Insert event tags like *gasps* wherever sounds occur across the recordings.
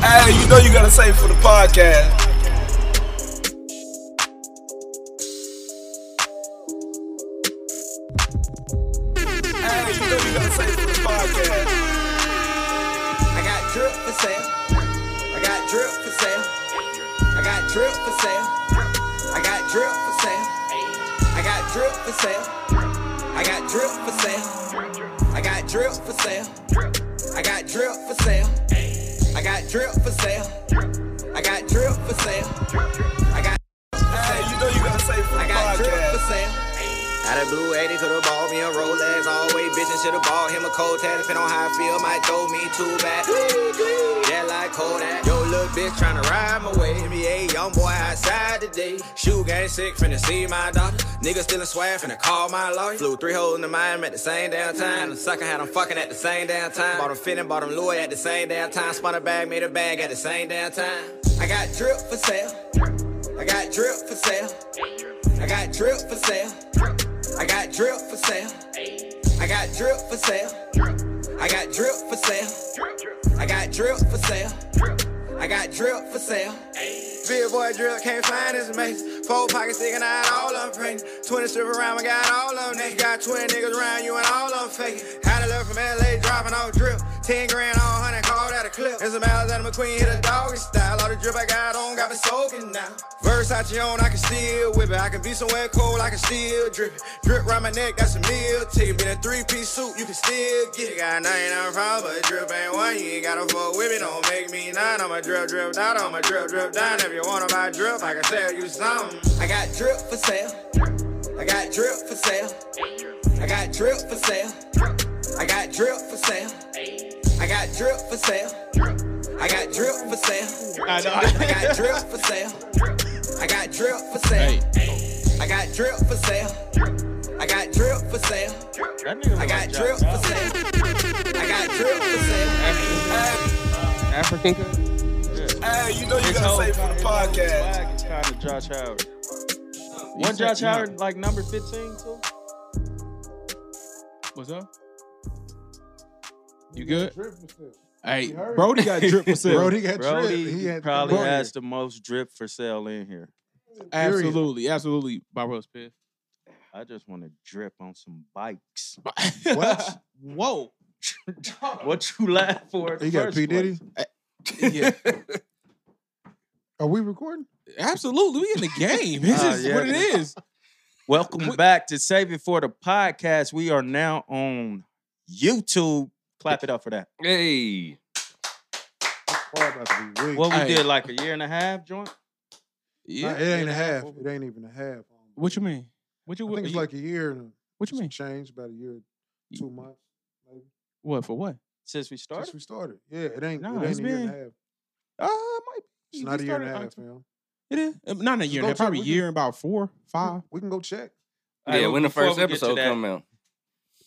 Hey, you know you gotta save for the podcast. Hey, you know you gotta save for the podcast. I got drip for sale. I got drip for sale. I got drip for sale. I got drip for sale. I got drip for sale. I got drip for sale. I got drip for sale. I got drip for sale. I got drip for sale. I got drip for sale. I got Hey, you know you gotta save for the I got drip for podcast. sale. Out of blue 80, could've bought me a Rolex. Always bitchin', should've bought him a cold tag. Depend on how I feel, might throw me too back. Yeah, like Kodak. Yo, little bitch tryna ride my way. NBA young boy outside today. Shoe gang sick, finna see my doctor. Nigga still in swag, finna call my lawyer. Flew three hoes in the Miami at the same damn time. The sucker had 'em fucking at the same damn time. Bought 'em fitting, bought 'em Louis at the same damn time. Spun a bag, made a bag at the same damn time. I got drip for sale. I got drip for sale. I got drip for sale. I got drip for sale. I got drip for sale. I got drip for sale. I got drip for sale. I got drip for sale. Big boy drip can't find his mates. Four pockets sticking out, all I'm praying. 20 strip around, I got all of them. Niggas got 20 niggas around you and all of them fake. Had a love from LA dropping off drip. 10 grand on 100, called out a clip. And some Alexander McQueen hit a doggy style. All the drip I got on got me soaking now. Versace on, I can still whip it. I can be somewhere cold, I can still drip it. Drip round my neck, got some meal ticket. Been a three piece suit, you can still get it. Got nine, I'm proud, but drip ain't one. You ain't gotta fuck with me, don't make me nine. I'm a drip, drip, down, I'm a drip, drip, down. If you wanna buy drip, I can sell you some. I got drip for sale. I got drip for sale. I got drip for sale. I got drip for sale. I got drip for sale. I got drip for sale. I know. I got drip for sale. I got drip for hey, sale. I got drip for sale. I got drip for sale. that nigga I look got like drip Jack for Bauer. sale. I got drip for sale. African. kid? Hey, you know you His gotta whole- save for the his whole podcast. swag is kind of Josh Howard. You One said- Josh Howard, like number 15, too. What's up? You good? Hey, Brody got drip *laughs* for sale. Brody got Brody drip. He had probably Brody. has the most drip for sale in here. Absolutely, absolutely. By Rose Piff. I just want to drip on some bikes. What? Whoa. What you laugh for? in He the Oh, got first Ah, P Diddy. place? *laughs* Yeah, Are we recording? absolutely. We in the game. *laughs* This Ah, is yeah. what it is. Welcome back to Save It for the Podcast. We are now on YouTube. Clap it up for that. Hey, Car about to be rigged. What we Hey. did like a year and a half joint. Nah, Yeah. it ain't a half. It ain't even a half. What you mean? What you? I think it's you- like a year and What you some mean? change, about a year, two months What for? What? Since we started, since we started. Yeah, it ain't. Nah, it ain't it's a year been- and a half. Uh, it might. It's we not a year and a started half, man. It is. Um, Not in a year. and a half, go check. Probably a We year and about four, five. We can go check. All right, yeah. well, When the before first we get to episode that, come out?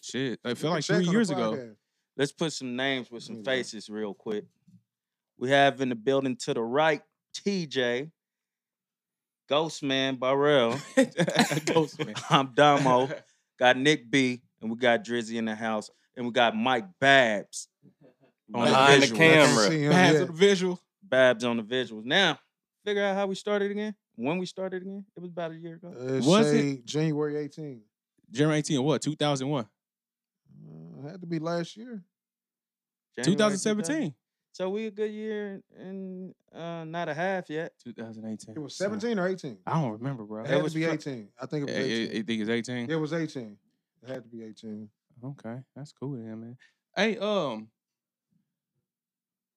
Shit, I We feel can like check three on the years ago. podcast. let's put some names with some Yeah. faces real quick. We have in the building to the right, TJ, Ghostman Barrell. *laughs* Ghost man. *laughs* I'm Damo. *laughs* Got Nick B, and we got Drizzy in the house, and we got Mike Babs on Behind the visuals. the I can't Camera. see him Pass yet. of the visual. Babs on the visuals. Now, figure out how we started again. When we started again, it was about a year ago. Uh, Was was it- it January 18th? January 18, what? 2001. Uh, had to be last year. January 2017. So we a good year and uh, not a half yet. 2018. It was Son, 17 or 18. It I don't remember, bro. had was to be fir- 18. I think Yeah, it was 18. you- you think it's 18? It was 18. It had to be 18. Okay, that's cool then, man. Hey, um,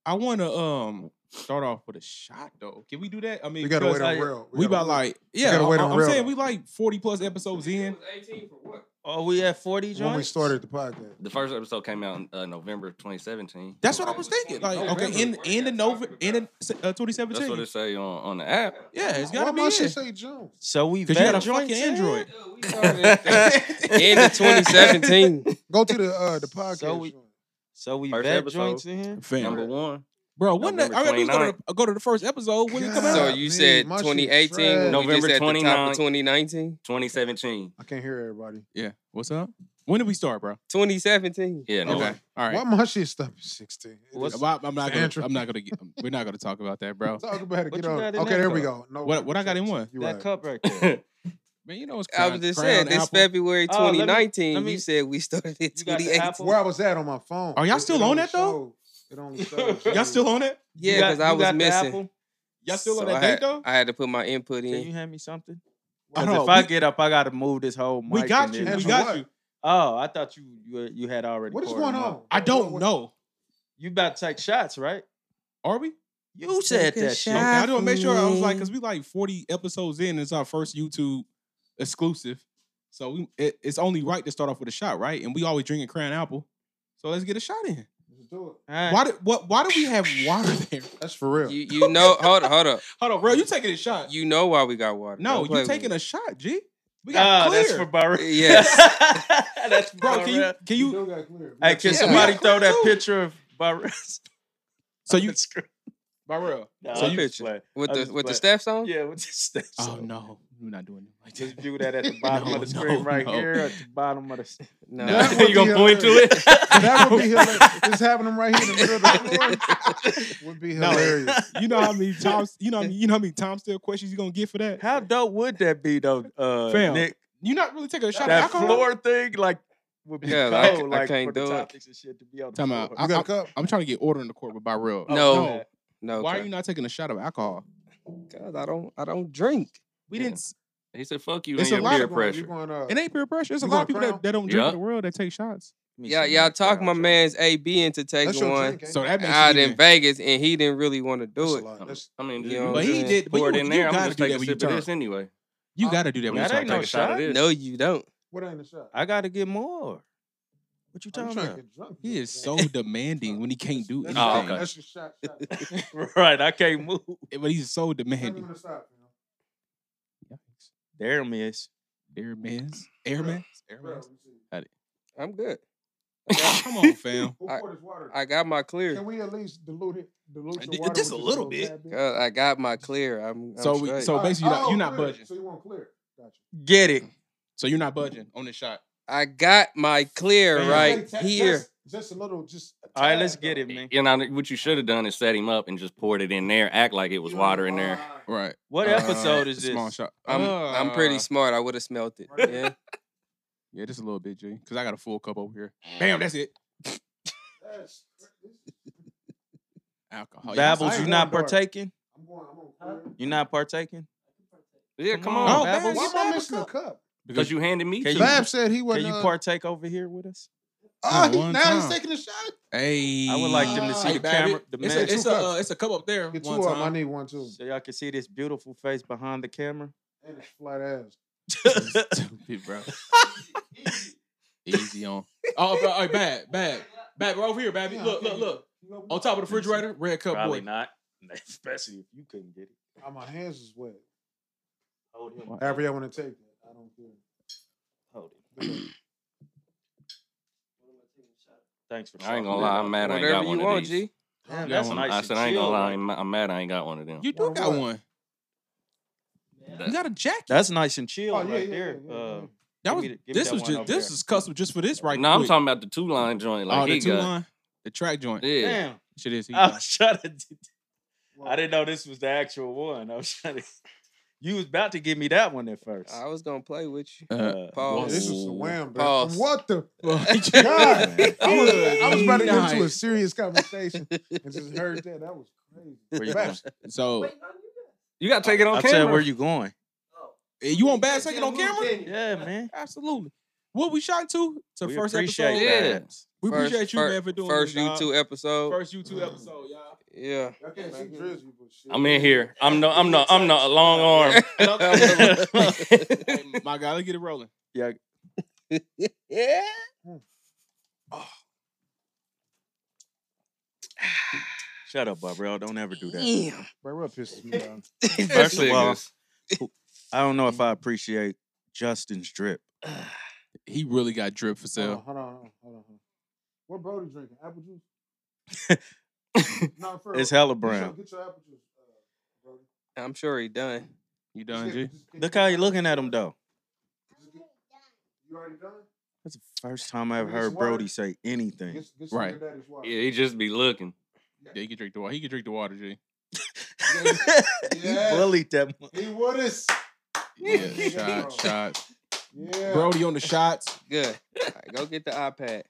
I want to um start off with a shot though. Can we do that? I mean, We gotta because, wait on like, real. We gotta about like yeah. gotta I, wait on am real. saying we like 40 plus episodes in. Are Oh, we at 40 joints? when we started the podcast. The first episode came out in uh, November 2017. That's what I was thinking. Like Oh, okay, in in the November in the se- uh, 2017. That's what it say on, on the app. yeah, it's Why gotta be my shit because say Jones? so we've you got had a joints fucking in? Android. End of 2017. Go to *laughs* the uh, the podcast. So we- joint. So we've First had episode. joints in here. Fam. Number one. bro, when the, I November gotta do is go to the, go to the first episode when it come God. So out. you man, said my shit 2018 when we November just at the top 29. of 2019? 2017. I can't hear everybody. Yeah, what's up? When did we start, bro? 2017. Yeah, no. Okay. All right. Why my shit stop at 16? It What's, is- I'm I'm not gonna. Andrew. I'm not gonna. Get, um, we're not gonna talk about that, *laughs* bro. Talk about it. What Get you on. got in Okay, that there we cup? go. No, What- what I got in one? You that right. cup *laughs* right there. Man, you know it's. I crown- was just crown saying, this apple. February Oh, let me- 2019, let me- you said we started in You got the 2018. apple? Where I was at on my phone. Are y'all It- still it on only that, though? showed- It only shows. *laughs* Y'all still on it? You Yeah, got- because I you was got the missing. apple? Y'all still on So that I date had, though? I had to put my input Can you in. hand me something? I 'Cause know, if I we- get up, I gotta move this whole. We mic got and you. then- We Andrew, got what? you. Oh, I thought you you were- you had already. What is poured going them up. on? I What- don't what- know. You about to take shots, right? Are we? You said a that Okay, shot. shit. I do want to make sure I was like, Definitely. because we like 40 episodes in, and it's our first YouTube exclusive. So we, it, it's only right to start off with a shot, right? And we always drink a crown apple. So let's get a shot in. Let's do it. All right. Why did what why do we have water *laughs* there? That's for real. You, you know, hold up, hold up. Hold on, bro. You taking a shot. You know why we got water. no, Don't play you with taking me. a shot, G. We got Ah, clear. that's for *laughs* Barrett. *laughs* Yes. that's for bro, can you Barrett. can you still got clear. Hey, can Yeah. somebody Yeah. throw that Cool. picture of Barrett? *laughs* so you so Barrel. So you- picture with I'm the just with the playing. steps on. Yeah, with the steps. Oh on. no, we're not doing it like Just that. view that at the bottom No, of the screen no, right no. here at the bottom of the. No, That would be hilarious. *laughs* That *laughs* would be hilarious. Just having them right here in the middle of the floor would be No. *laughs* hilarious. *laughs* You know how many times you know how many, you know how many time still questions you gonna get for that? How dope would that be though, uh, Fam, Nick? You not really taking a shot that at alcohol? floor thing, like, would be Yeah, cold. like, I like, can't for do the it. topics and shit to be on the Time out. floor. I- oh, You got a cup? I'm trying to get order in the court with Barrel. no, no. Why are you not taking a shot of alcohol? Because I don't, I don't drink. We Yeah. didn't. s- He said, "Fuck you It's and a your lot peer of You're going- pressure." you're going, uh, It ain't peer pressure. It's a You lot want of people Crown? that, that don't drink Yeah. in the world that take shots. Let me Yeah, see y'all my talk my crowd, man's AB into that's taking your one. one drink. ain't So it? that makes out it in even- Vegas, and he didn't really want to that's do a it. lot. I'm- That's- I mean, You just know what But I'm he saying? did. But pour you, it in you there. I'm gotta gonna do take that a when you sip of turn. this anyway. You gotta do that when That you start ain't no Take taking a shot shot. of this. No, you don't. What ain't a shot? I gotta get more. What you I'm talking trying to about? get drunk. He is so *laughs* *laughs* demanding when he can't do That's anything. your Oh, shot. okay. That's your shot. *laughs* shot. right, I can't move. But he's so Turn demanding. them aside, you know. There it is. Airman's. Airman's. Bro, Airman's. let me see. I'm good. Come on, *laughs* fam. Who poured this water? I got my Can clear. we at least dilute it? Dilute Uh, the d- water just with a little bit. tad Uh, I got my clear. I'm, I'm So we- straight. so- basically, you're not- you're not Oh, clear. budging. So you want clear? Gotcha. Get it. So you're not budging on this shot. I got my clear Damn. right Just- just- here. Just a little. Just. a All right, tad, let's get though. it, man. You know what you should have done is set him up and just poured it in there, act like it was You know, water in there. alright. Right. What Uh, episode is Small this? shot. I'm I'm pretty Ah. Uh, smart. I would have smelt it. Right. Yeah. Yeah, just a little bit, G. Because I got a full cup over here. Bam, that's it. That's- Alcohol. Yes, Babbles, I you am. not going dark. partaking? I'm going. I'm on clear. You not partaking? Yeah, Come come on. on, Oh, Babbles. Babbles. Why am I missing a cup? because you handed me. Can two. you- Fab said he Can wasn't. you uh, partake over here with us? Oh, he- One now time. he's taking a shot. Hey. I would like them to see Hey, the baby. camera. The It's man- a, it's, Two a, uh, cups. it's a cup up there. Get two one of them. I time. *laughs* need one too. So y'all can see this beautiful face behind the camera. And his flat ass. Stupid, bro. Easy on. Oh, bro, all right, bad, bad, bad. We're over here, baby. Yeah, Look, okay. look, look. You know, On top of the refrigerator, red cup Probably boy. not, *laughs* especially if you couldn't get it. oh, my hands is wet. Hold him. However, y'all want to take it. I don't care. uh, Hold him. Thanks for. I ain't gonna stopping lie, in. I'm mad I ain't Whatever got you one want, of these. G. Damn, Got that's one. nice. I and said I ain't chill. gonna lie, I'm, I'm mad I ain't got one of them. You do One got what? one. You got a jacket. That's nice and chill Oh, yeah, right yeah, there. yeah, yeah, Uh, yeah. that give was me the- give me this that was one just over this there. is custom just for this right no, I'm quick. talking about the two line joint. Like oh, the he two got. line, the track joint. *laughs* Yeah. Damn, Shit is. he I got- was trying to. d- Well, I didn't know this was the actual one. I was trying to. You was about to give me that one at first. I was gonna play with you. Uh, Uh, Pause. Well, this is a wham, bro. Pause. What the? *laughs* God. I was, I was about to get into a Nice. serious conversation and just heard that. That was crazy. Where you Babs, so You gotta take it on I said, camera. where you going? eh, you want bad second on camera? Yeah, man. Absolutely. What we shot to? To We first appreciate episode. Yeah. that. *laughs* We First- appreciate you, fir- man, for doing first this, dog. YouTube episode. First YouTube episode, *laughs* y'all. Yeah. *laughs* Y'all can't see Drizzy, but shit. I'm in here. I'm no. I'm no. I'm no long *laughs* arm. Hey, my guy, let's get it rolling. Yeah, yeah. shut up, Barrell. Don't ever do that. Damn. Bro, what pisses me off? First of all, I don't know if I appreciate Justin's drip. He really got drip for Hold Oh, on, sale. hold on, hold on, hold on. hold on. What Brody drinking? Apple juice? no, for It's real. hella Get your- brown. Get your apple juice, uh, Brody. I'm sure he done. You Just done, get- G? just get Look your how you apple looking at juice. him though. You already done? That's the first time I've It's heard water. Brody say anything. Get, get some Right. of that as well. Yeah, he just be looking. Yeah, he can drink the water. He can drink the water, *laughs* G. *laughs* He Yes. bullied that. mo- He would us. Yeah, Yeah. shots, shots. Yeah. Brody on the shots. Good. All right, go get the iPad.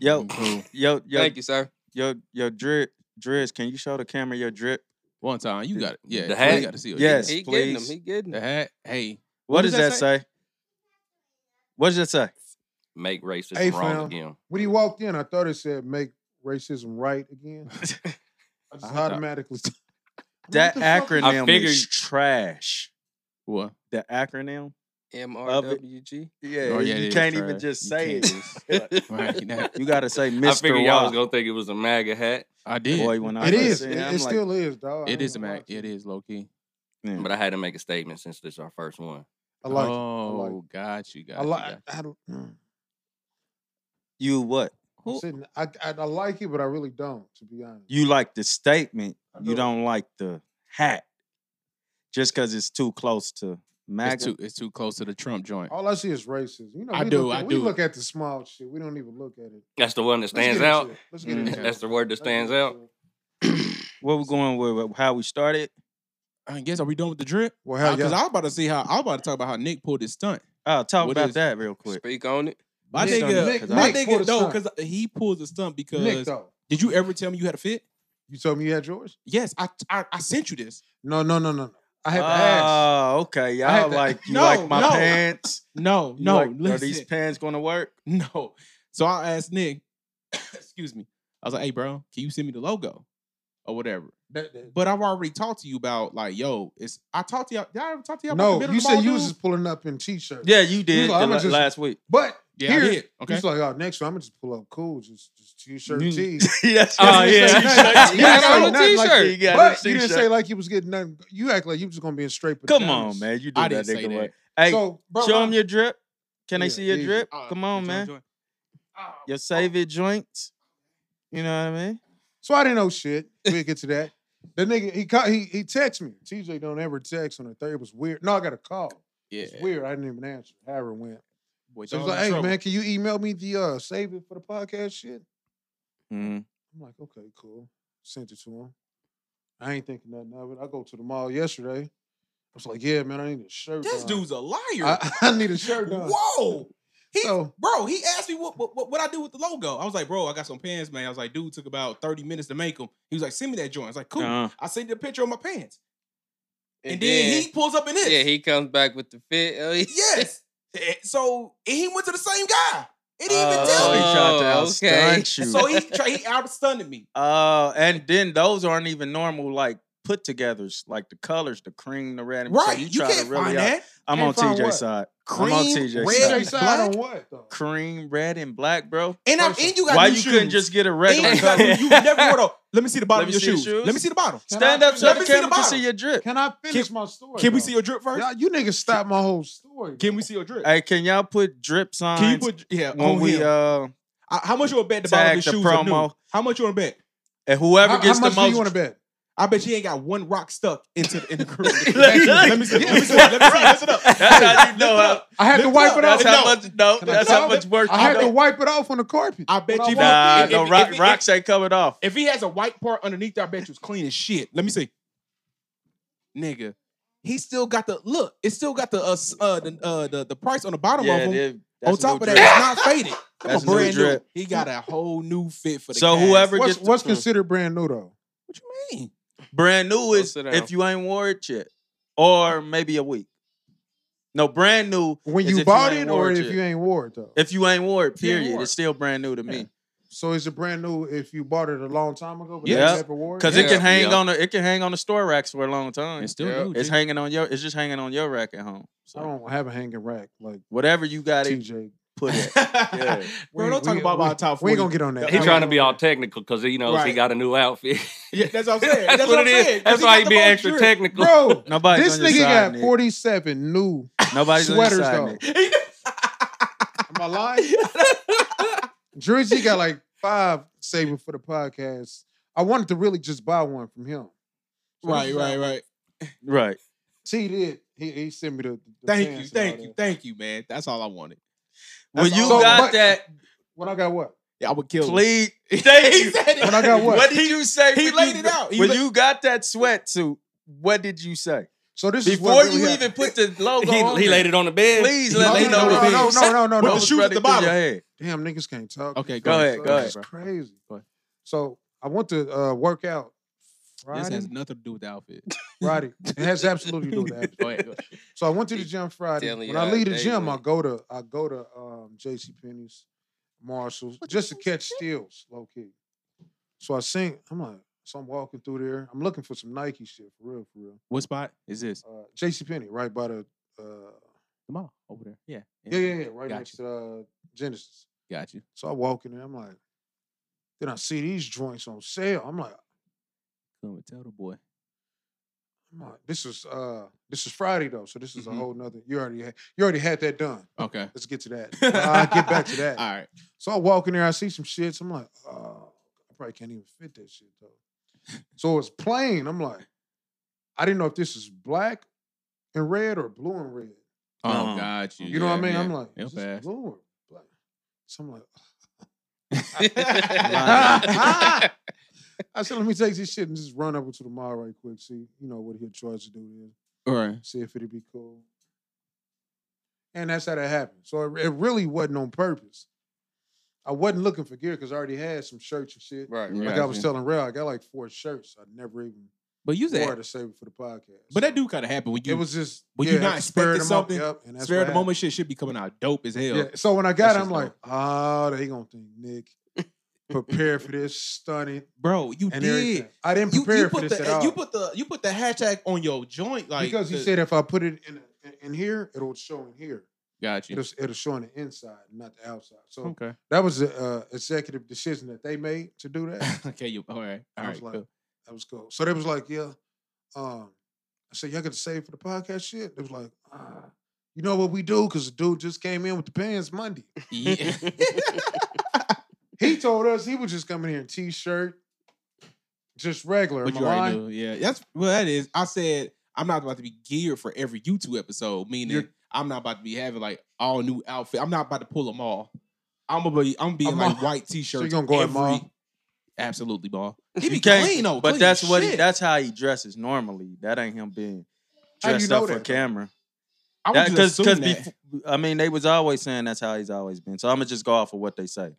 Yo, Cool. yo, yo, Thank you, sir. yo, yo, drip, Driz, can you show the camera your drip? One time, you got it. Yeah, The Brody hat? got to see it. Yes. he getting them. please. He getting the them. hat. Hey, What, does that say? What does that say? Make racism Hey, wrong fam. again. When he walked in, I thought it said make racism right *laughs* again. I just thought- automatically. I mean, what That the fuck is- acronym I figured- is trash. what? The acronym? MRWG. Yeah, Oh, yeah, it you is can't even trash. just You say can't it. *laughs* *laughs* just- Right, that- You gotta say I Mr. figured y'all was Y. gonna think it was a MAGA hat, I did. Boy, when I It first is. seen It, I'm like, it still is, dog. it I ain't is a gonna lie mag. to you. It is low key. "Man, but I had to make a statement since this is our first one. I like it. like oh, got you, got I you, like. got I, don't. You what? I'm sitting- I, I, I like it, but I really don't, to be honest. You like the statement. I You do. don't like the hat. Just because it's too close to you. MAGA. It's too, it's too close to the Trump joint. All I see is racism. You know, I we do, Look I at, We do. look at the small shit. We don't even look at it. That's the one Let's that get stands into out. it. Let's get Mm. into it. That's the word that Let's get stands into out. it. Where we going with it? how we started? I guess are we done with the drip? Well, how Because y'all? I was about to see how I was about to talk about how Nick pulled his stunt. Oh, talk What about is- that real quick. Speak on it. My Nick nigga, done it, 'cause my I- Nick pulled nigga, a no, stunt. because he pulled the stunt Nick because though. did you ever tell me you had a fit? You told me you had yours. Yes, I I, I sent you this. No, no, no, no. no. I had to ask. Oh, okay. I had Y'all to- like you No, like my no. pants? No, You no, like, are listen, these pants gonna work? no. So I asked Nick, *coughs* excuse me. I was like, hey, bro, can you send me the logo or whatever? That- that- But I've already talked to you about like, yo, it's I talked to y'all. Did I ever talk to y'all? no, about the you said you was was. just pulling up in t-shirts. Yeah, you did like, the I'ma la- just- last week. But Yeah, I here, did. Okay. he's like, oh, next one, I'm gonna just pull up cool, just just t-shirt You- tee. *laughs* *laughs* yes. Oh, You didn't say yeah. nothing. *laughs* You Yeah, didn't say I got on a nothing like- t-shirt. You got on a But you didn't t-shirt. say like you was getting nothing. You act like you was gonna be in straight. Come pajamas. on, man. You do that I didn't say nigga that. work. Hey, So, bro, show I'm- them your drip. Can they Yeah, see your easy. drip? Uh, Come on, joint, man. joint. Your savory joints. You know what I mean? So I didn't know shit. We'll get to that. The nigga, he call, he he text me. TJ don't ever text on the third. It was weird. No, I got a call. Yeah. It's weird. I didn't even answer. However it went. Boy, So y'all he's in like, hey trouble. man, can you email me the uh save it for the podcast shit? Mhm. I'm like, okay, cool. Sent it to him. I ain't thinking nothing of it. I go to the mall yesterday. I was like, yeah, man, I need a shirt. This done. dude's a liar. I, *laughs* I need a shirt done. Whoa. He, So- bro, he asked me what, what what I do with the logo. I was like, bro, I got some pants, man. I was like, dude, took about 30 minutes to make them. He was like, send me that joint. I was like, cool. Uh-huh. I sent you a picture of my pants. And, then, he pulls up in this. yeah, he comes back with the fit. *laughs* *laughs* Oh, he- Yes. Eh, So and he went to the same guy. It didn't even Oh, tell he me. tried to Oh, okay. outstunt you. So he tried, he out stunned me. Uh, and then those aren't even normal, like put togethers, like the colors, the cream, the red. and- so Right. you try can't to really find out- that. I'm Can't on find TJ what? side. Cream, I'm on TJ red, side. TJ side black. on what though? Cream, red, and black, bro. And, I'm, First and you got Why new you couldn't shoes. just get a And regular you, got new- color? you never wore those. Let me see the bottom Let me of your see your shoes. shoes. Let me see the bottom. Can Stand I up so Let the me see the camera can bottom. see your drip. Can I finish my story? Can we though? see your drip first? Y'all, you niggas stop my whole story. Can we see your drip? Hey, can y'all put drip signs Can you put yeah when on we him? uh Uh, how much you want to bet the bottom of tag his the shoes are new? promo? How much you want to bet? and whoever How- gets how much the most do you want to bet? I bet you ain't got one rock stuck into the, in the crew. Let me- let me see. Let me see. Let me see. Listen up. That's how you know. how- I had to Lift wipe up. it That's off. how No. much. No, Can I that's tell how him? much work. I you had to know. wipe it off on the carpet. I bet When I you. walked Nah, if- no if- rock, if- rocks ain't coming off. If he has a white part underneath, I bet you it's clean as shit. Let me see. Nigga, he still got the look. It still got the uh, s- uh the uh the, the price on the bottom of him. dude, On that's a top new of that, drip. it's not faded. *laughs* Come That's on, a new brand new. drip. He got a whole new fit for the. So cast. whoever What's, gets what's the, considered brand new though? What you mean? *laughs* brand new is sit if down. you ain't wore it yet, or maybe a week. No, brand new When is you if bought ain't it wore or if yet. you ain't wore it though? If you ain't wore it, You ain't period, wore it's it. still brand new to me. so is it brand new if you bought it a long time ago? But Yeah. you never wore it? Cause it Yeah. can hang Yeah. on the it can hang on the store racks for a long time. It's It's, still Yeah. new. G. hanging on your it's just hanging on your rack at home. I So don't have a hanging rack like whatever you got it, TJ. put *laughs* it. Yeah. Bro, We- don't talk we- about my top We four. ain't gonna get on that. He I trying to mean, *laughs* be all technical because he knows he Right. got a new outfit. Yeah, *laughs* that's what I'm saying. *laughs* That's what I'm it is. saying, 'cause That's he why got he the being most extra drip. technical. Bro, Nobody's this on your nigga side, got Nick. 47 new. Nobody's sweaters, on your though. side, Nick. Am I *laughs* lying? Drizzy got like five saving for the podcast. I wanted to really just buy one from him. So this Right, is right, how- right. Right. T did. He, he sent me the. the Thank pants you, and all thank you, that. thank you, man. That's all I wanted. When That's you all. got *laughs* But- that, When I got what? Yeah, I would kill. him. *laughs* please. Thank you. When I got *laughs* what? What did you say? He when laid you, it out. He when la- you got that sweatsuit, what did you say? So this is Before what you really even happened. put the logo on, He, he there, laid it on the bed. Please let No, me no, know. no, the no, beat. no, no, no, With the no. Those shoes at running the through bottom. your head. Damn, niggas can't talk. Okay, Go ahead, So go ahead. It's crazy. Go ahead. So I went to uh, work out This Friday. has nothing to do with the outfit. *laughs* Friday. It has absolutely to do with that. Go ahead. Go *laughs* ahead. So I went to the gym Friday. Telling When you I how leave the they gym, I look. go to I go to um, J.C. Penney's, Marshalls, just to catch steals, low key. So I seen. I'm like, so I'm walking through there. I'm looking for some Nike shit, for real, for real. What spot is this? Uh, J.C. Penney, right by the. Uh, The mall over there. Yeah. yeah, yeah, yeah, right Got next to uh, Genesis. Got you. So I walk in there, I'm like, then I see these joints on sale. I'm like, Come and tell the boy. I'm like, this is uh this is Friday though, so this is Mhm. a whole nother. You already had you already had that done. *laughs* Okay. Let's get to that. I get *laughs* back to that. All right. So I walk in there, I see some shits. I'm like, oh, I probably can't even fit that shit though. so it's plain. I'm like, I didn't know if this is black and red or blue and red. Oh, Uh-huh. got you. You know what I Yeah, mean? yeah. I'm like, Real is this fast. blue or black? So I'm like, *laughs* *laughs* I said, let me take this shit and just run over to the mall right quick, see, you know, what he'll charge to do there. All right. see if it'd be cool. And that's how that happened. So it, it really wasn't on purpose. I wasn't looking for gear because I already had some shirts and shit. Right, Yeah. right. Like I was Gotcha. telling Real, I got like four shirts. I never even But you wore said, to save it for the podcast. but that So do kind of happen when you it was just when yeah, you not that's spur of expecting the moment, something, Yep, and that's spare what of the happened. moment shit should be coming out dope as hell. Yeah. So when I got it, That's I'm just like, oh, they gonna think *laughs* Nick prepared for this, stunning Bro, you and did. everything. I didn't You, prepare you for put this the at all. you put the you put the hashtag on your joint like because he the- said if I put it in in here, it'll show in here. got *laughs* you. It'll, it'll show on the inside, not the outside. So Okay. *laughs* that was an uh, executive decision that they made to *laughs* do that. okay, you all right. All I right. was like, *laughs* cool. That was cool. So they was like, yeah. Um, I said, y'all got to save for the podcast shit? They was like, ah, you know what we do? Because the dude just came in with the pants Monday. Yeah. *laughs* He told us he was just coming here in t-shirt, just regular. But Am I you already lying? knew. Yeah, that's well. That is. I said I'm not about to be geared for every YouTube episode. Meaning, You're- I'm not about to be having like all new outfit. I'm not about to pull them all. I'm gonna be. I'm being I'm like all- white t-shirts. *laughs* So you gonna go at every- Maul? Absolutely, ball. He be You can't- clean though. But clean that's as what he, shit. that's how he dresses normally. That ain't him being How do you dressed know up for that, though? camera. I would just Because assume because that. I mean they was always saying that's how he's always been. So I'm gonna just go off of what they say.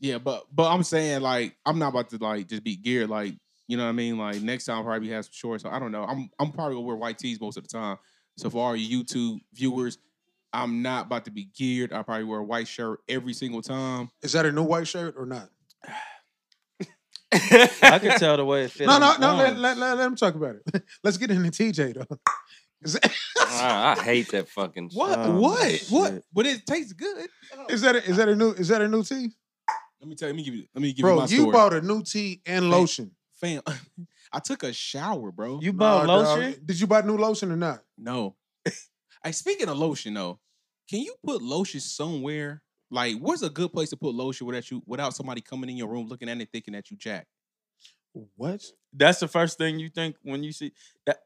Yeah, but but I'm saying like I'm not about to like just be geared like you know what I mean. Like next time I'll probably have some shorts. I don't know. I'm I'm probably gonna wear white tees most of the time. So for all you YouTube viewers, I'm not about to be geared. I probably wear a white shirt every single time. Is that a new white shirt or not? I could tell the way it fits. No, no, no. Let, let, let, let him talk about it. *laughs* Let's get into TJ though. Is that, I, I hate that fucking. What? Oh, what? What? shit. But it tastes good. is that a, is that a new is that a new tee? Let me tell you. Let me give you. Let me give you Bro, my you story. bought a new tee and lotion. Fam, *laughs* I took a shower, bro. You Nah, bought dawg. lotion? Did you buy new lotion or not? No. *laughs* I speaking of lotion though, can you put lotion somewhere? Like, where's a good place to put lotion without you without somebody coming in your room looking at it thinking that you jack? What? That's the first thing you think when you see that.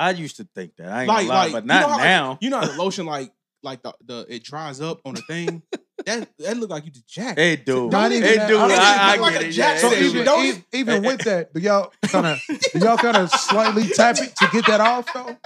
I used to think that. I ain't Like, gonna lie, like but you not know how, like, now. You know how the lotion like like the, the it dries up on the thing? that that look like you just jack. hey, dude. Not even hey, that. dude. I I, don't even I look get like a it. Yeah, jack. So Hey, yeah, even, yeah. don't even, even with that, do y'all kind of do y'all kind of slightly tap it to get that off though?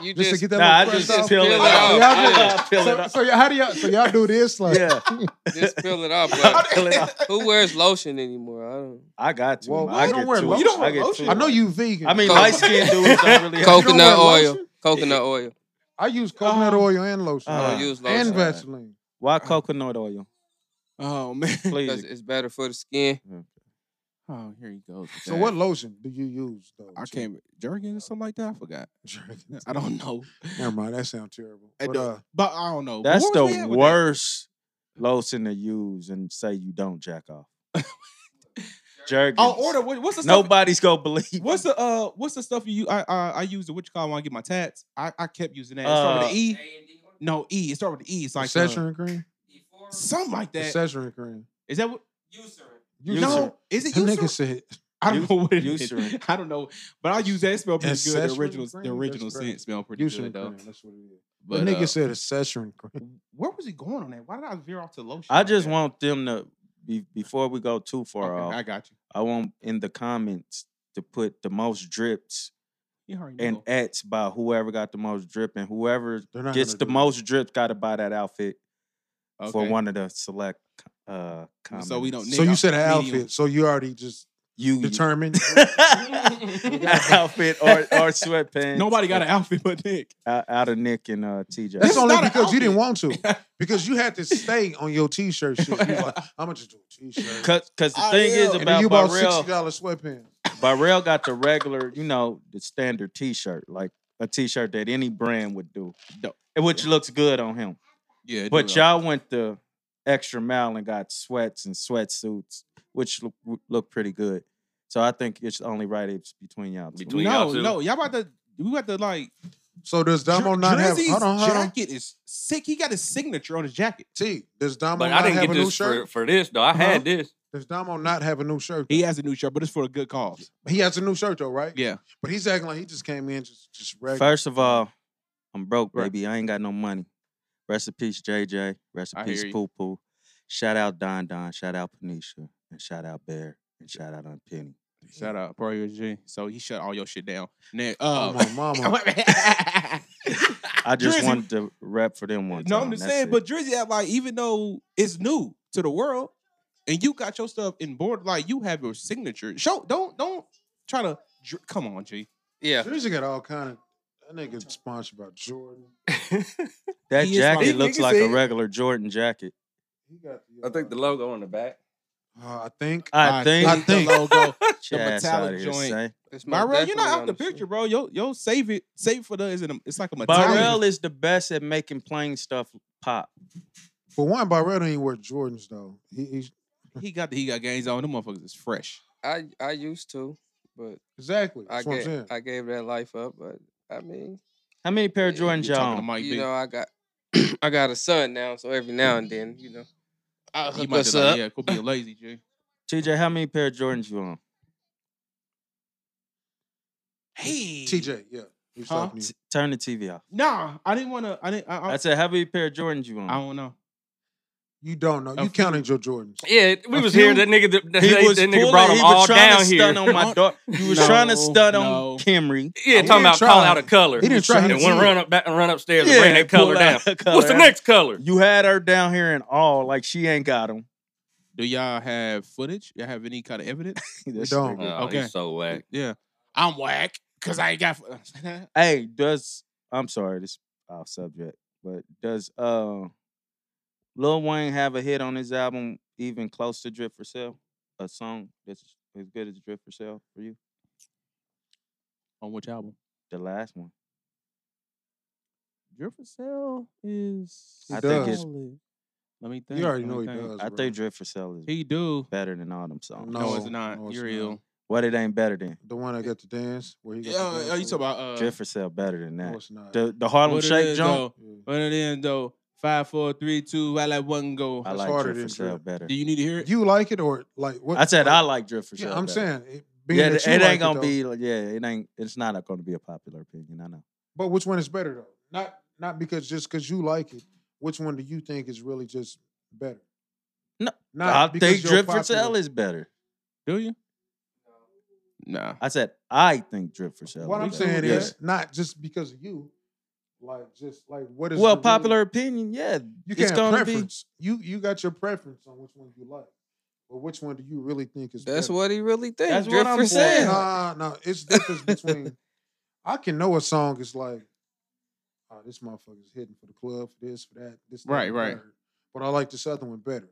You Just to just, get that Nah, I little just crust off. Oh, peel it Peel it off. off. Yeah, *laughs* I peel it So, *laughs* off. so y'all- how do y'all so y'all do this like Yeah, *laughs* just peel it off. I But peel it off. who wears lotion anymore? I don't. I got to. Well, I you get don't wear to. lotion. it. You don't I wear get lotion. to I it. know you vegan. I mean, Coke. light skinned dudes *laughs* don't really. have- you don't wear Coconut oil. lotion? Coconut oil. I use coconut oil and lotion I Uh, don't use and lotion Vaseline. Why coconut *laughs* oil? Oh man. *laughs* because Please. it's better for the skin. Oh, here you go. So what lotion do you use though? I can't Jergens or something like that? I forgot. Jergens. *laughs* I don't know. *laughs* Never mind. That sounds terrible. I But, don't- uh, But I don't know. That's What was we the at with that? worst lotion to use and say you don't jack off. *laughs* Jergens. Oh, order. what- What's the stuff? Nobody's gonna believe. What's the uh what's the stuff you I I, I use the what you call when I get my tats? I, I kept using that. It started with Uh, an E. No, E. It started with an E. It's like uh, Szechuan cream. something like that. Szechuan cream. Is that what You no? Is it That nigga user? said I don't Euc- know what it is. Eucerin. *laughs* I don't know, but I use that smell pretty good. Ancestral The original, cream? the original That's crazy. scent smell pretty Usually, good though. that's what it is. But the nigga uh, said a session cream. where was he going on that? Why did I veer off to lotion? I like just that? want uh, them to be before we go too far Okay, I off. got you. I, want in the comments to put the most drips You already and know. ets by whoever got the most drip, and whoever They're not gets gonna the do that. most drips got to buy that outfit for Okay. one of the select uh comments. So we don't. So you nigga, said an medium. outfit. So you already just you *laughs* determined. *laughs* outfit or or sweatpants. *laughs* Nobody got an outfit but Nick. out, out of Nick and uh TJ. That's That's only not an because you didn't outfit. want to. Because you had to stay on your t-shirt shit. You was like, I'm gonna just do a t-shirt. Cause, cause the I thing is am. and then about you bought sixty Barrel, dollars sweatpants. Barrel got the regular, you know, the standard T-shirt, like a T-shirt that any brand would do, Dope. and which looks good on him. Yeah, But y'all went the extra mile and got sweats and sweatsuits, which look, look pretty good. So I think it's only right it's between y'all two. Between no, y'all two. no, y'all about to. We about to like. So does Damo Dr- not have? Drizzy's Hold on, hold on. jacket is sick. He got his signature on his jacket. T, does Damo But I not didn't have get a new this for, shirt? for this though. I Huh? had this. Does Damo not have a new shirt? He has a new shirt, but it's for a good cause. He has a new shirt though, right? Yeah. But he's acting like he just came in just just regular. First of all, I'm broke, Right. baby. I ain't got no money. Rest in peace, JJ. Rest in I peace, hear you. Poo Poo. Shout out Don Don. Shout out Panisha. And shout out Bear. And shout out on Penny. Shout out, bro, G. So he shut all your shit down. Nick, Oh uh, *laughs* my *laughs* mama. *laughs* I just Drizzy. wanted to rap for them one time. no, I'm just That's saying, it. but Drizzy, act like even though it's new to the world, and you got your stuff in board, like you have your signature. Show, don't, don't try to. dr- Come on, G. Yeah. Drizzy got all kind of. That nigga sponsored by Jordan. that he is my- jacket he- looks nigga like a said- regular Jordan jacket. He got the. I think the logo on the back. Uh, I think. I, think, I think the *laughs* logo. Chad's metallic outta here, joint. say. It's most Bro, you're definitely not out on the shit. picture, bro. Yo, yo, save it, save it for the. It's, in a, it's like a metallic. Barrel is the best at making plain stuff pop. For one, Barrett don't even wear Jordans though. He, he's He got the, he got gains on. Them motherfuckers is fresh. I I used to, but exactly. I That's what I'm saying. gave I gave that life up. But I mean, How many pair of Yeah, Jordans You talking y'all? to Mike you B? know, I got *clears throat* I got a son now, so every now and then, you know, I He hook might us be like, up. yeah, could be a lazy G. TJ, how many pair of Jordans you Mm. on? Hey, TJ, yeah. He was Huh? talking to you. T- turn the TV off. Nah, I didn't want to. I didn't. I, I, I said, how many pair of Jordans you on? *laughs* I don't know. You don't know. A You counted your Jordans. Yeah, we A was here. few- That nigga, that, he that- was that pulling, nigga brought them he was all trying down to here. stun on *laughs* my daughter. You was No, trying to stun no. on Kimry. yeah, He talking didn't about try. calling out a color. He didn't try. He And one did. run up, back, run upstairs and bring that color pull down. out a *laughs* color What's the out. next color? You had her down here in all, like she ain't got *laughs* them. Do y'all have footage? Y'all have any kind of evidence? don't. Oh, Okay. he's so whack. *laughs* yeah, I'm whack because I ain't got. *laughs* fo- Hey, does I'm sorry, this off subject, but does uh Lil Wayne have a hit on his album even close to Drip for Sale? A song that's as good as Drip for Sale for you? on which album? The last one. Drip for sale is. He I think it's- Let me think. You already let know me he think. does. I bro. think Drip for Sale is He do. better than all them songs. No, it's No, not. no, it's You're not. ill. What it ain't better than? the one that got the dance where he got Yeah, the dance uh, you move? talking about uh, Drip for Sale better than No, that. it's not. The the Harlem what it Shake is, jump. though? Yeah. What it is though? Five, four, three, two. I let one go. I That's like harder Drip for than Sale Drip. better. Do you need to hear it? You like it or like what? I said like- I like Drip for Sale. Yeah, I'm better. saying. It, being Yeah, that it you it like ain't gonna though, be. like, Yeah, it ain't. It's not gonna be a popular opinion. I know. But which one is better though? Not not because just because you like it. Which one do you think is really just better? No, not I because think you're Drip for popular. Sale is better. Do you? Nah. I said I think Drip for Sale. What is I'm better. saying Yeah. is not just because of you. Like just like what is well, the real- popular opinion. Yeah, You it's can't gonna preference. You you got your preference on which one you like, but which one do you really think is That's better? what he really thinks. That's Drip what I'm for saying. sale. Nah, nah, it's difference between. I can know a song is like, oh, this motherfucker's hitting for the club for this for that this that, Right, and right. third," But I like this other one better.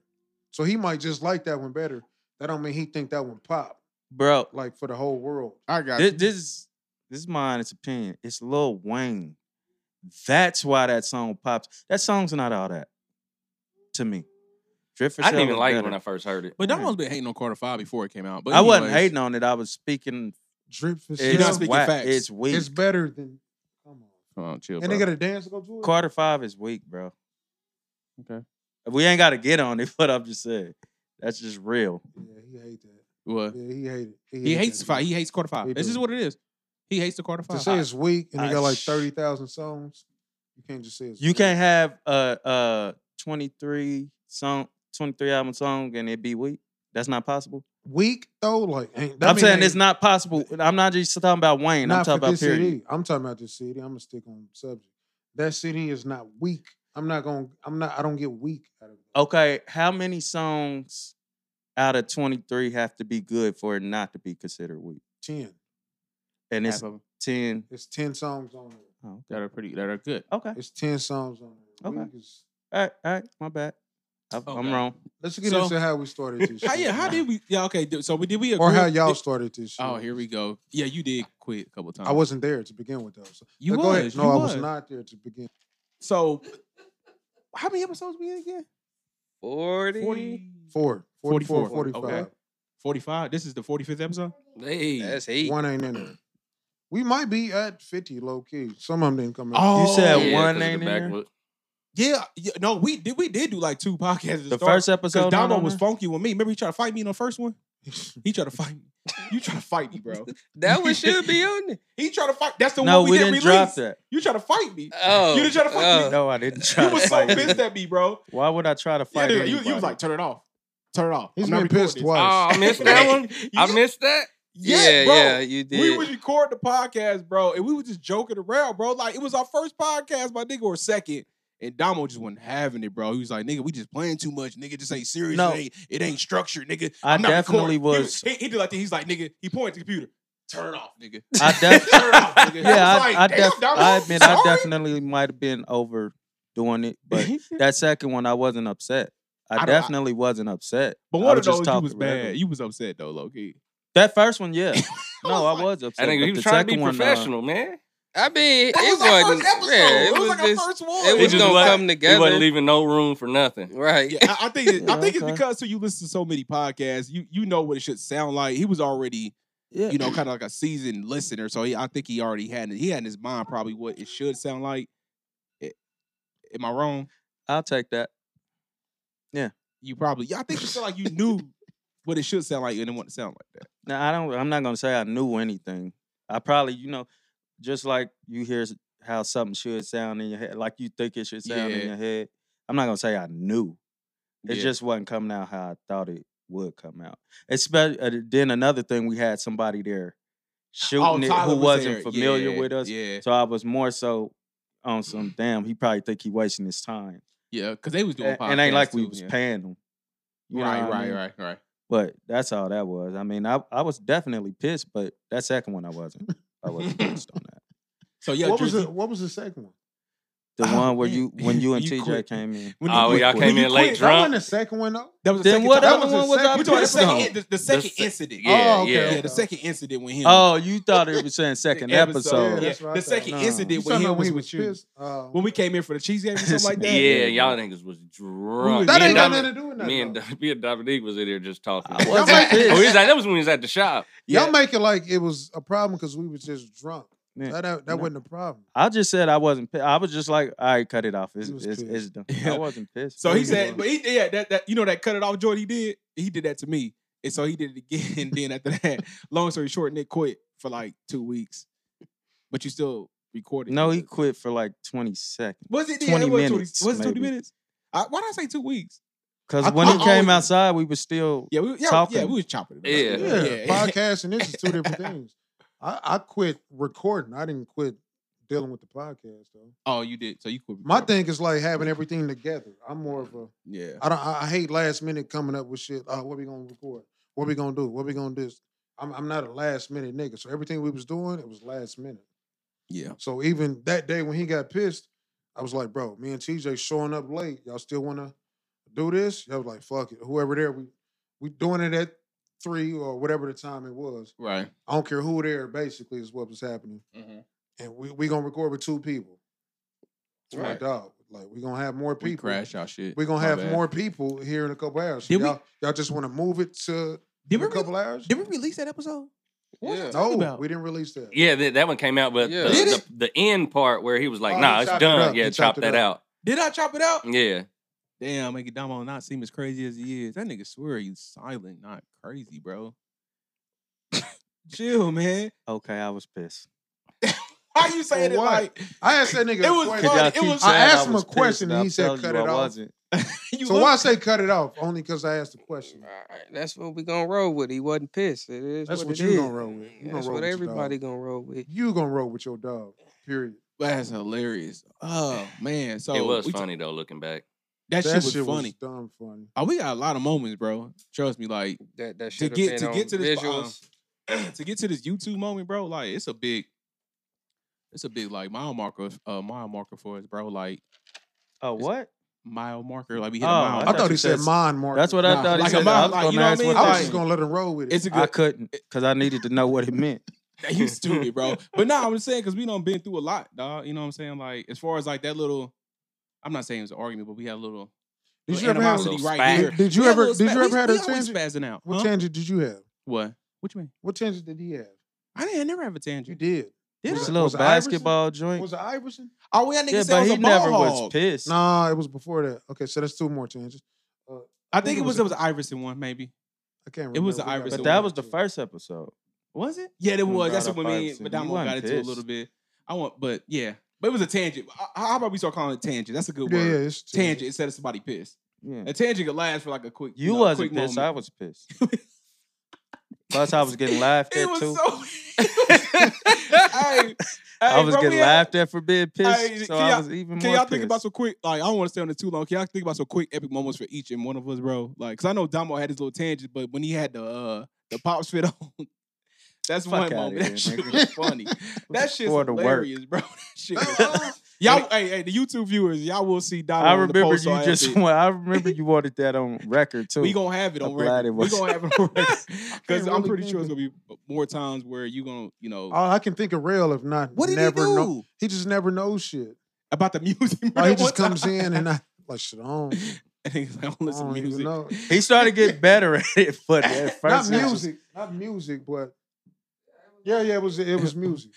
So he might just like that one better. That don't mean he think that one pop be, bro. like for the whole world. I got This, this is this is my honest opinion. It's Lil Wayne. That's why that song pops. That song's not all that to me. Drip for I Sale. didn't even is like it better. when I first heard it. But Yeah. no one's been hating on Carter Five before it came out. But I wasn't anyways, hating on it. I was speaking. Drip for not It's sale. speaking whack. facts. It's weak. It's better than. Come on. Come on, chill, And bro. they got a dance to go to it. Quarter five is weak, bro. Okay. *laughs* We ain't got to get on it, but I'm just saying that's just real. yeah, he hate that. What? Yeah, he hated. He hated hates that five. shit. He hates quarter five. He This do. is what it is. He hates the quarter To five. say it's weak and I- he got like sh- thirty thousand songs, you can't just say it's. You weak. can't have a uh 23 song 23 album song and it be weak. That's not possible. weak though. Like ain't, I'm saying it's not possible. I'm not just talking about Wayne. I'm talking about this period. CD. I'm talking about this CD. I'm gonna stick on subject. That CD is not weak. I'm not gonna. I'm not. I don't get weak out of it. Oh. Okay, how many songs out of 23 have to be good for it not to be considered weak? Ten. And Half it's of 'em 10. It's ten songs on it. Oh, that are pretty. That are good. okay. It's ten songs on it. Okay. Weak is- All right, all right. My bad. I, Okay. I'm wrong. Let's get So- into how *laughs* we started this. How, shit, yeah. How man. did we? Yeah. Okay. d- So we did we agree? or how y'all did- started this? Shit. Oh, here we go. Yeah, you did quit a couple times. I wasn't there to begin with though. So, You but was. go ahead. No, you I was. was. not there to begin. So, how many episodes we in again? 40. Four. 44, 44, 45. okay. Forty-five. This is the forty-fifth episode. Hey, That's heat. One ain't in there. We might be at 50 low key. Some of them didn't come in. Oh, You said yeah, one 'cause of the ain't in there? backwood. Yeah, yeah. No, we did. We did do like two podcasts. The first because episode. not Damo on was there? funky with me. Remember he tried to fight me in the first one. He tried to fight me. You tried to fight me, *laughs* bro. That one should be on there. He tried to fight. That's the No, one we, we didn't, didn't drop release. that. You tried to fight me. Oh. You didn't try to fuck me. oh. No, I didn't try *laughs* You to was so fight you. pissed at me, bro. Why would I try to Yeah, fight dude, you, you was anybody? like, turn it off. Turn it off. He's I'm not been recording pissed this." Oh, twice. I *laughs* missed that one. I missed that. Yeah, bro. yeah, you did. We would record the podcast, bro, and we were just joking around, bro. Like it was our first podcast, my nigga, or second. And Damo just wasn't having it, bro. He was like, nigga, we just playing too much. Nigga, just ain't serious. No. It, ain't, it ain't structured, nigga. I I'm not definitely recording." He was- He, he did like that. He's like, nigga, he pointed to the computer. Turn it off, nigga. *laughs* I *laughs* def- Turn it off, nigga. yeah, I, was like, I, "Damn, def- Damo, I admit I sorry." definitely might have been overdoing it, *laughs* but that second one I wasn't upset. I, I don't- I- definitely wasn't upset. But I one of was just those, you talking was regular. bad. You was upset though, Loki. That first one, *laughs* yeah. no, I like- was upset. I think but he the was trying to second be one, uh, professional, man. I mean, That it was our wasn't. first episode. yeah, it, was, like just, our first one. It He was just gonna let- come He together. wasn't leaving no room for nothing. Right. Yeah, I, I think it, I Yeah, think okay. it's because too, you listen to so many podcasts, you you know what it should sound like. He was already, yeah. you know, kind of like a seasoned listener, so he, I think he already had it- he had in his mind probably what it should sound like. It- am I wrong? I'll take that. You probably, yeah, I think you feel like you knew *laughs* what it should sound like and it wouldn't sound like that. Now I don't. I'm not gonna say I knew anything. I probably, you know, just like you hear s- how something should sound in your head, like you think it should sound Yeah. in your head. I'm not gonna say I knew. It Yeah. just wasn't coming out how I thought it would come out. Especially uh, then another thing we had somebody there Oh, shooting it Tyler who was wasn't there. familiar Yeah, with us. Yeah, So I was more so on some damn. He probably think he wasting his time. yeah, because they was doing. A- and ain't like podcasts we too, was yeah. paying him. You know right, what I right, mean? right, right. But that's all that was. I mean, I, I was definitely pissed, but that second one I wasn't. I wasn't pissed on that. So Oh, yeah, what was Drizzy, the What was the second one? The Oh, one where man. you when you and You TJ quit. came in. when Oh, you- y'all when came you in late quit- That wasn't drunk. the second one though. That was the Then second what time. That other was the one was I We second- talking the pissed second, on? in- the, the second se- incident. Yeah, Oh, okay, yeah. Yeah, okay. the second incident when him. Oh, you thought it was *laughs* saying second Yeah, episode. that's what I the thought. second No. you incident talking when him about when was he with was you. pissed? Oh. When we came in for the cheesecake or something like that. Yeah, y'all niggas was drunk. that Me ain't and got Dom- nothing to do with Me nothing. and though. Dom- *laughs* me and Dominique was in there just talking. I *laughs* oh, wasn't he was pissed. like, that was when he was at the shop. Y'all make it like it was a problem because we was just drunk. Yeah. That that, that No. wasn't a problem. I just said I wasn't. Pissed. I was just like, all right, cut it off. It's He was it's, pissed. it's done. Yeah. I wasn't pissed. So he Yeah. said, but he yeah, that that you know that cut it off joint he did, he did that to me. And so he did it again. *laughs* And then after that, long story short, Nick quit for like two weeks. But you still recorded. no, he it. quit for like twenty seconds. was it 20 yeah, it was minutes, 20, was it 20 maybe. minutes? I, why did I say two weeks? I Because when he thought- came oh, outside, we were still. Yeah, we, yeah, yeah, Talking. we was chopping. it up. Yeah. *laughs* Yeah, yeah. podcast and this is two different things. I, I quit recording. I didn't quit dealing with the podcast though. *laughs* Oh, you did. So you quit. My recording. thing is like having everything together. I'm more of a Yeah. I don't. I I hate last minute coming up with shit. Uh, what we gonna record? What we gonna do? What we gonna do? I'm I'm not a last minute nigga. So everything we was doing, it was last minute. Yeah. So even that day when he got pissed, I was like, bro, me and TJ showing up late. Y'all still wanna do this? Y'all was like, fuck it. Whoever there, we we doing it at three or whatever the time it was. Right. I don't care who there. Basically, is what was happening. And we we gonna record with two people. It's my Right. dog. Like we gonna have more We people. crashed our shit. We're gonna My have bad. more people here in a couple hours. Did we- y'all, y'all just want to move it to Did in we a couple hours? Did we release that episode? What Yeah. was I no, talking about? we didn't release that. Yeah, that, that one came out, but Yeah. the, Did the, the end part where he was like, Oh, nah, he it's chopped it done. up. yeah, He chop chopped it that out. Did I chop it out? Yeah. Damn, make it Damo not seem as crazy as he is. That nigga swear he's silent, not crazy, bro. *laughs* Chill, man. Okay, I was pissed. How you saying For it what? like *laughs* I asked that nigga. It a was question. Cause funny. y'all it keep was- I saying asked him was a question pissed, and he I'm said telling cut you it I off. wasn't. you So look- why I say cut it off? Only because I asked the question. All right, that's what we gonna roll with. He wasn't pissed. It is That's what, what it you gonna is. roll with. You gonna That's roll what with your dog. everybody gonna roll with. You gonna roll with your dog. Period. That's hilarious. Oh man, so it was we t- funny though, looking back. that, shit was funny. dumb funny. oh, we got a lot of moments, bro. Trust me, like That that should have get- been to on get to this po- uh, visuals. to get to this YouTube moment, bro. Like it's a big, it's a big like mile marker, uh, mile marker for us, bro. Like Oh It's- what? mile marker, like we hit a Oh, I mile. I, marker. thought you he said said- mine, Mark. That's what I Nah, thought he like a said. I mile, was like, gonna you know what I ask mean? what I that was Like- meant. just gonna let him roll with it. it's a I *laughs* good. couldn't because I needed to know what it *laughs* meant. you stupid, bro. But no, I'm just saying because we done been through a lot, dog. You know what I'm saying? Like as far as like that little, I'm not saying it was an argument, but we had a little. did little you ever have? animosity Little right spat. here? Did, did you We had a ever? little Did spat. you We- ever had we a always tangent? spazzing out? What huh? tangent did you have? What? What you mean? What tangent did he have? I didn't I never have a You tangent. did. Did This I? it- little was it basketball joint. Was it Iverson? Oh, we had niggas yeah, say I but was he a never ball was hog. pissed. Nah, it was before that. Okay, so that's two more tangents. Uh, I think it was I it was Iverson one maybe. I can't remember. It was the We got Iverson to but one. that one was the too. first episode. Was it? Yeah, it We was. brought That's up what me Iverson. but You Damo wasn't got into a little pissed. bit. I want, but yeah, but it was a tangent. H- How about we start calling it tangent? That's a good Yeah, yeah. word. It's Tangent instead of somebody pissed. Yeah. A tangent could last for like a quick. You know, wasn't quick pissed. I moment. was *laughs* pissed. Plus, I was getting laughed It at was too. so. *laughs* Hey, I hey, was bro, we getting had- laughed at for being pissed, Hey, so can I y'all- was even Can more y'all think about pissed. some quick? Like, I don't want to stay on it too long. Can y'all think about some quick epic moments for each and one of us, bro? Like, cause I know Damo had his little tangent, but when he had the uh the pop spit *laughs* on, that's Fuck one outta moment. here, that shit nigga. was *laughs* funny. that shit's for the work. hilarious, bro. *laughs* That shit was- *laughs* y'all, hey, hey, the YouTube viewers, y'all will see Damo. I on the remember post, so you I just. have it. Want, *laughs* I remember you wanted that on record too. We gonna have it I'm on glad record. it We was- gonna have it on *laughs* record because I'm really pretty sure it's think gonna be more times where you gonna, you know, All I can think of real, if not, what did he never do know. He just never knows shit. about the *laughs* music? bro, Or Oh, he *laughs* that one just comes time? in and I like shit. I don't, And *laughs* he's like, I don't I listen don't to even music. know. he started *laughs* getting better at it, but at Not first it was just- music, not music, but yeah, yeah. It was it was music.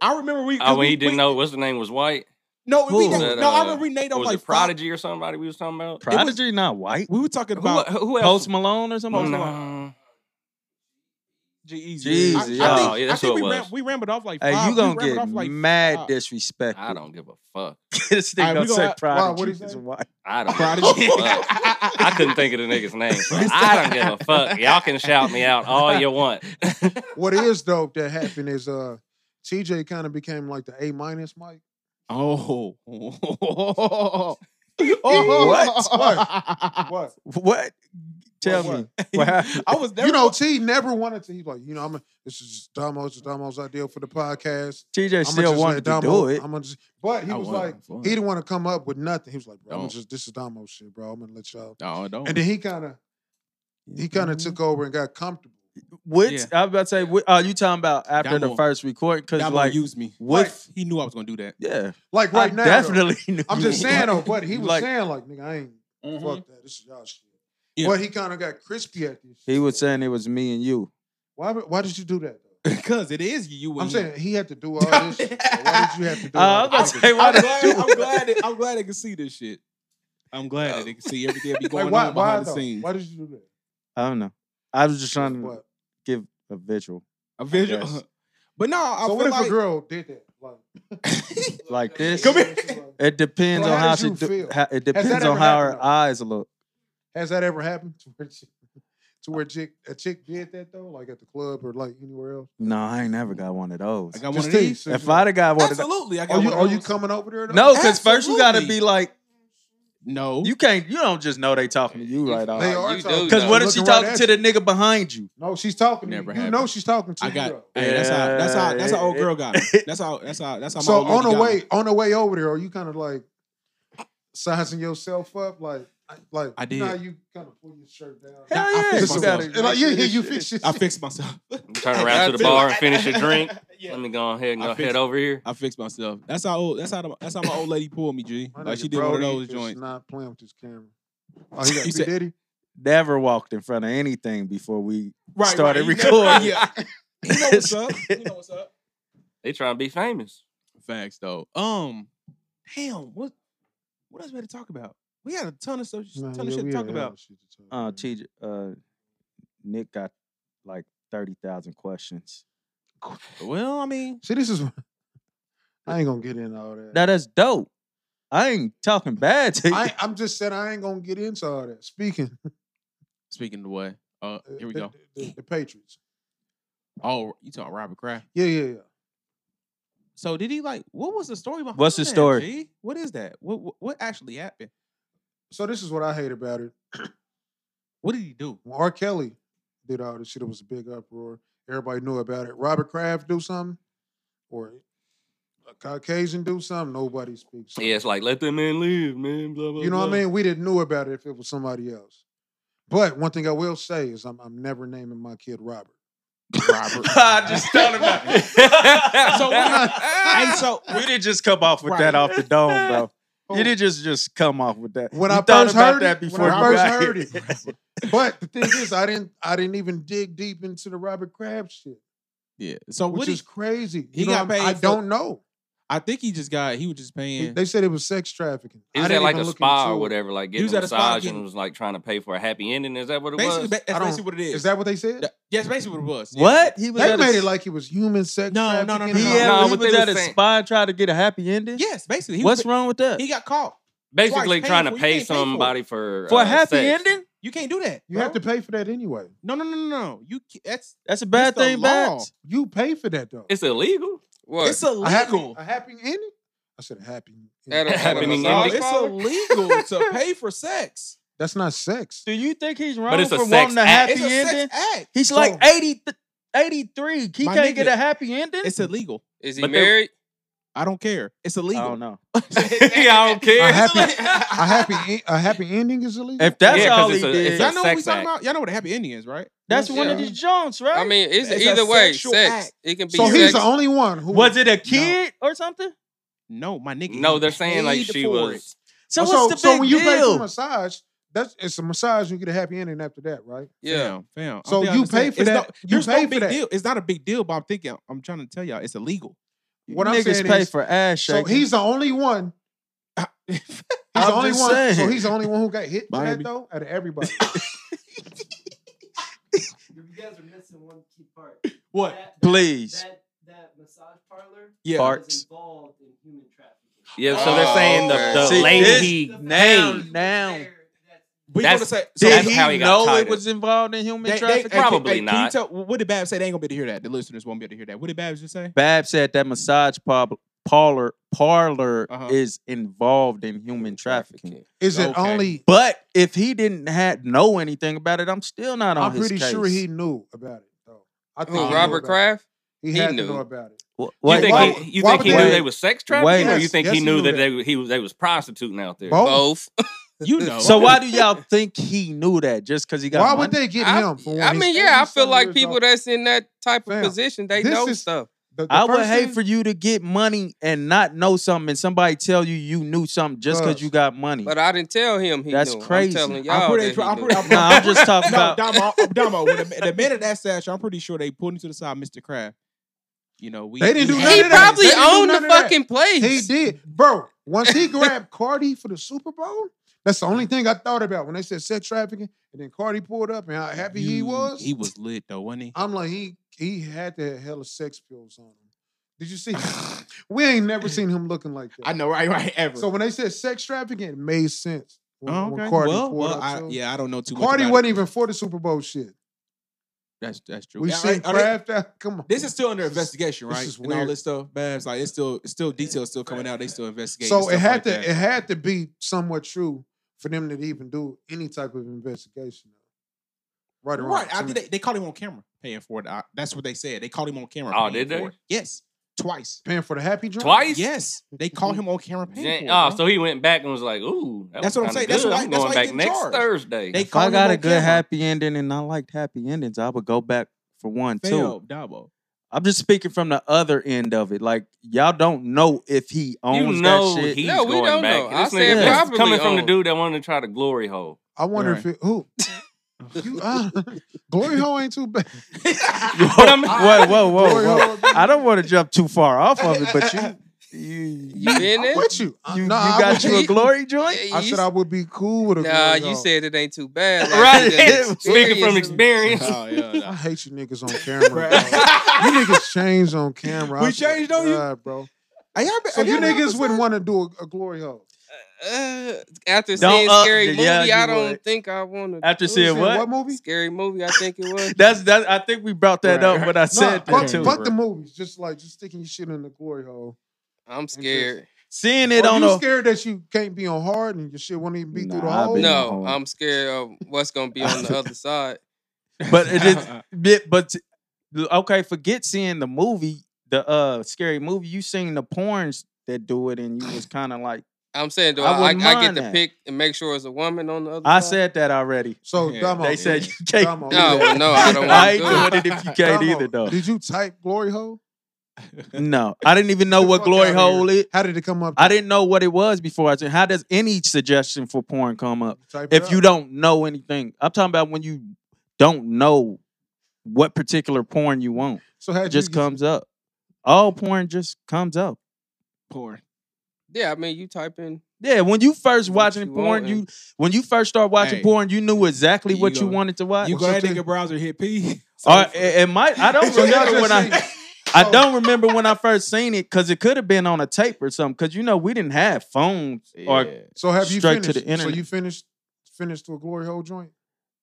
I remember we. 'cause Oh, when we- he didn't we- know what's the name was white. No, we Who? named- That, no, I uh, remember we named him was like it Prodigy or somebody we was talking was- about? Prodigy, not white. five- we were talking Who, about who else? Post Malone or something. Nah. G-Eazy. Jeezy, I, I think, y'all. I Oh, Yeah, that's think who it we, ram- was. we rambled off like. Hey, five. you we gonna rambled get off like mad five. disrespect. *laughs* I don't give a fuck. this All right, nigga gonna we gonna say have- Why, Prodigy what'd he is say? *laughs* white. I don't. Prodigy. Give a fuck. I couldn't think of the nigga's name. So I don't give a fuck. Y'all can shout me out all you want. What *laughs* is dope that happened is uh TJ kind of became like the A minus Mike. Oh. Oh, Ah, What? What? What? Tell What, me. *laughs* What happened? I was never. You know, T never wanted to. He's like, you know, I'm a, this is Damo's, this is Damo's idea for the podcast. TJ I'm gonna still just wanted let to Damo. do it. I'm gonna just, but he I was wanna like, have fun. he didn't want to come up with nothing. He was like, bro, I'm Don't. just this is Damo shit, bro. I'm gonna let y'all. No, don't. And then he kind of he kind of Mm-hmm. took over and got comfortable. What? Yeah. I was about to say, what, are you talking about after the Damo- first recording? Because Dabo like, used me. what? Right. He knew I was gonna do that. *laughs* Yeah, Like right I now, though, definitely. *laughs* Knew I'm just you saying were. though. But he was Like- mm-hmm. saying like, nigga, I ain't fuck that. This is y'all shit. Yeah. But he kind of got crispy at this. He shit. was saying it was me and you. why? Why did you do that? though? Because it is you. and I'm he. saying he had *laughs* to do all this. shit, so why did you have to do? Uh, all I was about this? to say, why I'm did glad. you- I'm glad. It, I'm glad they can see this shit. I'm glad Oh. that they can see everything that be going *laughs* Like, why? on Why behind though? the scenes. Why did you do that? I don't know. I was just trying to What? give a visual, A visual. guess. *laughs* But no, I So feel what if like a girl did that? Like, like this. Come here. It depends Well, on how how did she. you Do, feel? how, it depends ever on how her happened though? eyes look. Has that ever happened to where chick, to where chick a chick did that though, like at the club or like anywhere else? No, I ain't never got one of those. I got one Just of tell you, these. since If I'd have got one of those, Absolutely, I got are Oh, you one of are you those. coming over there? Though? no, because first you got to Absolutely. be like, No, you can't. You don't just know they talking to you right they off. Nah, are you talking. do Because know. what They're if she looking right talking at to the nigga behind you? No, she's talking. Never to you. you know happened. she's talking to I you. got. though. Hey, that's how. That's how. That's how old Yeah. girl got. Me. That's how. That's how. That's how. My So old lady on the got way me. on the way over there, are you kind of like sizing yourself up, like like I You know how did. you kind of pull your shirt Nah, down. Hell I yeah, fixed you myself. gotta- And like, yeah, yeah, you fix it. I fixed myself. *laughs* Turn around to the bar and finish your drink. Yeah. Let me go ahead and I go fixed- head over here. I fixed myself. That's how. Old, that's how. The, that's how my old lady pulled me. G. My Like nigga she did one of Brody those is joints. Not playing with his camera. *laughs* Oh, he got You P said- Diddy. Never walked in front of anything before we Right. started right. You never- recording. Yeah. You know what's *laughs* up. You know what's up. They trying to be famous. Facts though. Um, damn, what what else we had to talk about? We had a ton of stuff, Nah, ton of yeah, shit we to talk had a hell about. of shit to talk Uh, TJ, uh, Nick got like thirty thousand questions. Well, I mean, See, this is. I ain't gonna get into all that. Now that's dope. I ain't talking bad to you. *laughs* *laughs* I, I'm just saying I ain't gonna get into all that. Speaking, speaking of what, uh, here we the- go. The, the Patriots. uh, Oh, you talking Robert Kraft? Yeah, yeah, yeah. So did he like? What was the story behind? What's the that, story? G? What is that? What, what what actually happened? So this is what I hate about it. What did he *laughs* do? When R. Kelly did all this shit, it was a big uproar. Everybody knew about it. Robert Kraft do something, or a Caucasian do something. Nobody speaks. Yeah, it's like let that man live, man. Blah blah. You know what I blah. mean? We didn't know about it if it was somebody else. But one thing I will say is I'm, I'm never naming my kid *laughs* Robert. Robert. I just thought about it. so *laughs* Hey, what? so you did just come off with that Right. off the dome, bro. *laughs* Oh, You did just just come off with that. when You I thought first about heard that it, before when I you first got heard here. *laughs* it. But the thing is, I didn't I didn't even dig deep into the Robert Kraft shit, Yeah. So which what? is Is, crazy. You he know, got I'm- paid I for- don't know. I think he just got. He was just paying. They said it was sex trafficking. I Is that didn't like even a look spa into or it. whatever? Like getting was a at a spa massage getting- and was like trying to pay for a happy ending. Is that what it basically, was? ba- eh, I that's don't- basically what it is. Is that what they said? That- yes, basically what it was. yeah. What he was? They at made a, it like it was human sex No, no, no, trafficking. no, he, and no. had, all that. No, he but was they at was a saying- spa and tried to get a happy ending. Yes, basically. He What's was, wrong with that? He got caught. Twice Basically paying trying to for it. You pay can't pay for it. somebody for for uh, a happy sex. ending? You can't do that. You have bro. to pay for that anyway. No, no, no, no, no. You ca- that's That's a bad the thing, law. Babs. You pay for that though. It's illegal. *laughs* What? it's a happy, illegal. a happy ending. I said a happy. At a- ending. at a Happening No, massage ending. it's parlor? illegal to pay for sex. That's not sex. *laughs* Do you think he's wrong But it's a for sex wanting a act. happy It's a ending? sex act. He's So- like 80, th- 83. He My can't nigga, get a happy ending. It's illegal. Is he But they- married? I don't care. It's I don't illegal. know. I don't care. A happy, a happy, en- a happy ending is illegal. If that's Yeah, 'cause all he it's a- did, it's a- Y'all know what we sex talking act. about? Y'all know what a happy ending is, right? that's Yeah. one of these Jones, right? I mean, it's, It's a either way, sexual sex. act. It can be so he's sex. the only one who was it a kid or something? No, my nigga. No, he they're saying like paid she for was. it. So what's the big so when you pay for deal? a massage, that's it's a massage. You get a happy ending after that, right? Yeah. Fam, fam. I'm So telling you I'm saying, pay for it's that- No, you there's pay no for big that. deal. It's not a big deal, but I'm thinking. I'm trying to tell y'all, it's illegal. What I'm Niggas saying pay is, for ass so shaking. he's the only *laughs* one. He's I'm the only just one. So saying. he's the only one who got hit for that Miami. though out *laughs* of everybody. You guys are missing one key part. What? That, Please. That, that massage parlor Yeah. Fart. was involved in human trafficking. Yeah, so they're saying the, okay. the See, lady this- he The now- family was now- there, that's- We That's- gonna say. So Did that's he how he got know tied it in. was involved in human They- they- trafficking? hey, can- Probably hey, Can you not. tell, what did Babs say? They ain't gonna be able to hear that. The listeners won't be able to hear that. What did Babs just say? Bab said that massage pub, parlor parlor Uh-huh. is involved in human trafficking. Is it Okay. only? But if he didn't had know anything about it, I'm still not on I'm his pretty case. sure he knew about it though. I Who, he knew Robert about it. Kraft? He, He had knew. to know about it. Wha- You wait, think why- he, you why think would he they- knew they was sex trafficking, or Yes, you think yes, he he knew knew that, that. they were- he was they was prostituting out there? Both. Both. You know. so why do y'all think he knew that? Just because he got Why would money? they get I, him? For when I he's mean, yeah, I 80 feel some like years people old? that's in that type of Fam, position, they this know is- stuff. The- the I would first hate thing- for you to get money and not know something, and somebody tell you you knew something just because Cuz. you got money. But I didn't tell him he That's knew. crazy. I'm telling y'all I'm pretty, that he sure- I'm knew. pretty, I'm, Nah, I'm just talking no, about- Damo, I'm- Damo, when the, the minute that stash, I'm pretty sure they put him to the side, Mr. Kraft. You know, we They didn't do we- none he of that. probably They didn't do owned none of the that. fucking place. He did, bro. Once he grabbed Cardi for the Super Bowl, that's the only thing I thought about when they said sex trafficking. And then Cardi pulled up and how happy he You- was. He was lit though, *sighs* wasn't he? I'm like, he he had to have hella sex pills on him. Did you *laughs* see? we ain't never seen him looking like that. I know, right? Right? Ever. So when they said sex trafficking, it made sense. When, Oh, when okay. Cardi well, pulled well up I, to him. yeah, I don't know too much. Cardi about wasn't it. even for the Super Bowl shit. That's that's true. We Yeah, seen are they- Kraft out. Come on. this is still under This is- investigation, this right? is and all weird. this stuff, Babs. Like it's still, it's still details still coming out. They still investigating. So it stuff had like to that. it had to be somewhat true for them to even do any type of investigation. Right or wrong. Right. I to me. think they, they caught him on camera paying for it. I, that's what they said. They caught him on camera. Oh, paying did for they? it. Yes. Twice. paying for the happy drink. Twice. Yes. They caught him on camera paying Jan- for it. oh, bro. so he went back and was like, "Ooh, that That's was what I'm kinda saying. That's good. why- I'm that's why going he back getting next charged. Thursday." They if I got caught him a on good camera. happy ending and I liked happy endings, I would go back for one too. Fail, Dabo. I'm just speaking from the other end of it. Like y'all don't know if he owns you know that shit. *laughs* he's No, we going don't back. know. This I said nigga- this is probably coming from the on. dude that wanted to try to glory *laughs* hole. I wonder Right. if it *laughs* who you uh, *laughs* glory hole ain't too bad. whoa, whoa, whoa, whoa, Glory whoa. hole would be- I don't want to jump too far off of it, but you You, You you, been I'm there? with you. I- you, nah, you I'm got with you a you- glory joint? I said I would be cool with a Nah, girl, you though. *laughs* said it ain't too bad. Like, Right. you *laughs* got Speaking from experience. experience. *laughs* Oh yeah, I nah. hate you niggas on camera. bro. you niggas changed on camera. We I swear to changed on you? God, bro. Hey, y'all been- So have you y'all been niggas outside? wouldn't want to do a, a glory hole. Uh, after Don't seeing up- scary movie, yeah, you I don't would. think I want to. After You was seeing in what? movie? Scary movie, I think it was. That's that. I think we brought that Right, up right. when I said nah, that fuck, too. fuck the movies. Just like just sticking your shit in the glory hole. I'm scared. Seeing it Are on you a scared that you can't be on hard and your shit won't even be Nah, through the I'll hole? be on No, hold. I'm scared of what's gonna be *laughs* on the other side. but it *laughs* is bit but t- okay forget seeing the movie the uh scary movie you seen the porns that do it and you was kind of like I'm saying, do I I, I, I, wouldn't mind get to that. pick and make sure it's a woman on the other i side? said that already So Yeah, Damo, they said you can't *laughs* Damo, No, well, no, Oh, I don't i want to ain't do doing it. it if you can't Damo, either *laughs* though Did you type glory hole? no i didn't even know The what fuck glory outta here. hole is How did it come up? i didn't know what it was before i said how does any suggestion for porn come up Type it if you up. don't know anything i'm talking about when you don't know what particular porn you want so how it just comes up all porn just comes up Poor. Yeah, I mean, you type in. Yeah, when you first What watching you porn, want you and- when you first start watching Hey, porn, you knew exactly you what you gonna- wanted to watch. You go ahead something- and your browser hit P. *laughs* or it, it might. I don't *laughs* *laughs* So y'all remember when just I. seen- I so- don't remember when I first seen it because it could have been on a tape or something. Because you know we didn't have phones or So have you Straight to finished? the So internet. you finished finished to a glory hole joint?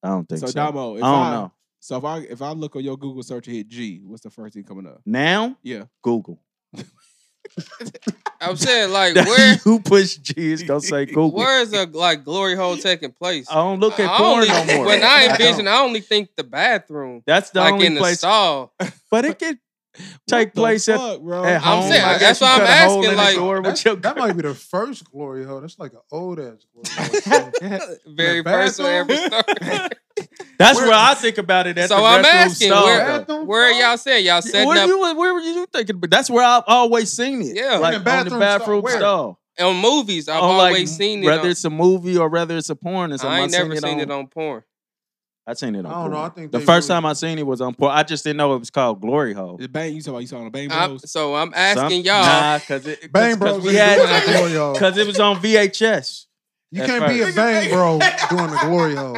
I don't think so so. Damo, I if I, don't know. So if I if I look on your Google search and hit G, what's the first thing coming up? Now Yeah. Google. *laughs* I'm saying, like, where you push G is gonna say Google. where is a like glory hole taking place? I don't look at I porn only, no more. When I envision, don't. I only think the bathroom, that's the like only in the place. *laughs* stall. But it could take What the place at, fuck, bro. at home. saying, I guess that's you why I'm cut a hole asking, in the like, door with That's- your that might be the first glory hole. That's like an old ass *laughs* glory hole. Very first of every bathroom? story. That's Where- where, I think about it. At So the I'm restroom asking, stall, where- though. *laughs* Bathroom *laughs* Where stall? y'all saying y'all setting where up you was- where were you thinking? But that's where I've always seen it. Yeah. In like the on the bathroom bathroom stall, where? stall. on movies? I've On, Oh, like, always seen it. whether On, it's a movie or whether it's a porn or something. I ain't I never seen it on porn. I seen it on. I don't know. porn. I think the they first really- time I seen it was on porn. I just didn't know it was called Glory Hole. The bang you saw you saw on the bang I'm- *laughs* bros. so I'm asking Some- y'all. Nah, because it cause, Bang 'cause Bros. we ain't doing a *laughs* had glory hole. because it was on VHS. You at can't be a first. bang bro doing a glory hole.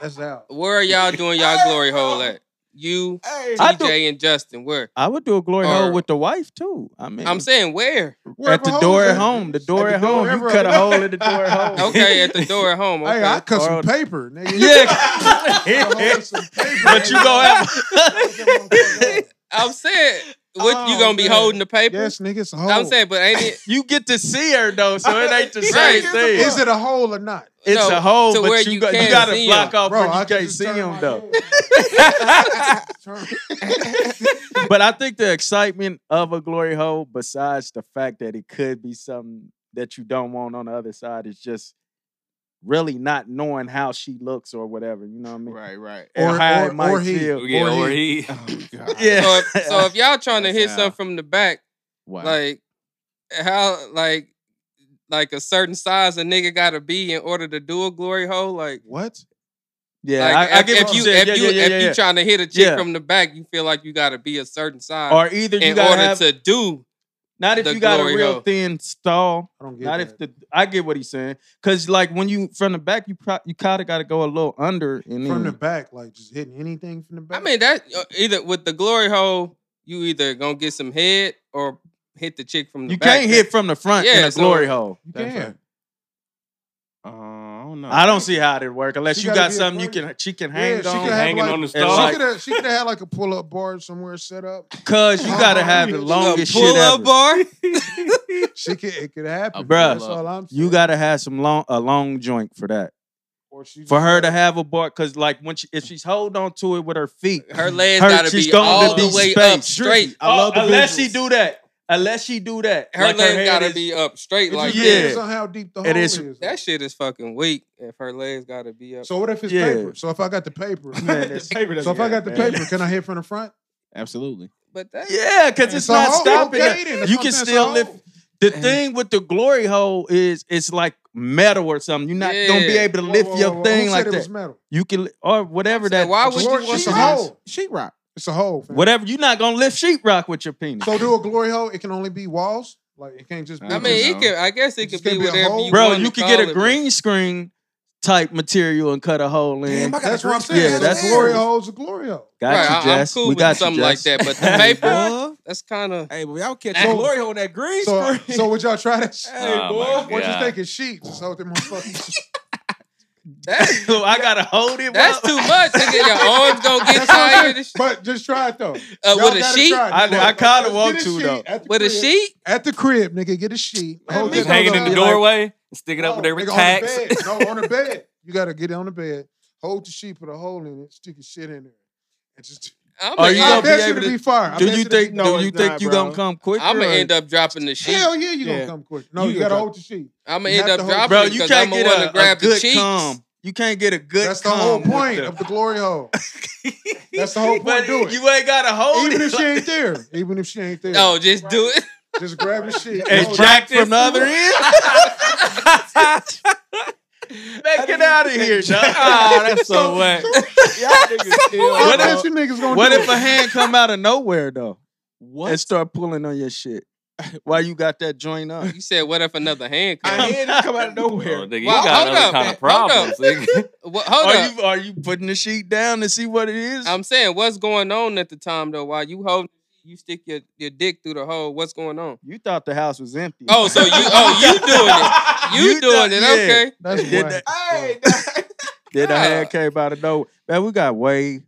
That's out. Where are y'all doing y'all glory hole at? You, Hey, I do- TJ, and Justin. Where? I would do a Glory Hole Or- with the wife too. I mean, I'm saying where? Wherever at the hole door is at home, the door At at the door, home. You wherever- cut a hole in the door *laughs* at home. Okay, at the door *laughs* at home. Okay. Hey, I cut some Borrowed- paper, *laughs* nigga. Cut a hole Yeah. in some paper, *laughs* but you nigga. *laughs* go have Get that motherfucker out. I'm saying, what you Oh, gonna be man. holding the *laughs* paper? Yes, nigga, it's a hole. I'm saying, but ain't it? you get to see her though, so it ain't *laughs* the same Right. thing. is it a hole or not? It's No, a hole, to where but you, you got, you can't gotta see 'em. block off Bro, where I you can can't just see turn my him though. *laughs* head. Turn- but I think the excitement of a glory hole, besides the fact that it could be something that you don't want on the other side, is just really not knowing how she looks or whatever. You know what I mean? Right, right. And Or- how or- it might or he. feel. Yeah, Or or he. Oh, God. So *laughs* Yeah. *laughs* if, so if y'all trying to That's hit how- something from the back, Wow. like how like like a certain size a nigga gotta be in order to do a glory hole, like. *laughs* what? yeah, like I, I if, get if what you saying. if Yeah, you yeah, yeah, if yeah. you trying to hit a chick Yeah. from the back, you feel like you got to be a certain size or either you in gotta order have to do. not if the you got a glory real hole. thin stall. I don't get Not that. if the I get what he's saying, cause like when you from the back, you pro, you kind of got to go a little under and from then the back, like just hitting anything from the I back. mean that uh, either with the glory hole, you either gonna get some head or hit the chick from the you back. can't hit from the front in Yeah, a so- glory hole. you That's can. right. Uh, I don't know. I don't see how it work unless She you gotta got be a something you glory- can she can Yeah, hang she on, can have Hanging like- on the she and stall. like- could have she could have had like a pull up bar somewhere set up. cause you *laughs* gotta have the A a longest shit pull up ever. *laughs* bar. She could it could happen. bruh. That's all I'm saying. You gotta have some long a long joint for that. Or she For just her got- to have a bar, cause like when she if she's hold on to it with her feet, Her legs her- gotta she's be gonna all be the way up spaced. straight. I love the unless she visuals. do that, unless she do that, Her like legs head gotta is- be up straight. It Like just Yeah. depends on how deep the hole It is- is. that shit is fucking weak. If her legs gotta be up. so what if it's Yeah. paper? So if I got the paper, *laughs* Man, *laughs* that's- so if I got the paper, can I hit from the front? Absolutely. But that Yeah, because it's So, not oh, stopping. okay it. then. That's you what can I'm saying. still So, lift. The thing with the glory hole is it's like metal or something. You're not gonna be Yeah. able to Whoa, lift whoa, your whoa, whoa. thing Who like said It that. was metal. You can li- or whatever So that. why would Glory- you want It's a some hole. Sheet rock. It's a hole. fam. whatever you're not gonna lift sheetrock with your penis. So do a glory hole. It can only be walls. Like it can't just. Be I I mean, know. it can. I guess It it could just can't be be a whatever whole- you Bro, want you to could get call a it, but- green screen type material and cut a hole in. Damn, I got that's a what I'm green saying. Yeah, screen. that's Glorio. hilarious. Holds a Glorio. Got Right, I- you, I'm Jess. cool we with got you, something Jess. like *laughs* that, but the Hey, paper- boy. That's kind of. Hey, boy, y'all catch So- glory on that green So, screen. so would y'all try that? shit? Hey, Oh, boy. my What What you God. taking sheets? Just hold them motherfuckers. So I gotta hold it. That's bro. too much. Nigga, *laughs* your arms gonna get That's what I'm tired. saying. But just try it though. Uh, Y'all with a gotta sheet, try it. I- I kinda Let's get want a to, sheet though. at the with a crib. sheet. At the crib, nigga, get a sheet. Man, Hold we it Just Niggas hanging on in the side. doorway and sticking up No, with every nigga, tax. *laughs* On the bed. No, on the bed. You gotta get on the bed, hold the sheet, put a hole in it, stick your shit in there. And just I'm Are gonna you I gonna end, be bet you able to to- be fired. I Do bet you to be- think? no, do you it's think not, you bro. gonna come quick? *laughs* I'm gonna You're end up dropping the sheet. Hell yeah, you Yeah. gonna come quick. No, You you, gonna gotta drop- hold the sheet. I'm gonna You have end up to hold- dropping Bro, it you 'cause can't I'ma get wanna a, a grab the good cheeks. cum. You can't get a good. That's the whole cum with point the- of the glory hole. That's the whole point. But Do it. you ain't gotta hold Even it. if she ain't there. Even if she ain't there. Oh, just do it. Just grab the sheet. and Hold it. jack from the *laughs* other end. *laughs* Man, get out of here, dog. *laughs* Ah, that's so wet. Y'all niggas ill, I bro. bet you niggas gonna What do if it. a hand come out of nowhere though and What? start pulling on your shit *laughs* while you got that joint *laughs* up? You said, "What if another hand I *laughs* comes?" had it come out of *laughs* Oh, nowhere. nigga, you Well, got hold another up, kind man. of problems. *laughs* nigga. What, hold Are up. you are you putting the sheet down to see what it is? I'm saying, what's going on at the time though? While you hold, you stick your, your dick through the hole. What's going on? you thought the house was empty. Oh, so you oh you *laughs* doing it? You, You doing thought- it? yeah. Okay. That's Did whack. that- Hey, *laughs* Then the Yeah. hand came out of nowhere. Man, we got way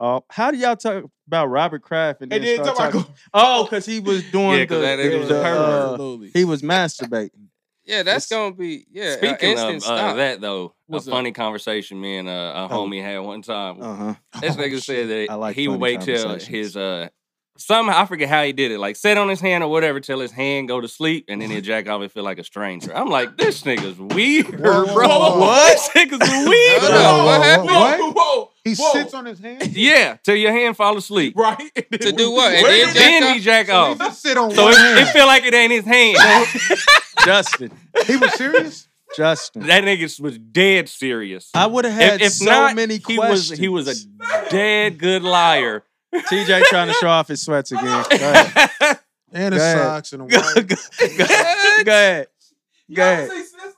off. How do y'all talk about Robert Kraft and then, and then start somebody talking? go. Oh, because he was doing Yeah, 'cause the, that nigga the- was a the, pervert. uh, Absolutely. he was masturbating. Yeah, that's gonna be yeah. Speaking Speaking instant of uh, *laughs* stop. that though, What's a up? funny conversation me and uh, a Oh. homie had one time. Uh huh. This Oh, nigga said that I like he would funny wait till conversations. his uh somehow I forget how he did it, like sit on his hand or whatever till his hand go to sleep, and then *laughs* he'd jack off and feel like a stranger. I'm like, this nigga's *laughs* weird, Whoa, bro. whoa, whoa. *laughs* *laughs* This nigga's weird. Hold up, what happened? Whoa, What? whoa, He Whoa. sits on his hand. Yeah, till your hand fall asleep. *laughs* right? To do what? And Then, then jack then he jack So he off. just sit on So one it, hand. it feel like it ain't his hand. Justin. He was serious. Justin. *laughs* that nigga was dead serious. I would have If, had if so not, many he questions. was he was a *laughs* dead good liar. TJ trying to show off his sweats again. Go ahead. *laughs* And his Go ahead. socks and a go, wife. go, go ahead. *laughs* Go ahead. Go ahead.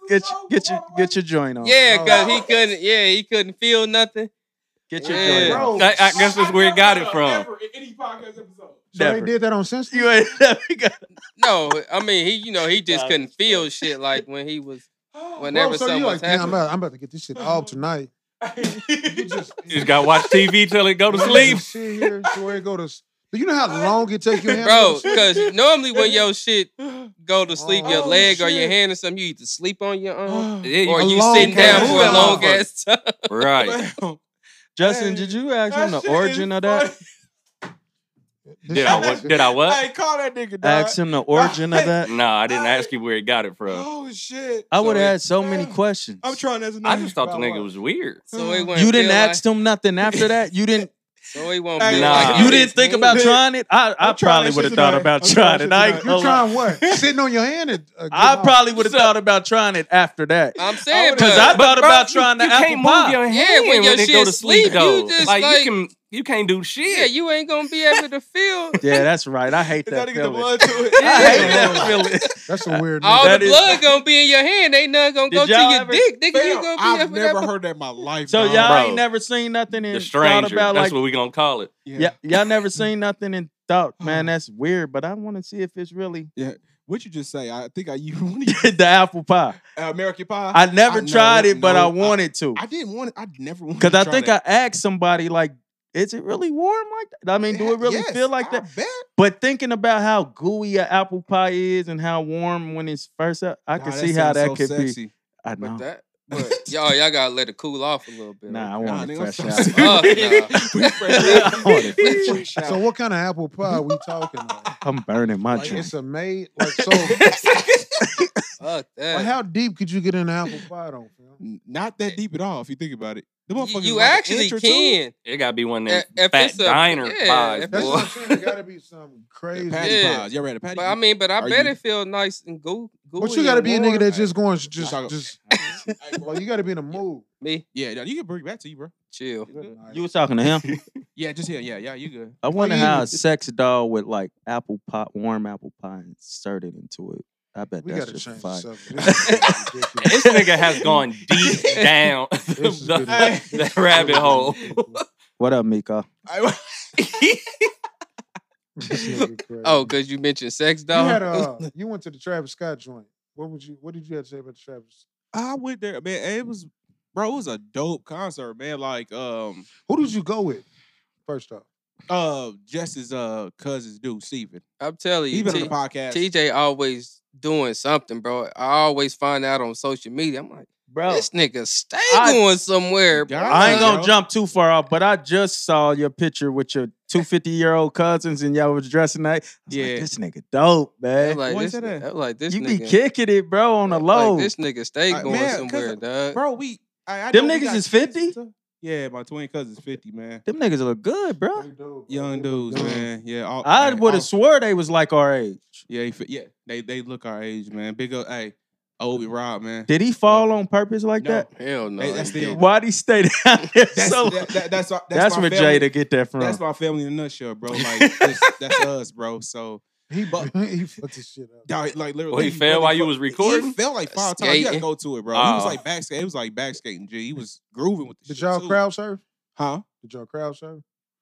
Get your, get your get your joint on. off. Yeah, Oh. cause he couldn't. Yeah, he couldn't feel nothing. Get your Yeah. joint on. Bro, *laughs* I, I guess that's where he got it from. Ever in any podcast episode. so they never. did that on Sense. You ain't *laughs* never got No, I mean he. You know he just Nah, couldn't that's feel shit like when he was. *gasps* Bro, Whenever so you something like, was damn, I'm happening. about, I'm about to get this shit all tonight. You just, He's got to watch TV till he go to you sleep. just Sit here, to where it go to. s- Do you know how long it take your hand? to go Bro, to sleep? *laughs* because normally when *gasps* your shit go to sleep, your Oh, leg or your shit. hand or something, you either sleep on *gasps* your arm *laughs* Yeah, you or A you long sitting down ass for a time. long ass time. *laughs* Right. Justin, Hey, did you ask That him the shit origin is of that? funny. This Did I shit what? is- Did I what? Hey, call that nigga. Dog. Ask him the origin of that. *laughs* No, I didn't ask you where he got it from. Oh shit! I would have So it- had so many Yeah. questions. I'm trying as a I just thought the About nigga what? was weird. *laughs* So he won't You didn't feel ask him nothing after that. You *laughs* didn't. Like, so he won't Hey, feel nah. like You it's didn't think his about hand. trying it. I, I I'm trying probably that would have shit thought tonight. about I'm trying trying it. that I, shit ain't tonight. You're gonna lie. trying what? Sitting on your hand. And, uh, I getting probably would have thought about trying it Oh, after that. I'm saying, would've- Because but I thought Bro, about you- trying the you apple can't pie. move your hand Yeah, when your it shit go to sleep, sleep, you though. just like, you like- can you can't do shit. yeah, you ain't gonna be able to feel Yeah, that's right. I hate Is that that nigga the feeling. blood to it? I hate Yeah. *laughs* that feeling. off. That's a weird. all nigga. *laughs* That the is- blood gonna be in your hand. Ain't nothing gonna Did go to y'all your ever- dick, nigga. you Fam, gonna be I've up in that never heard that in my life. So dog. y'all Bro. ain't never seen nothing and the thought stranger. about That's like what we gonna call it. Yeah. yeah. Y'all never seen nothing and thought, *sighs* man, that's weird. But I want to see if it's really *laughs* What you just say? I think I you *laughs* uh, the apple pie. American Pie. I never I know, tried it, but no, I I- wanted to. I didn't want it. I never wanted. Because to I try think that. I asked somebody, like, is it really warm like that? I mean, do it really Yes, feel like I that? Bet. But thinking about how gooey an apple pie is and how warm when it's first out, I can Nah, see how sounds that so could be. *laughs* sexy. I But know. that, but y'all, y'all gotta let it cool off a little bit. Nah, I okay? Nah, want it nigga, I'm fresh so out. serious. Fuck, nah. We fresh *laughs* I out. want it. We fresh So out. what kind of apple pie we talking? About? I'm burning my Like, drink. it's a made. Like so. like, Fuck that. how deep could you get in an apple pie? Don't feel. Not that deep at all, if you think about it. The you motherfuckers you is like an actually inch or two. can. It gotta be one of If- them if fat it's a- diner yeah, pies. if That's *laughs* Boy. what I'm saying. It gotta be *laughs* something The crazy. patty Yeah. pies. Y'all ready? The patty. But I mean, but I Are bet you- it feel nice and goo. gooey But you gotta and be a warm. nigga that's just going just Nah. just. *laughs* Hey, bro. Like you gotta be in a mood. me. yeah, you can bring it back to you, bro. Chill. Good night. You were talking to him. Yeah, just here. Yeah, yeah, you good. I wonder you- how a sex doll with like apple pie, warm apple pie inserted into it. I bet we that's gotta just change fire. *laughs* something. This is ridiculous. This nigga has *laughs* gone deep down *laughs* This is getting- the, the rabbit hole. What up, Mika? This nigga crazy. Oh, because you mentioned sex you doll. had a, uh, you went to the Travis Scott joint. What would you? What did you have to say about the Travis? I went there, man. It was, bro. It was a dope concert, man. Like, um, Who did you go with? First off, uh, Jess's uh cousin's dude, Steven. I'm telling He's you, been T- on the podcast. TJ always doing something, bro. I always find out on social media. I'm like, Bro, this nigga stay I- going somewhere, bro. God, I ain't gonna bro. jump too far off, but I just saw your picture with your two fifty year old cousins and y'all was dressing like, I was like, Yeah. this nigga dope, man. I'm like, What's this, that at? I'm like this you nigga. be kicking it, bro, on the I'm low. Like, this nigga stay Like, going man, 'cause, somewhere, dog. bro. We, I, I Them know we niggas got is kids and 50? stuff. Yeah, my twin cousin's fifty, man. Them niggas look good, bro. Young dudes, man. Yeah, all, I hey, would all- have swore they was like our age. Yeah, he fit- yeah, they they look our age, man. Big up, hey, Obi *laughs* Rob, man. Did he fall on purpose like No. that? Hell no. Hey, he that's the- didn't. Why'd he stay down there Oh, That's so? that, that, that's our, that's, that's my where family. Jay to get that from. That's my family in a nutshell, *laughs* bro. Like this, that's us, bro. So He But- *laughs* he fucked his shit up. dawg, like literally, Well, he fell while you was He recording? fell like five times. You gotta Skating. go to it, bro. He was Oh. like back skating. It was like back skating. G. He was grooving with the Did shit, y'all too. crowd surf? Huh? Did y'all crowd surf?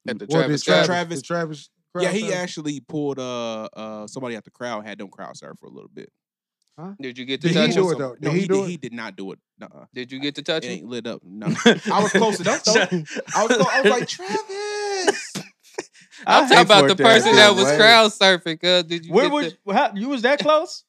At the Or did Travis, Travis Scott. Travis- did Travis crowd yeah, he surf? actually pulled uh uh somebody out the crowd, had them crowd surf for a little bit. Did you get to Did he touch do him? it though? Did no, he, he do did, it? he did not do it. Nuh-uh. Did you get to touch It him? ain't lit up. *laughs* No, I was close enough though. I was, clo- I was like Travis. I I'm talking hate about for the it to happen person that was way. crowd surfing. Cause did you? Where get would to- you, how, you was that close?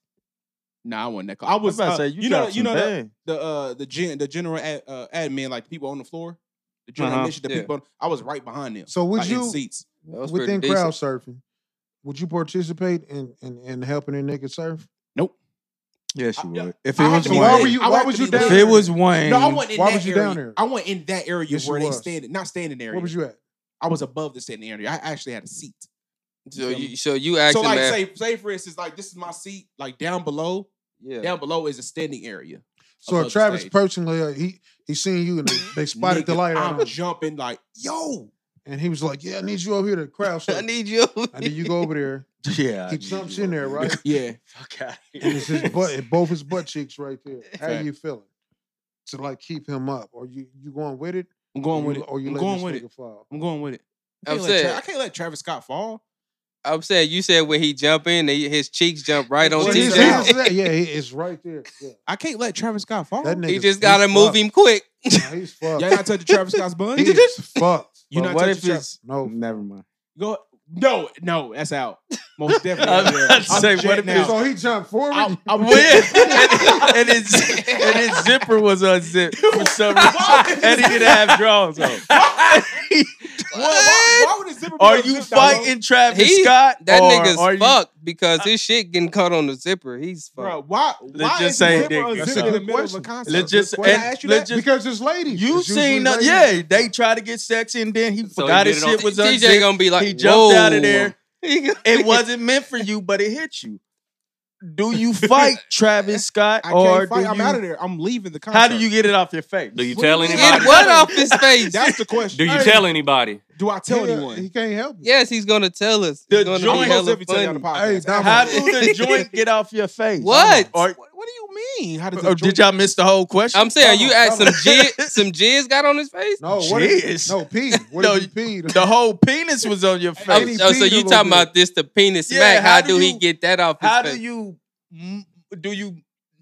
Nah, I wasn't that close. I I was was. about uh, to say you, you know, dropped you know some the- bang. the uh the gen the general ad, uh, admin, like the people on the floor, the general Uh-huh. admission, the Yeah. people. On, I was right behind them. So would like, in you seats? That was pretty within crowd surfing? Would you participate in in, in helping a nigga surf? Nope. Yes, I- you yeah. would. If I it had was to be Why late. were Wayne, you? I Why had would to you be down? if late. it there? was Wayne, No, I wasn't in Why that was you area. down there? I wasn't in that area Yes, you where they was. standing, not standing area. Where was you at? I was above the standing area. I actually had a seat. So you, so you asked so him like, at- say, say for instance, like this is my seat. Like down below, yeah. down below is a standing area. So Above if the Travis stage. personally, uh, he he seen you and they, *laughs* they spotted the Nigga, light on I'm him, jumping like yo. and he was like, "Yeah, I need you over here *laughs* to crowd surf." I need you. and then you go over there, yeah, I keep knew some you shit in were. there, right? Yeah, Fuck out and it's his *laughs* butt, and both his butt cheeks right there. How Fact. you feeling? To like keep him up, or you you going with it? I'm going or with you, it. Or you I'm letting going this with it. nigga fall? I'm going with it. I I'm can't let Tra- saying- I can't let Travis Scott fall. *laughs* I'm saying you said when he jump in, they- his cheeks jump right on Well, See, he's see, that's TJ. that- Yeah, he- it's right there. Yeah. I can't let Travis Scott fall. That nigga, He just gotta move him quick. Nah, he's fucked. Y'all not touching Travis Scott's bun? *laughs* He is fucked. You not what touching if Travis? it's No, *laughs* never mind? Go. No, no, that's out. *laughs* Most definitely. I was out there. about to I'm say, jet what if now. So he jumped forward. I'm, *laughs* I'm Well, yeah. *laughs* and, his, and his zipper was unzipped for *laughs* some reason. and he didn't have drawers on. Why, why, why would a zipper be are on you zip down, fighting Travis He- Scott? That or are nigga's you- fucked because his shit getting caught on the zipper. He's bro? fucked. Bro, why? Why just is say the zipper dick. unzipped That's in the a middle of a question. concert? Let's just, Why did I and ask you let's that? just. because it's ladies. You It's usually seen? no- ladies. yeah, they tried to get sexy, and then he So he forgot did his it on- shit was unzipped. TJ gonna be like, he jumped out "Whoa." *laughs* of there. He gonna- *laughs* It wasn't meant for you, but it hit you. Do *laughs* you fight Travis Scott, I or can't fight. do I'm you? out of there. I'm leaving the concert. How do you get it off your face? Do you What tell do you- Get anybody? what off his *laughs* face? That's the question. Do you Hey, tell *laughs* anybody? Do I tell Yeah, He anyone? can't help it. yes, he's gonna tell us. The He's gonna be joint- hella Joseph, he tell you on the funny. podcast. Hey, Dom- How do the joint get off your face? What? Or, What, what do you mean? How does or a joint- Oh, did y'all miss the whole question? I'm saying you asked some Come on. jizz, some jizz got on his face. No, Oh, what if, Jeez. no pee? What No, if he peed? the whole penis was *laughs* on your Oh, Eddie face. oh, so Peter you gonna talking do it. about this the penis Yeah, smack? How, how do do he you- get that off? His How face? do you m- do you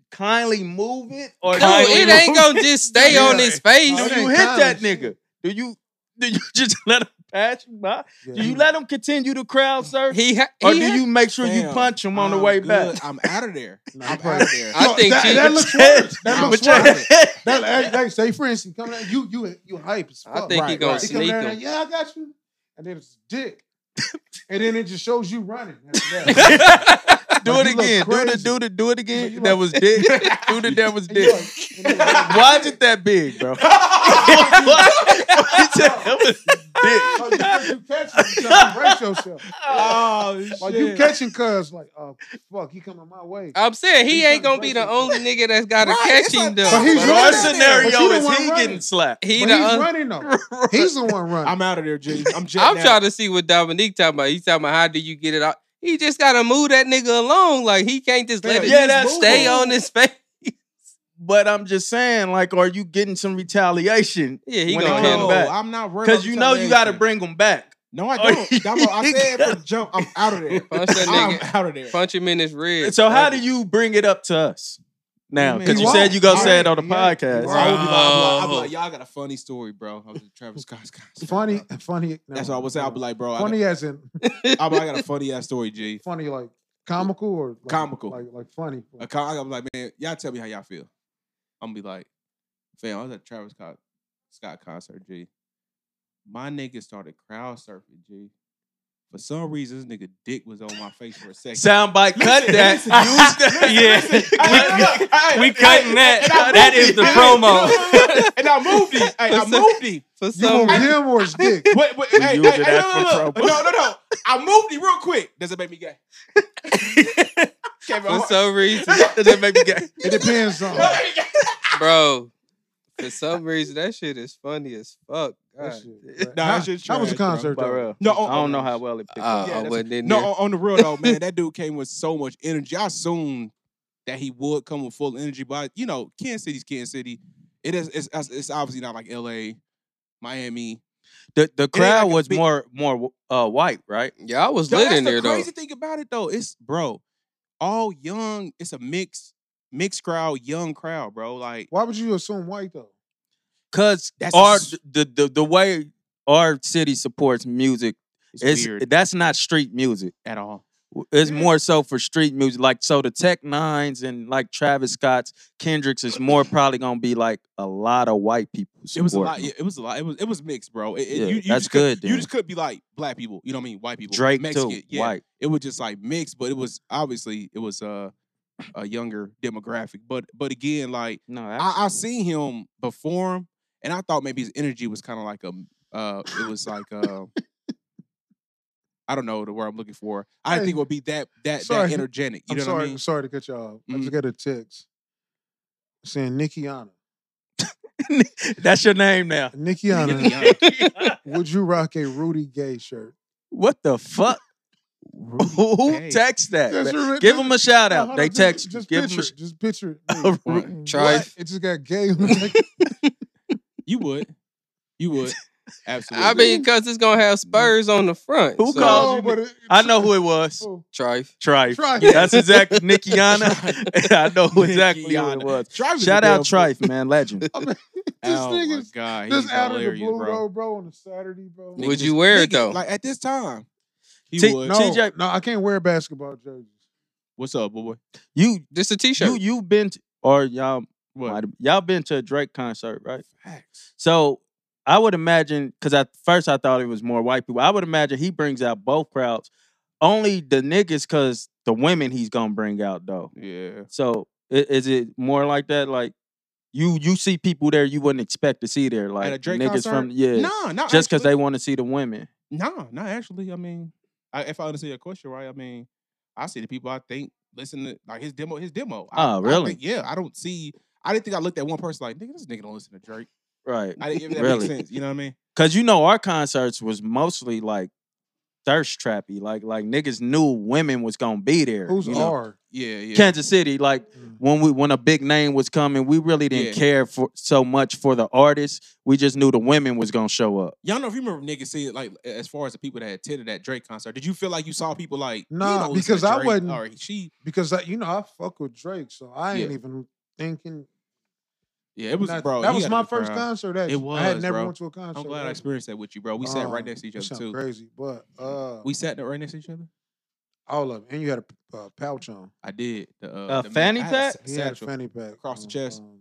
kindly move it or No, kindly it ain't move gonna just stay Yeah. on his face. No, Do you ain't hit that kindly. nigga? Do you do you *laughs* just let him pass you by? Yeah. Do you let him continue to crowd surf, He, ha- or he do ha- you make sure you Damn, punch him on the Oh, I'm way good. back? I'm out of there. I'm No, he out of probably- there. I No, think that, *laughs* she- *laughs* that looks worse. That I'm looks But your- worse. That, hey, hey, say, for instance, come down, you you you hype as I fuck. think he Right, gonna right. He come sneak down there, him. yeah, I got you, and then it's *laughs* dick, and then it just shows you running. after that. do Like, it you look again. Do the crazy. do the do it Like, you again. That look- *laughs* was dick. *laughs* do the that was And you dick. *laughs* like- and you like- *laughs* Why is it that big, *laughs* bro? Why- why- Oh, you fucking catch yourself. Brace yourself. Oh, Like you catching cuz, like, oh fuck, he coming my way. I'm saying he He's ain't trying gonna to be break the his- only nigga that's gotta Right, catch it's him like- though. But he's But running our out there. scenario But you the is one he running. getting slapped. He But the he's un- *laughs* running though. He's the one *laughs* running. I'm *laughs* out of there, G. *laughs* I'm jetting I'm out. trying to see what Dominique talking about. He's talking about how do you get it out? He just gotta move that nigga along. Like he can't just let it Yeah, that's stay cool. on his face. But I'm just saying, like, are you getting some retaliation? Yeah, he When gonna they hit come him. no, back. I'm not worried. Because about you know you got to retaliation. bring them back. No, I *laughs* Oh, don't. Damo, I said from the jump, I'm out of there. Punch that I'm nigga. out of there. Punch him in his rib. So how do you bring it up to us now? mean? Because He you said won't. you go He say it on ain't. the He ain't. podcast. I would be like, I'd be like, I'd be Bro. like, y'all got a funny story, bro. I was at Travis Scott's concert, funny, bro. funny. That's what I would say. I'd be like, bro, I got, funny as in I be like, I got a funny ass story, *laughs* G. funny like comical or like, Comical. like like funny. A co- I'm like, man, y'all tell me how y'all feel. I'm gonna be like, fam, I was at Travis Scott, Scott concert, G. My nigga started crowd surfing, G. For some reason, this nigga dick was on my face for a second. Soundbite, cut Listen, that. listen, Use that. *laughs* Yeah. *laughs* Hey, hey, we *laughs* hey, cutting hey, that. and I That moved is him. the Hey, promo. you know, And I moved him. Hey, I Listen. moved him. For You some gonna reason. hit him or his dick? Wait, wait, We hey, hey, used hey, it as no, no, no, for no, no, no. I moved him real quick. Does it make me gay? Okay, bro. For *laughs* some reason, That make me gay. It depends on. bro. For some reason, that shit is funny as fuck. God. That shit, bro. Nah, How- that shit's How was the trash, bro. concert But, though? uh, No, oh, I don't know how. how well it picked. Uh, Yeah, I that's- wasn't in No, there. on, on the real though, man, that dude came with so much energy. I assumed that he would come with full energy, but you know, Kansas City's Kansas City. It is. It's, it's it's obviously not like L.A., Miami. The the like crowd a was big- more more uh, white, right? Yeah, I was Yo, lit that's in the there though. crazy thing about it though. It's bro, all young. It's a mix, mixed crowd, young crowd, bro. Like Why would you assume white though? Because That's our s- the, the the way our city supports music it's, is weird that's not street music. at all. It's Yeah. more so for street music. Like so, the Tech Nines and like Travis Scott's, Kendrick's is more probably gonna be like a lot of white people. It was a supporting lot. them. It was a lot. It was it was mixed, bro. It, it- Yeah, you, you that's just could- good, You then. just could be like black people. You know what I mean? White people. Drake Mexican, too, yeah. white. it was just like mixed, but it was obviously it was uh, a younger demographic. But but again, like No, I, I seen him before him, and I thought maybe his energy was kind of like a uh, it was like uh, I don't know the word I'm looking for. I didn't think Hey, it would be that that sorry. that energetic. You I'm know sorry. what I mean? Sorry to cut you off. I Mhm. just Mm-hmm. got a text saying Nikiana. actually- *laughs* that's your name now. Nikiana, Nikiana. *laughs* *laughs* would you rock a Rudy Gay shirt? What the fuck? *laughs* Who Gay. text that? That's man? your- Give them a shout No, out. hold They on, just- text. you. Just Give picture. them it, Just *laughs* picture. it. a sh- What? Try What? It just got *laughs* gay. on the text. You would, you would, absolutely. I mean, cause it's gonna have spurs on the front. Who so- called? No, but it- I know who it *laughs* was. Oh, Trife. Trife. Trife. That's *laughs* exactly Nikiana. *laughs* I know exactly who it Nikiana. was. Travis is Shout a out damn fool. Trife, man, *laughs* legend. *laughs* This oh nigga's my god, he's Just out of the hilarious, blue, bro. bro, bro, on a Saturday, bro. Would you wear it, Nigga, though? Like at this time, he T- would. No, TJ no, I can't wear basketball jerseys. What's up, boy? You Just a you t-shirt. you've been to, or y'all What? might have- y'all been to a Drake concert, right? So I would imagine because at first I thought it was more white people. I would imagine he brings out both crowds. Only the niggas, cause the women he's gonna bring out though. Yeah. So i- is it more like that? Like you you see people there you wouldn't expect to see there, like a Drake niggas concert? from yeah, Nah, not just because actually. they want to see the women. Nah, not actually. I mean, I, if I understand your question right, I mean, I see the people I think listen to like his demo. His demo. I, Oh, I really? think- yeah, I don't see. I didn't think I looked at one person like nigga. This nigga don't listen to Drake. Right. I didn't. If that Really? makes sense, you know what I mean? Cause you know our concerts was mostly like thirst trappy, like like niggas knew women was gonna be there. Who's you know? R? Yeah, yeah. Kansas City, like Mm. when we when a big name was coming, we really didn't Yeah. care for so much for the artists. We just knew the women was gonna show up. Y'all know if you remember niggas see it like as far as the people that attended that Drake concert. Did you feel like you saw people like he Nah, don't listen to because I Drake, wasn't- or she? Because I, you know, I fuck with Drake, so I ain't even thinking. Yeah, it was nothing. bro. that he was had a my good first crowd. concert. Actually. I was, had never bro. went to a concert. I'm glad I ever. experienced that with you, bro. We sat right Um, next to each that other sound too. Crazy, but uh, We sat right next to each other. all of it, and you had a uh, pouch on. I did. The, uh, A the man- fanny I had a pack? sa- He had a satchel. fanny pack across the on, chest. um,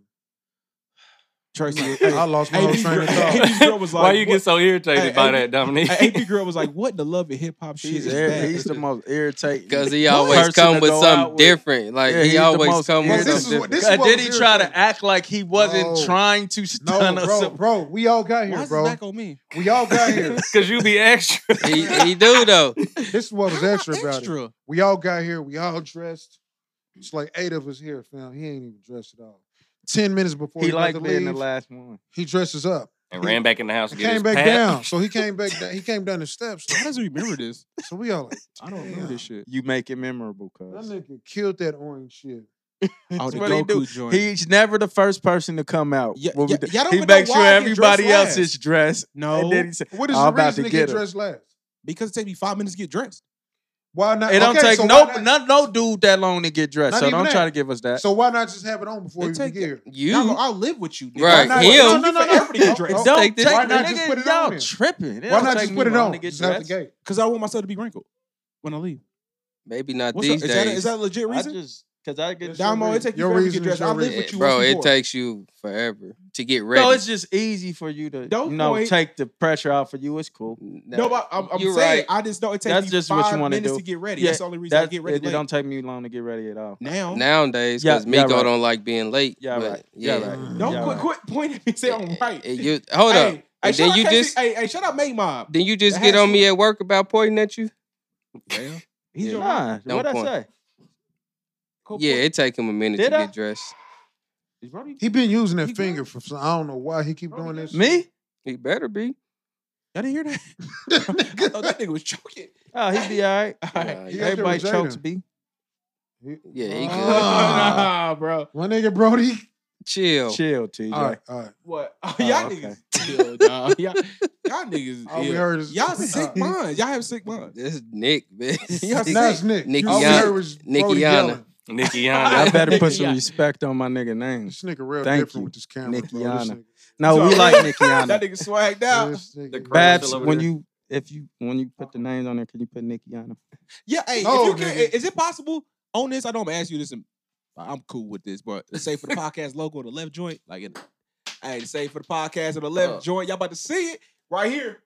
Tracy, *laughs* *laughs* I hey, lost my whole this train of girl- thought. this girl was like, Why you what- get so irritated Hey, by hey, that, Dominique? Hey, AP girl was like, "What the love and hip hop shit He's, is ir- that?" he's the most *laughs* irritating. Because he What? always person come to with go out something with. different. Like Yeah, he's he the always most come with Well, irritating. something this is different. what this is Uh, what did was he try to irritating. act like he wasn't No. trying to stun No, us bro, up? bro, we all got Why here, is it bro. back on me? *laughs* We all got *laughs* here. Because you be extra. he, he do though. This is what was I'm not extra about it. extra. We all got here. We all dressed. It's like eight of us here, fam. He ain't even dressed at all. Ten minutes before he, He about liked to being the leave, last one. he dresses up. And ran back in the house He to get came his back pat. *laughs* down, so he came back. down. He came down the steps. How does he remember this? So we all like, I don't remember this shit. You make it memorable, that cuz. nigga killed that orange shit. Oh, the what he do. Goku joint. He's never the first person to come out. Yeah, when we yeah, do- yeah, I don't he even know makes why sure I get dressed everybody else last. is dressed. no, And then he said, What is I'm the about reason to to get get her. dressed last? because it takes me five minutes to get dressed. Why not? It don't okay, take so no, why not- no no dude that long to get dressed. Not So even don't that. try to give us that. So why not just have it on before They you take get here? Y'all You gonna- I'll live with you. Nigga. Right, I'm not- him. No, no, no, no. Everybody get dressed. don't take the- take Why not nigga, just put it y'all on then? tripping. It Why don't not take just me put it long on? To get Just out the dressed. gate. Because I want myself to be wrinkled when I leave. maybe not What's up? Is these that, days. a, is that a legit I reason? just because I get That's your Damo, it reason. takes you Your forever to reason get dressed. is your I *laughs* live Yeah, with reason. you. bro, once it before. takes you forever to get ready. no. It's just easy for you to Don't you know wait. take the pressure off of you. It's cool. Nah, No, but I'm, I'm you're saying right. I just don't. It takes That's me just what you five wanna minutes do. to get ready. Yeah, That's the only reason I That get it, ready. it late. don't take me long to get ready at all. now, Nowadays, because Yeah, yeah, Miko right. don't like being late. Yeah, but right. Yeah, Yeah, right. don't Yeah, quit, right. quit pointing at me. and Say I'm right. Eh, eh, you- hold hey, up. Hey, And shut then up, you Casey. just hey, hey, shut up, Make Mob. then you just It get has on me to. at work about pointing at you. Damn. He's your mom. Nah, Don't what I point. say? Quit Yeah, pointing. it take him a minute Did to I? get dressed. Is Brody- He been using that You finger for some, I don't know why he keep Brody doing this. Me? He better be. I didn't hear that. *laughs* I *laughs* thought that nigga was choking. Oh, he be all right. All right. Nah, He out there Everybody with Jada. chokes B. Yeah, *laughs* he good. Ah. nah, bro. My nigga Brody. Chill. Chill, TJ. All right, all right. What? *laughs* Oh, Oh, y'all okay. *laughs* niggas ill, dog. Y'all, *laughs* Oh, y'all niggas All we ill. heard is- *laughs* y'all *laughs* sick minds. Y'all have sick minds. This is Nick, *laughs* man. Y'all Now sick. it's Nick. Nicky All we Yana. heard was Nicky Brody Yana. yelling. Nicky I Yonder. better put *laughs* some Yeah. respect on my nigga *laughs* name. This nigga real Thank different you, with this camera, Nicky bro. This Yana. nigga, No, we So- like *laughs* Nicky That Anna. nigga swagged out. this nigga- The crowd Bats, still over when there. you if you when you put the names on there, can you put Nicky *laughs* Anna? Yeah, hey, No, if you can, nigga. is it possible on this? I don't ask you this. and- I'm cool with this, but let's say for *laughs* the podcast logo on the left joint, like, in, hey, to say for the podcast on the left Uh. joint, y'all about to see it right here.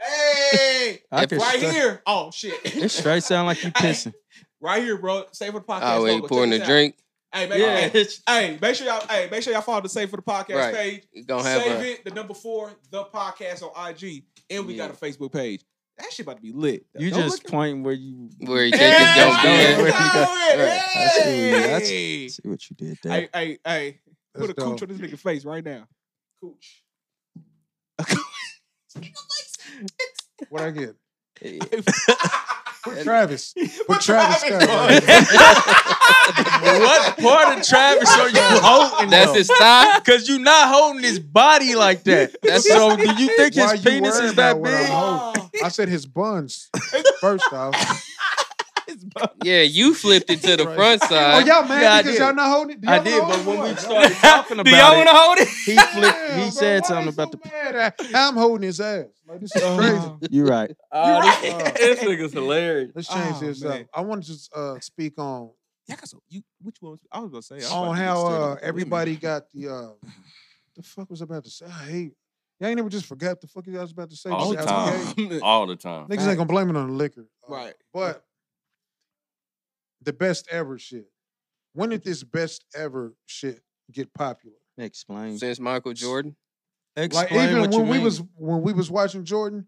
Hey, I If- can right straight- here. Oh shit. It straight sound like you pissing. *laughs* Right here, bro. Save for the podcast. Oh, ain't logo. pouring Check a this out. drink. Hey, make, Yeah, hey, it's- hey, make sure y'all, hey, make sure y'all follow the Save for the Podcast Right. page. He gonna have Save a it, the number four, the podcast on IG, and we Yeah. got a Facebook page. That shit about to be lit. you Don't just look at- pointing where you where he Hey, think it's gonna be. Yeah. at. where you got- I see you. Hey, That's- hey, see what you did there. hey, hey, hey. put That's a cooch on dope. this nigga face right now. Cooch. What I get? Yeah. Put Travis. Put Put Travis Travis Scott. on. right *laughs* there. what part of Travis are you holding? *laughs* That's his thigh. because you're not holding his body like that. That's- so. Do you think Why his you penis worried is that about what I'm big? holding? *laughs* I said his buns first off. *laughs* Yeah, you flipped it to the Right. front Oh side. y'all mad Yeah, I because did. y'all not holding it? I did, but when *laughs* we started talking Do y'all about want to it, hold *laughs* he it? flipped. He said something about the. the. I'm holding his ass. Like this is Uh-huh. crazy. *laughs* You're right. Oh, You're right. this, this nigga's hilarious. Let's change Oh, this man. up. I want to just uh, speak on Yeah, cause you, what you want? I was gonna say I was about on to get how straight up uh, with the everybody women. got the uh, the fuck was I about to say. I hate y'all ain't ever just forgot the fuck I was about to say. All just the out time. gate. *laughs* All the time. Niggas ain't gonna blame it on the liquor, Uh, Right. But the best ever shit. When did this best ever shit get popular? Explain. Since Michael Jordan. Like even when we was when we was watching Jordan,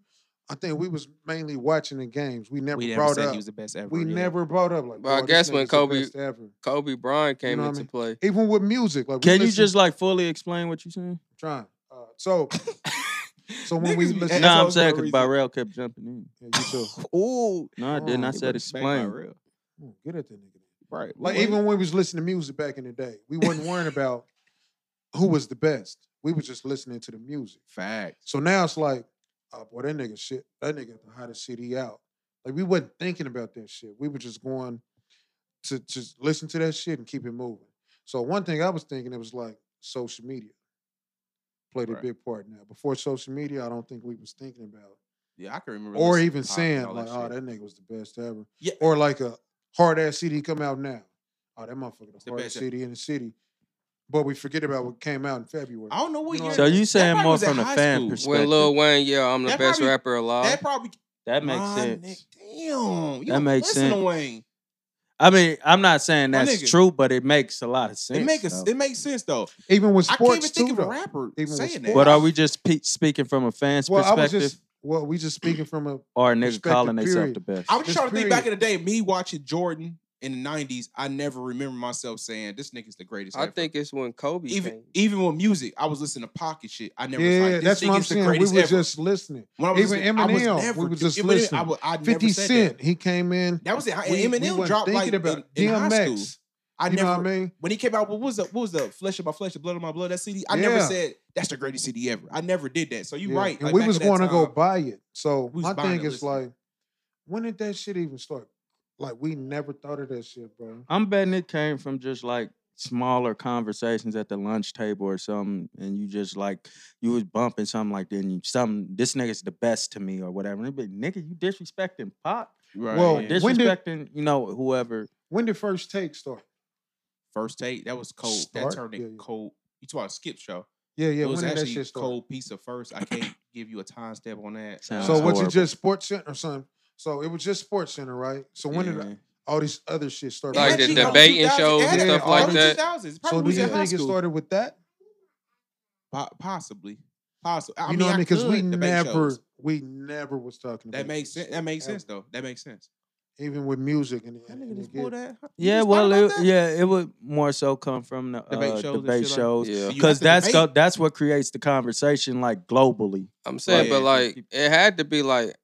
I think we was mainly watching the games. We never We never brought said up. he was the best ever. we yeah. never brought up like. Well, I "Boy, this guess when nigga's the Kobe- best ever. Kobe Bryant came know what I into mean? play. even with music, like we Can you listen- just like fully explain what you're saying? trying? Uh, so, so when we Niggas be listen, That's No, all I'm for saying a because reason. Byrell kept jumping in. Yeah, you *laughs* too. Ooh, No, I Oh, didn't. I said explain. Ooh, good at that nigga. Right. Like even when we was listening to music back in the day, we wasn't worrying about who was the best. We was just listening to the music. fact. So now it's like, oh boy, that nigga shit, that nigga the hottest shit he out. Like we wasn't thinking about that shit. We were just going to just listen to that shit and keep it moving. So one thing I was thinking it was like social media played a Right. big part now. Before social media, I don't think we was thinking about Yeah, I can remember. or listening even to Pop and saying all like, "Oh, shit. that nigga was the best ever," Yeah. or like a hard ass CD come out now. Oh, that motherfucker, the the hardest best ever. Mm-hmm. CD in the city. but we forget about what came out in February. I don't know what You know year. So you that saying probably more was at from the high fan school. perspective. When Lil Wayne, yeah, I'm the That best probably- rapper alive. That probably That makes My sense. nigga, damn, you That don't makes listen to sense. Wayne. I mean, I'm not saying My that's nigga. true, but it makes a lot of sense. It makes though. it makes sense though. Even with I can't even sports think too, of a though. rapper Even with saying that. sports. But are we just pe- speaking from a fan's Well, I was perspective, just well, we just speaking *clears throat* from a or a nigga perspective, calling themselves period. the best? I was just Just trying to think period. back in the day, me watching Jordan in the '90s. I never remember myself saying this nigga's the greatest. I ever." think it's when Kobe even came. even with music, I was listening to pocket shit. I never. was yeah. like, this that's what I'm nigga's the saying. We greatest were ever. just listening. When I Even listening, I was Eminem, never- we were just Eminem, I, listening. would- I never Fifty said Cent, That. he came in. that was it. I- we- we Eminem wasn't dropped like thinking about in, in high DMX. school. I You never know what I mean? when he came out. What was the what was the flesh of my flesh, the blood of my blood? That CD. I never Yeah. said that's the greatest CD ever. I never did that. So you Yeah, right. And like, we back was in that going to go time, buy it. So we was my buying thing it, is listening. like, when did that shit even start? Like we never thought of that shit, bro. I'm betting it came from just like smaller conversations at the lunch table or something, and you just like you was bumping something like then you something this nigga's the best to me or whatever. And it'd be nigga, you disrespecting pop, Right. Well, or yeah. this- When did- disrespecting you know whoever. When did first take start? first take that was cold. Start? That turned it Yeah, yeah. cold. You talk about skip show. Yeah, yeah. it was When did that actually shit start? cold piece of first. I can't give you a timestamp on that. Sounds So what you horrible. just Sports Center or something? So it was just Sports Center, right? So when Yeah. did all these other shit start? Like popping the up? debate- debating shows and stuff like that. So do was you in high think it school. started with that? Po- possibly, possibly. I You mean, know what I mean? Because Because we never, we never was talking. That about makes this, sense. That makes ever. sense, though. That makes sense. Even with music and, That and, nigga and just again, pulled that. you Yeah, just thought well, about it, that? yeah, it would more so come from the Debate uh, shows and debate shit like- shows Yeah. You because got the that's debate. go, that's what creates the conversation like globally. I'm Right. saying, but like it had to be like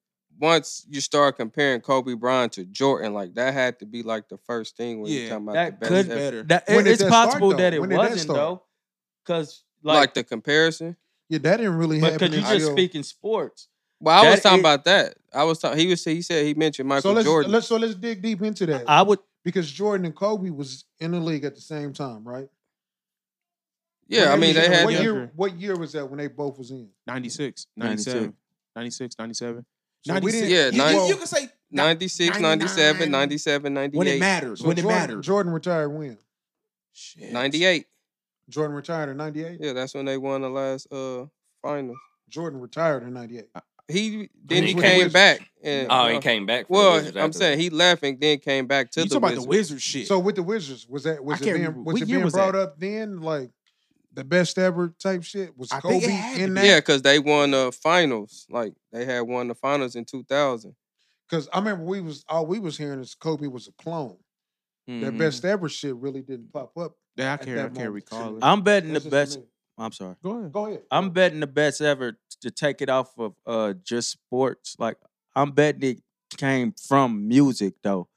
once you start comparing Kobe Bryant to Jordan, like that had to be like the first thing when Yeah, you're talking about that the could- best. That's ever. better. That When it- did it's that start, possible though? that it When did that wasn't start? though, because Like, like, the comparison. yeah, that didn't really but happen. because you just until- speaking sports. Well, I was That talking is- about that. I was talking. He was he said he mentioned So Michael let's, Jordan. let's so let's dig deep into that I would because Jordan and Kobe was in the league at the same time, right? yeah, I When mean was they in- had what to- year. What year was that when they both was in? 96, 92. 97, 96, 97. So we 96. didn't- Yeah, You- you- nine- you, can say 96, 97, 97, 98. when it matters. So when it Jordan, matters. Jordan retired when? Shit. 98. Jordan retired in '98. Yeah, that's when they won the last uh finals. Jordan retired in '98. He then he he with the came Wizards. back and Oh, uh, he came back. For the Well, Wizards I'm after that. saying he left and then came back to You the talk about the Wizards. wizard shit. So with the Wizards, was that was I it can't being remember. was What it year being was that? brought up then like the best ever type shit? Was I think Kobe it had to in be. that? Yeah, because they won the finals. Like they had won the finals in 2000. Because I remember we was all we was hearing is Kobe was a clone. That Mhm. best ever shit really didn't pop up. Yeah, I at can't. that I can't moment. recall it. I'm betting the That's best. just me. I'm sorry. Go ahead. Go ahead. I'm betting the best ever t- to take it off of uh just sports. Like I'm betting it came from music though,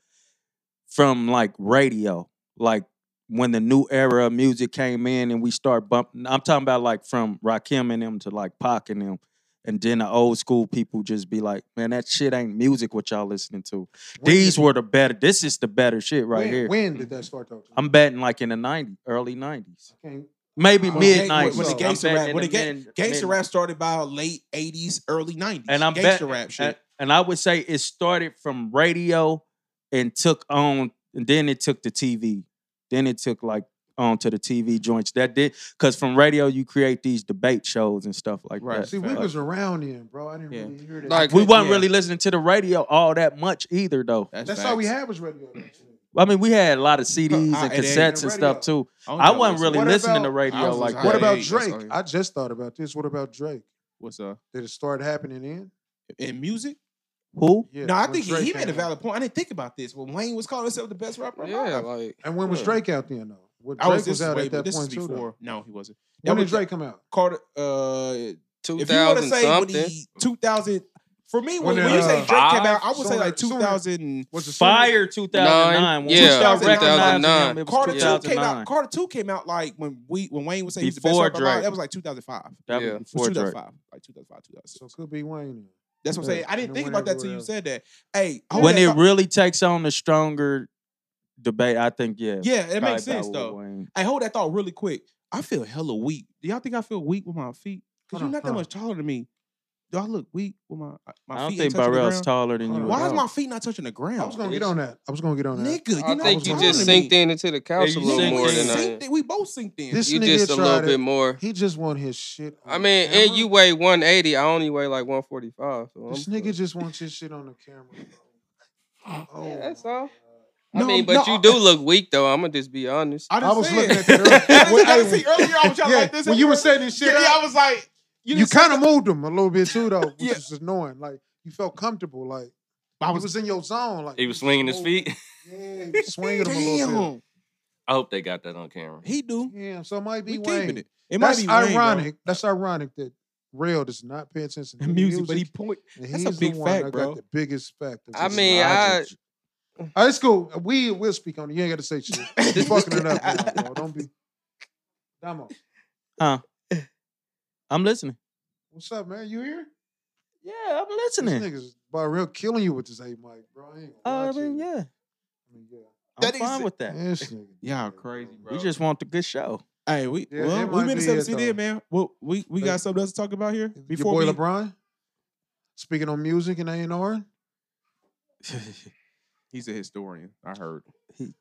from like radio, like when the new era of music came in and we start bumping. I'm talking about like from Rakim and them to like Pac and them. And then the old school people just be like, man, that shit ain't music what y'all listening to. When These did- were the better. This is the better shit right when, here. Mm-hmm. When did that start though? I'm betting like in the 90s, early 90s. Okay. Maybe When the- mid 90s. When the I'm gangster rap, when the ga- gangster rap started by late 80s, early 90s. And I'm gangster bet- rap shit. and, uh, and I would say it started from radio and took on, and then it took the TV. Then it took like on to the TV joints. That did because from radio you create these debate shows and stuff like Right. that. See, we Like, was around then, bro. I didn't Yeah. really hear that. Like we weren't yeah. really listening to the radio all that much either, though. that's all we facts. had was radio. though. I mean, we had a *laughs* lot of CDs Huh, and it ain't cassettes and even stuff too. don't I know wasn't what's- really What listening to about- I radio was like just that. What about Hey, that's all Drake? you- I just thought about this. What about Drake? What's up? Did it start happening then? uh, In music? Who? Yeah. no, I when think he, Drake he made came a out. valid point. I didn't think about this. When Wayne was calling himself the best rapper Yeah, alive. like And when was Yeah. Drake out then though? When Drake I was, was, this out way, at that this point is too. though. before. No, he wasn't. That When did was Drake come out? Carter, uh, if you want to 2000 say something. when he 2000, for me, when, When, when you uh, say Drake came out, I would say sooner- like sooner. 2000. Was it Fire 2009. when yeah, we started 2009. recognizing him, it was Carter two came 2009. out. Carter two came out like when we when Wayne would say he's the best Before rapper alive. Drake. That was like 2005. It That Yeah. was It was before Drake. 2005, like 2005, 2006. So it could be Wayne. That's what I'm Yeah. saying. I didn't And think when about that till everywhere you else. said that. Hey, hold When that it thought. really takes on the stronger debate, I think yeah. yeah, it probably makes sense about though. Wayne. Hey, hold that thought really quick. I feel hella weak. Do y'all think I feel weak with my feet? Cause Hold you're on, not that hold on. much taller than me. do I look weak with my uh, my I don't feet? think ain't touching the Barrell's ground? taller than you. Why at is all. my feet not touching the ground? I was gonna get on that. I was gonna get on that. Nigga, you I know think you what's just wrong to sinked me. in into the couch a you little sinked more in. than I Sinked in. We both sinked in. This You nigga just a tried little it. bit more. He just won his shit. On I mean, camera. and you weigh 180. I only weigh like 145. So I'm This nigga just wants his shit on the camera. Bro. Oh, *laughs* Yeah, that's my all. God. I No, mean, no, but you I- do look weak though. I'm gonna just be honest. I, I done was said. *laughs* looking at that *laughs* earlier. I *laughs* Hey, done seen earlier. I was trying yeah, like this. when you were saying this shit, yeah, yeah, I was like, you, done said kind of moved him a little bit too, *laughs* though, which Yeah. is annoying. Like you felt comfortable, like I I was was, in your zone. Like oh, He was swinging his feet. *laughs* Yeah, he was swinging him a little Damn, I hope they got that on camera. he do. bit. Yeah, so it might be We Wayne. keeping it. It That's might be Wayne, though. ironic. That's ironic that Real does not pay attention to And music, but he point. And that's a he's big the one fact, that bro. Got the biggest fact. of I this mean, logic. All right, it's cool. Uh, We will speak on it. You ain't got to *laughs* say shit. You fucking it up, now, bro. Don't be. Damo, I'm listening. what's up, man? You here? Yeah, I'm These listening. niggas by real killing you with this eight mic, bro. I ain't Uh, gonna I lie to mean, you. yeah, I mean, yeah. I'm That is fine it. with *laughs* that. This nigga. *laughs* Y'all did it, crazy, bro. We just want the good show. Hey, we Yeah, well, it we might been to be seven it, CD, though. man. Well, we we Hey. got something else to talk about here before Your boy we. LeBron speaking on music and A&R. He's a historian. I heard. He-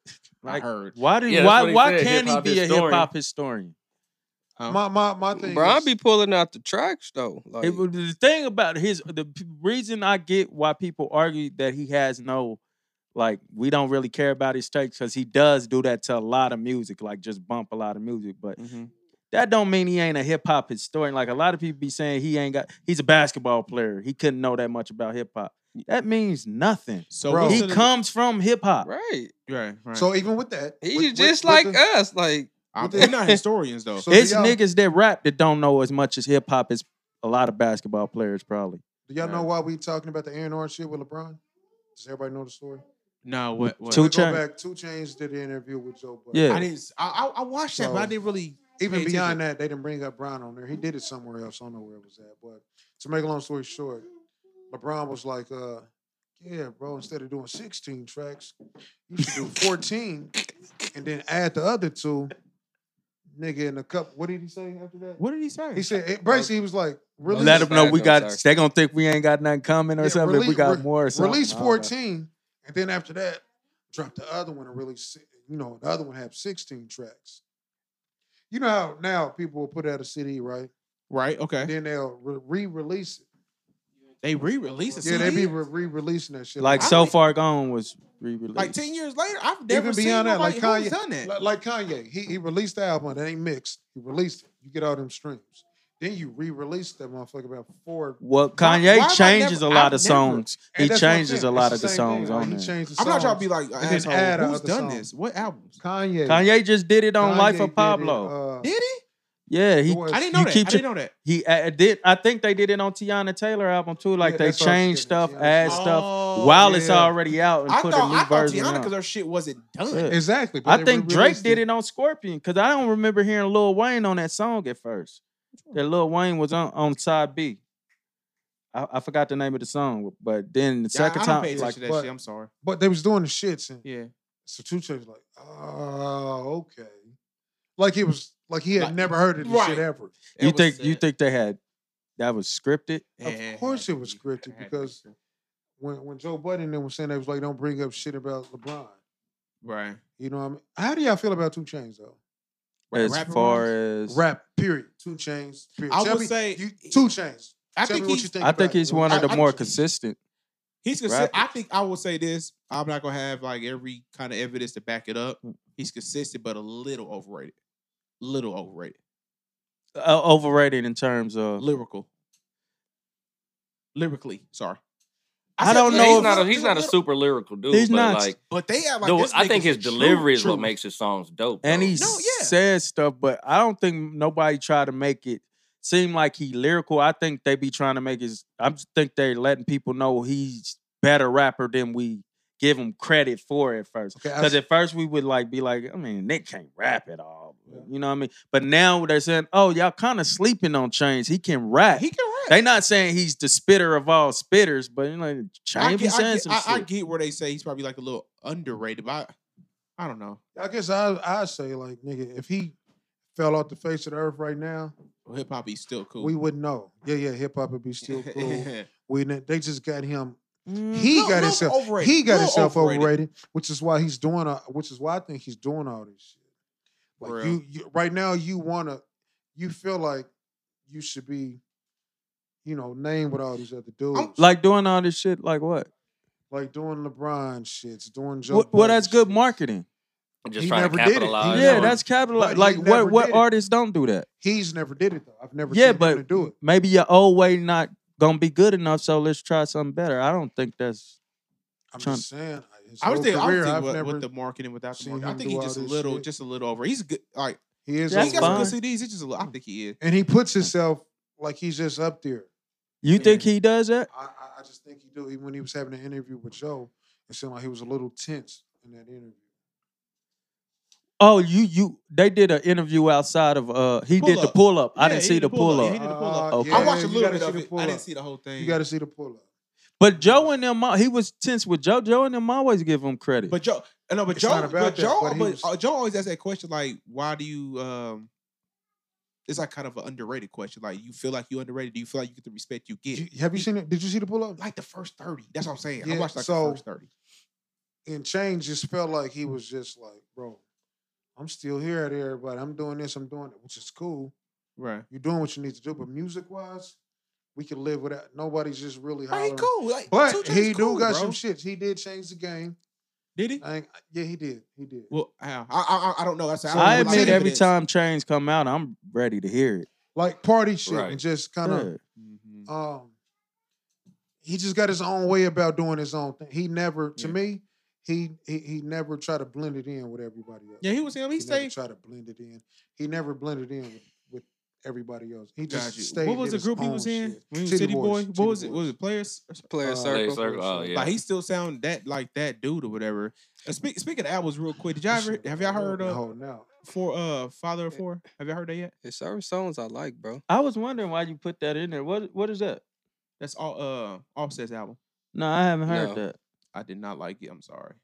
I like, heard. Why do? Yeah, that's what why? he Why said, can't he hip-hop be a hip historian. hop historian? Huh? My my my thing. Bro, I is, be pulling out the tracks though. Oh, Like, It was- the thing about his the p- reason I get why people argue that he has no like we don't really care about his takes because he does do that to a lot of music, like just bump a lot of music. But Mhm. that don't mean he ain't a hip hop historian. Like a lot of people be saying he ain't got he's a basketball player. He couldn't know that much about hip hop. That means nothing. So Bro, we He should've- comes from hip hop. right? Right, right. so even with that, He's with- with- just with like the- us. Like, I'm, we're not historians though. So do It's y'all- niggas that rap that don't know as much as hip hop as a lot of basketball players probably. Do y'all know Right. why we talking about the Aaron Orange shit with LeBron? Does everybody know the story? no, what? what? Two Let's go Chainz. back. Two Chains did an interview with Joe Budden. Yeah. I didn't. s- I, I I watched that, but I So- didn't really. Even Pay attention. beyond that, they didn't bring up Brown on there. He did it somewhere else. I don't know where it was at. But to make a long story short, LeBron was like, uh, yeah, bro, instead of doing 16 tracks, you should do 14 and then add the other two. Nigga in a cup. What did he say after that? What did he say? He said, it- basically, he was like, release, Let them know we Sorry, got. sorry. They gonna think we ain't got nothing coming or Yeah, something. if we release- got re- more. Or something. release I don't know. 14 and then after that drop the other one and release si- you know the other one have 16 tracks you know how now people will put out a cd right right. Okay. then they'll re- re-release it They re-released it. yeah they be re- re-releasing that shit Like I so like- far gone was re-released. Like ten years later, I've never Even seen beyond that, nobody like who's Kanye- done that. Li- like kanye he, he released the album that ain't mixed he released it you get all them streams then you re-release that motherfucker about four well, Why- Kanye why have I changes never- a lot I've of never- songs. And he that's what I'm changes saying. a lot It's of the the same thing, songs like, on he there. changed the I'm not trying to songs. be like an then asshole. add Who's other done songs. this? What albums? kanye Kanye just did it on Kanye Life did it, of Pablo. uh, Did he? yeah, he it was- I didn't know you that. I keep didn't know that. he uh, did. I think they did it on Tiana Taylor album too. Like Yeah, they that's what I was changed getting at, stuff, Tiana add Taylor. stuff Oh, while it's yeah. already out and I put thought a new I thought version Tiana because out. her shit wasn't done. Yeah. exactly but I they think Drake re-released did it on Scorpion because I don't remember hearing Lil Wayne on that song at first. That Lil Wayne was on, on side B. I, I forgot the name of the song, but then the Yeah, I- second I don't time, pay attention like to that but- shit. I'm sorry. But they was doing the shits, and Yeah. so Two Chainz like, oh, okay, like he was like he had Mm. Like- never heard of this shit right. ever. you think you think they had that was scripted. Of course, it was scripted because when when Joe Budden then was saying they was like, don't bring up shit about LeBron. right. You know what I mean? How do y'all feel about Two Chains though? Ra- as rapping far as Rap, period. Two Chains. Period. I Tell would me- say- you, Two Chains. I Tell think me what you he's think. I about think it. he's one of I- the I- more consistent. he's consistent. rappers. I think I will say this. I'm not gonna have like every kind of evidence to back it up. Mm. He's consistent, but a little overrated. Little overrated. Uh, overrated in terms of Lyrical. Lyrically, sorry. I said don't Yeah, know he's if- not a he's not a super lyrical dude. He's but not. Like, But they have like. dude, this I think nigga's his the delivery truth, is what truth. makes his songs dope. and though. he No, yeah. says stuff, but I don't think nobody try to make it seem like he lyrical. I think they be trying to make his. I just think they're letting people know he's better rapper than we give him credit for at first. Okay, I, Because at first we would like be like, I mean, Nick can't rap at all. Yeah. You know what I mean? But now they're saying, oh, y'all kind of sleeping on Chains. He can rap. He can rap. they not saying he's the spitter of all spitters, but you know, I Chains be get, I, saying get, some I, I shit. get where they say he's probably like a little underrated, but I, I don't know. I guess I I say like nigga, if he fell off the face of the earth right now, hip hop is still cool. We wouldn't know. Yeah, yeah, hip hop would be still cool. *laughs* *laughs* Yeah. we ne- they just got him. Mm. He little- got little himself. overrated, He got little himself overrated. overrated. which is why he's doing. all- Which is why I think he's doing all this shit. Like For you, you, right now, you wanna, you feel like you should be, you know, named with all these other dudes, Like doing all this shit, like what? like doing LeBron shits, doing Joe. What, well, that's Budden good shits. marketing. Just He trying to never did it. He capitalize. I yeah, know. on- that's capitalized. But Like he what? never What did it. artists don't do that? He's never did it though. I've never Yeah, seen but- him to do it. Maybe your old way not gonna be good enough. So let's try something better. I don't think that's. I'm Tryna- just saying. uh, His I whole was thinking, I was career, thinking I've with, never. with the marketing without the seen marketing. I him think he's do all just a this little, shit. just a little over. He's good. Like he is, That's he got some overrated. good CDs. He's just a little. I think he is. and he puts himself like he's just up there. You think he does that? I, I- I just think he do. Even when he was having an interview with Joe, it seemed like he was a little tense in that interview. Oh, you you. They did an interview outside of. uh He did the Pull-up. pull up. I Yeah, didn't he see did the pull He up. did the pull up. Uh, Okay. I watched yeah, a you little gotta bit see of the it. I pull-up. didn't see the whole thing. You got to see the pull up. But Joe and them, he was tense with Joe. Joe and them always give him credit. But Joe, uh, no, but It's Joe, not about but that, Joe, but he but, was- uh, Joe always asks that question like, why do you? um It's like kind of an underrated question. Like, you feel like you underrated? Do you feel like you get the respect you get? Did you- have you seen it? Did you see the pull up? like the first thirty. That's what I'm saying. I Yeah, watched like the so- first thirty. And Change just felt like he was just like, bro, I'm still here at everybody. I'm doing this. I'm doing it, which is cool. Right. You're doing what you need to do. But music wise, we can live without. Nobody's just really Right, he hollering. cool. Like, But 2J is he do cool, got bro. some shits. He did change the game. Did he? I ain't, yeah, he did. He did. Well, how? I, I I don't know. That's So I like admit, it every time chains come out, I'm ready to hear it. Like party shit Right. and just kind of Yeah. Mm-hmm. um he just got his own way about doing his own thing. He never, to Yeah. me, he he he never tried to blend it in with everybody else. Yeah, he was him. he He never stayed. tried to blend it in. He never blended in with, with everybody else. He Got just you. stayed. What and was did the his group he own was in? shit. When he was Titty City Boy. What Boys, Titty was it? Boys. Was it Players? Player Uh, circle. circle. Oh yeah. Like he still sound that like that dude or whatever. Uh, speak, speaking of albums, real quick, did y'all ever have y'all heard of Oh no. for uh Father of Four? Have y'all heard that yet? There's certain songs I like, bro. I was wondering why you put that in there. What what is that? That's all uh Offset's album. No, I haven't heard No. that. I did not like it. I'm sorry.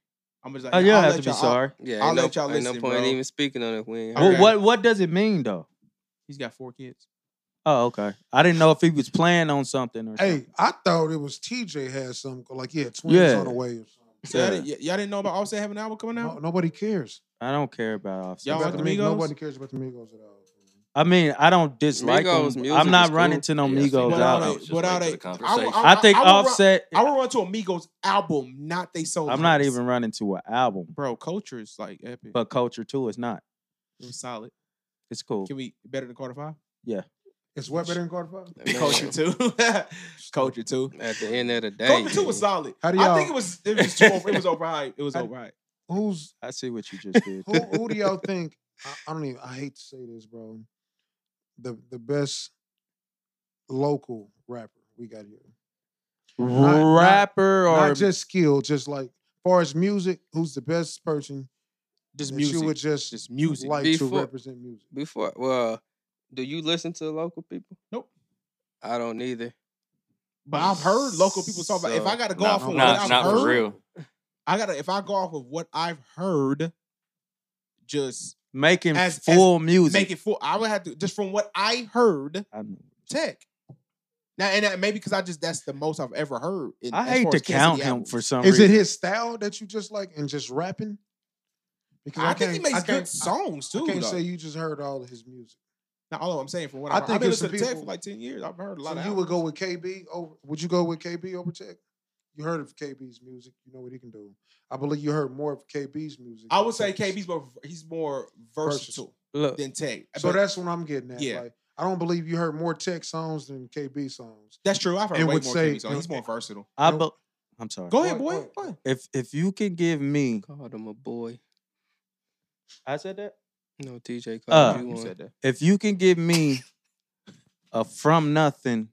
I'm just like Oh, you I'll have let to be y'all- I'll- sorry. Yeah, I'll ain't no, let y'all ain't no listen, point bro. even speaking on it. if We *laughs* ain't Okay. Well, what what does it mean though? He's got four kids. Oh, okay. I didn't know if he was playing on something or Hey, I thought it was TJ had some like yeah, twins Yeah. on the way or something. So y'all, Yeah. didn't, y- y'all didn't know about Offset having an album coming No, out? nobody cares. I don't care about offset. Y'all About like the the Mi- Migos? Nobody cares about the Migos at all. I mean, I don't dislike Migos him. music I'm is not cool. running to no Yeah, I see Migos that. But all out. album. I they, was just but all late they, to the I, conversation. will- I think will run- offset. I will run to Amigos album, not they solo. I'm not hits. even running to an album, Bro, culture is like epic. but culture too is not. it was solid. It's cool. Can we better than Carter Five? It's what better than Carter Five? Man, *laughs* Culture two. *laughs* culture two. At the end of the day, Culture two was man. solid. How do I think y'all- it was it was too over, it was overhyped. It was How- overhyped. Who's I see what you just did. who, who do *laughs* y'all think? I, I don't even. I hate to say this, bro. The the best local rapper we got here. not- Rapper or Not just skill, just like far as music. Who's the best person Just that music. you would just just music. like to Before- represent music? before. Well, do you listen to local people? Nope. I don't either. But I've heard local people talk about. if So, I gotta go Not, off of what not, I've not heard, for real. I gotta if I go off of what I've heard, just making as- as- full music. make it full. I would have to just from what I heard, I know. tech. Now and that, maybe because I just that's the most I've ever heard. in- I as hate far to as Kansas count City him albums. for some Is reason. it his style that you just like and just rapping? Because I, think he can't- makes I good can't- songs I, too. I can't though. say you just heard all of his music. Now, although I'm saying from what I I've heard, I've think been it's some listening to Tech for people- like ten years. I've heard a lot So of you would go with KB over? Would you go with KB over Tech? You heard of KB's music. You know what he can do. I believe you heard more of KB's music. I than would say Tech's. KB's more he's more versatile Look, than Tech. So But that's what I'm getting at. Yeah. Like, I don't believe you heard more Tech songs than KB songs. that's true. I've heard and way more would say- KB's on. He's more versatile. I no. be- I'm sorry. Go Go ahead, ahead, boy. go ahead. Go ahead. If if you can give me, Called him a boy. I said that. No, TJ Uh, called you You one. said that. If you can give me a from nothing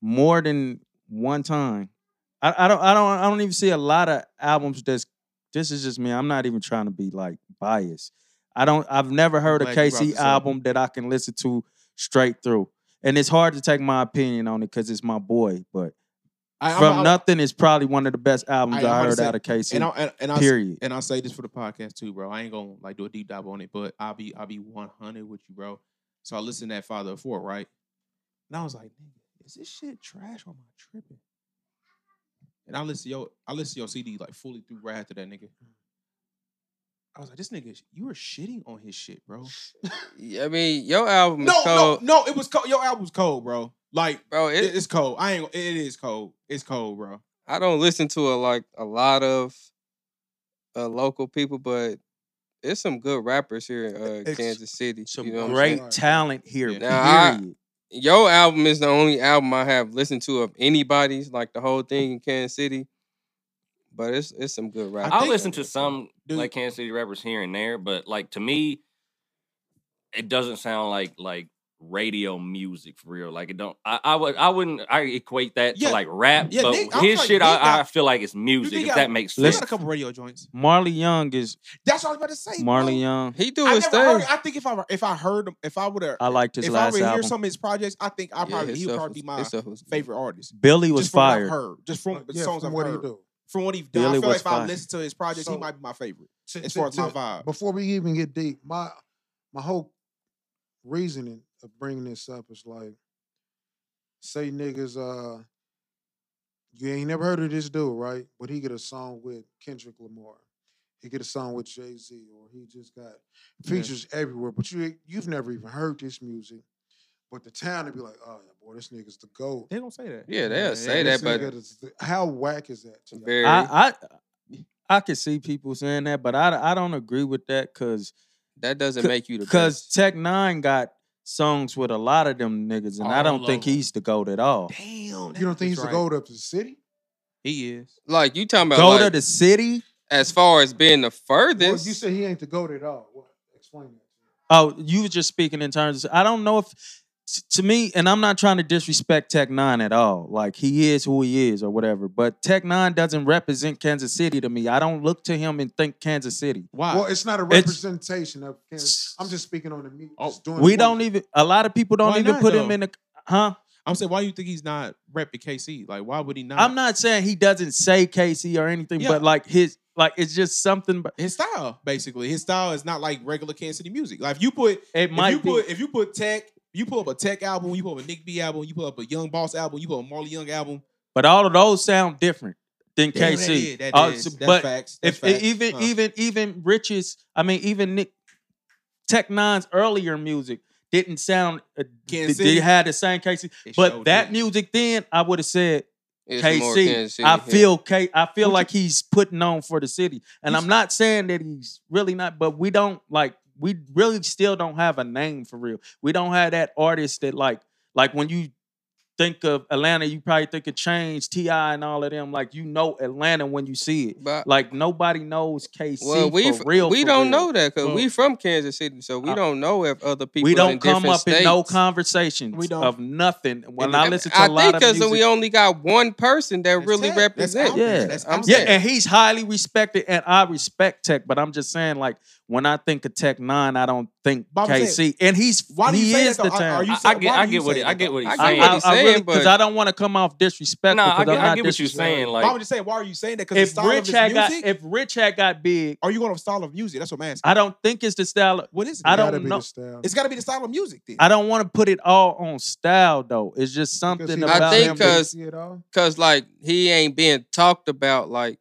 more than one time, I, I don't I don't I don't even see a lot of albums that's. This is just me. I'm not even trying to be like biased. I don't. I've never heard a glad you brought KC this up. album that I can listen to straight through, and it's hard to take my opinion on it because it's my boy. But I- I'm- From I- Nothing is probably one of the best albums I- I'm I, about to heard say- out of KC. and I and, and I period. and I'll say this for the podcast too, bro. I ain't gonna like do a deep dive on it, but I'll be I'll be 100 with you, bro. So I listened to that Father of Four, right? And I was like, nigga, is this shit trash or am I tripping? And I listened to your I listened to your CD like fully through right after that nigga. I was like, this nigga, you were shitting on his shit, bro. I mean, your album is No, no, called no, it was cold. Your album's cold, bro. Like bro. it- It, it's cold. I ain't. It is cold. It's cold, bro. I don't listen to a, like a lot of uh, local people, but it's some good rappers here in uh, It's Kansas City. Some you know what I'm great saying? talent here. Yeah. Now, I- period. your album is the only album I have listened to of anybody's, like the whole thing in Kansas City. But it's it's some good rap. I think- listen to some Dude. like Kansas City rappers here and there, but like to me, it doesn't sound like like radio music for real. Like it don't. I, I would. I wouldn't. I equate that Yeah, to like rap. yeah, but Nick- I was his like, shit, Nick I, I got- feel like it's music. Nick If got- that makes They sense. got a couple radio joints. Marley Young is. That's what I was about to say. bro. Marley Young. He do I his never thing. heard. I think if I were- if I heard him, if I would have I liked Uh, his if I last were to hear album. some of his projects, I think I Yeah, probably his he would stuff probably was- be his my stuff was good. favorite artist. Billy was just from what I've fired. heard, just from the yeah, songs from I've what heard, he do. from what he's done, Billy I feel like was if I fired. listen to his projects, he So- might be my favorite To- as to- far as my to- vibe. Before we even get deep, my my whole reasoning of bringing this up is like, say niggas, uh, you ain't never heard of this dude, right? But he get a song with Kendrick Lamar, he get a song with Jay Z, or he just got features everywhere. But you you've never even heard this music, but the town would be like, oh yeah, boy, this nigga's the goat. They don't say that. Yeah, they'll say they that, say but- nigga is the- how whack is that? To y'all? Very. I, I I could see people saying that, but I I don't agree with that because that doesn't c- make you the because best. Tech Nine got songs with a lot of them niggas, and I All don't think over. he's the goat at all. Damn, You don't think he's that's the right. goat up to the city? He is. Like you talking about Goat like, of the city? as far as being the Well, furthest. you said he ain't the goat at all. What? Explain that. Oh, you were just speaking in terms. Of, I don't know if t- to me, and I'm not trying to disrespect Tech Nine at all. Like he is who he is, or whatever. But Tech Nine doesn't represent Kansas City to me. I don't look to him and think Kansas City. Why? Well, it's not a Ah, It's- representation of Kansas. I'm just speaking on the mute. Oh, just doing We the don't work. even. A lot of people don't Why even not, put him though? in the huh. I'm saying, why do you think he's not repping KC? Like, why would he not? I'm not saying he doesn't say KC or anything, Yeah. but like his like it's just something. But His style, basically, his style is not like regular Kansas City music. Like, if you put it If might you be. put if you put tech, you pull up a tech album, you pull up a Nick B album, you pull up a Young Boss album, you pull up a Marley Young album. but all of those sound different than Damn, that KC. is- that Uh, is. so- That's but facts. That's if e, facts. even Huh. even even Rich's, I mean even Nick Tech Nine's earlier music didn't sound uh, d- Kansas they City. had the same KC. It But sure that did. music then, I would have said it's more KC. Kansas City, I yeah. feel K. I feel Would like he's putting on for the city, and I'm not saying that he's really not, but we don't like we really still don't have a name for real. We don't have that artist that like like when you think of Atlanta, you probably think of Change, Ti, and all of them. Like you know Atlanta when you see it. But Like nobody knows KC well, we for real. we for real. don't know that because Well- we from Kansas City, so we Uh, don't know if other people We in don't come different up in no states- conversations We don't. of nothing. When the- I listen to a I lot think of because music, we only got one person that That's really Tech. That's represents. out there. Yeah. That's I'm out Yeah, there. and he's highly respected, and I respect Tech, but I'm just saying, like, when I think of Tech Nine, I don't think But I'm KC. and he's Why do you he say is that, the though? Are- time. are you I, say- I get. why I do get you what. say he- that, I get though? what I he's get saying. what No, he's saying, because but- I don't want to come off disrespectful. I because get. I'm not I get what you're disrespectful. saying. why Like would you say? Why are you saying that? Because the If style Rich of had his got, music. if Rich had got big, are you going off style of music? That's what I'm asking. I don't think it's the style. Of, what is it? I man? don't Gotta be know. the style. It's got to be the style of music. Then I don't want to put it all on style though. It's just Because something he about I doesn't think him. that- have because- to see it all. because like he ain't being talked about like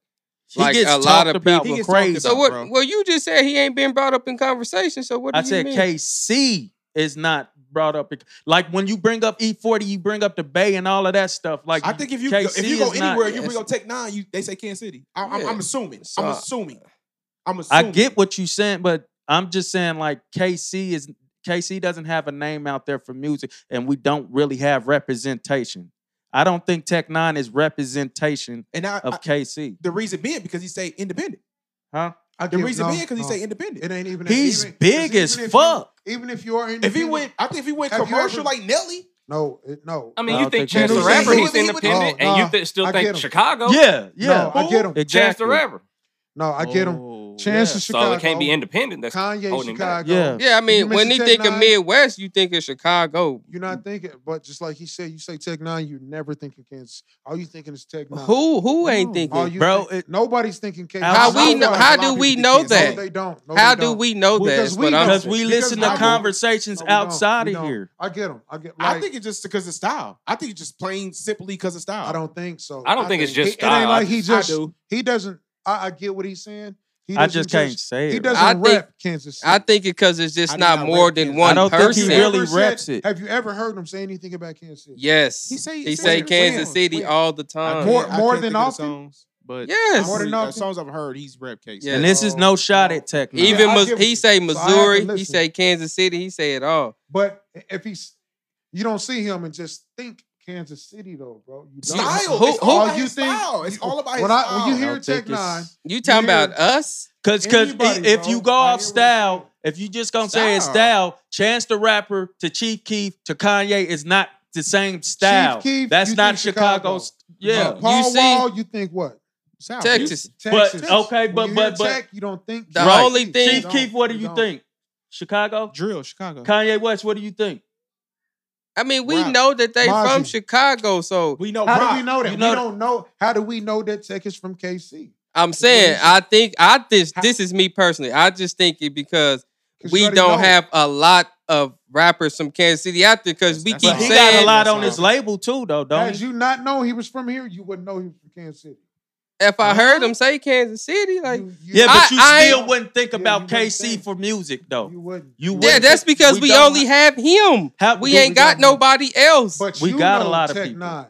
he like gets a lot talked of about people- He with gets talked crazy. about. so what bro. well you just said he ain't being brought up in conversation so what do I you said mean KC is not brought up bec- like when you bring up E40, you bring up the Bay and all of that stuff. Like I think if you KC if you go is not- anywhere, you yes. bring up Tech Nine. You they say Kansas City. I, I'm, Yeah. I'm assuming. So- I'm assuming. I'm I assuming. get what you're saying, but I'm just saying like KC is KC doesn't have a name out there for music, and we don't really have representation. I don't think Tech Nine is representation and I, of I- KC, the reason being because he say independent. huh? I The give- reason no, being because he no. say independent. it ain't even. He's even- 'cause big as even if you- fuck. even if you are If he independent- went, I think if he went Have you commercial ever- like Nelly, no, it, no. I mean, I you don't think think Chance the Kansas Rapper City he's would- he would- independent, Oh, and you nah, th- still I get think him. Chicago? Yeah, yeah, No, I get him. exactly. Chance the Rapper. It It No, I get him. Oh, Chance yeah. of So Chicago. it can't be independent. That's Kanye holding him back. Chicago. Yeah. Yeah, I mean, But when you you take think of nine- Midwest, you think of Chicago. You're not thinking, but just like he said, you say Tech Nine, you never thinking Kansas. All you thinking is Tech Nine. Who who ain't No. All thinking? you Bro, think- it- nobody's thinking Kansas. How we I know- feel how a lot do of we people know think Kansas. that? No, they don't. No, How they do don't. we know that? Because Is we what I'm don't. Because saying. we Because listen I to don't. conversations No, we don't. outside We of don't. here. I get them. I get. I Like, think it's just because of style. I think it's just plain simply because of style. I don't think so. I don't think it's just it, it ain't style. like he I just. do. He doesn't. I, I get what he's saying. He I doesn't just can't say it. He right. doesn't I think- rep Kansas. City. I think it because it's I just do not not more rap than Kansas. one I don't think person. he Have you really ever said- reps it. Have you ever heard him say anything about Kansas City? yes, He say- he he say say- Kansas when- City when- all the I time. can't- More- I more can't than think of the often? Songs, but Yes. More more than than often? songs I've heard, he's rap case. Yeah. And this is no shot No, at Tech Nine. Even I Mis- give it he to say you. So I have to Missouri, he listen. say Kansas City, he say it all. But if he's, you don't see him and just think Kansas City though, bro. You don't. Style. Who- it's who- all All about you his think- style. It's all about his When I when style. you I hear don't Tech think it's- Nine, You talking Yeah. about us? Cause, cause i- Anybody, if you bro. go I hear off what you're style, if you just gonna say it's Style. style, Chance the Rapper to Chief Keef to Kanye is not the same style. Keef, That's you not think Chicago. Chicago's. Yeah, but uh, Paul You see- Wall, you think what? Style. Texas. Texas. okay, When but- you but- hear but- Tech, you don't think The Kansas only City. thing- You Chief don't. Keef, what do you don't. think? Chicago. drill, Chicago. Kanye West, what do you think? I mean, we Right. know that they Margie. from Chicago, so We know. How rock. do we know that? you know we that- don't know. How do we know that Tech is from KC? I'm is saying it? I think I this How- this is me personally. I just think it because 'Cause you we already don't know. have a lot of rappers from Kansas City out there because we That's- keep But that's he all. got a saying lot That's on all. his label too, though, don't Had he? you not known he was from here, you wouldn't know he was from Kansas City. if I heard them say Kansas City, like Uh-huh. You- you- Yeah, but you I- I- still wouldn't think Yeah, you about wouldn't KC think. for music, though. you wouldn't. You You yeah, wouldn't wouldn't. that's think- because we we, don't only have him. How- we do ain't we got got more? nobody else But we you got a know lot of Tech people. Nine.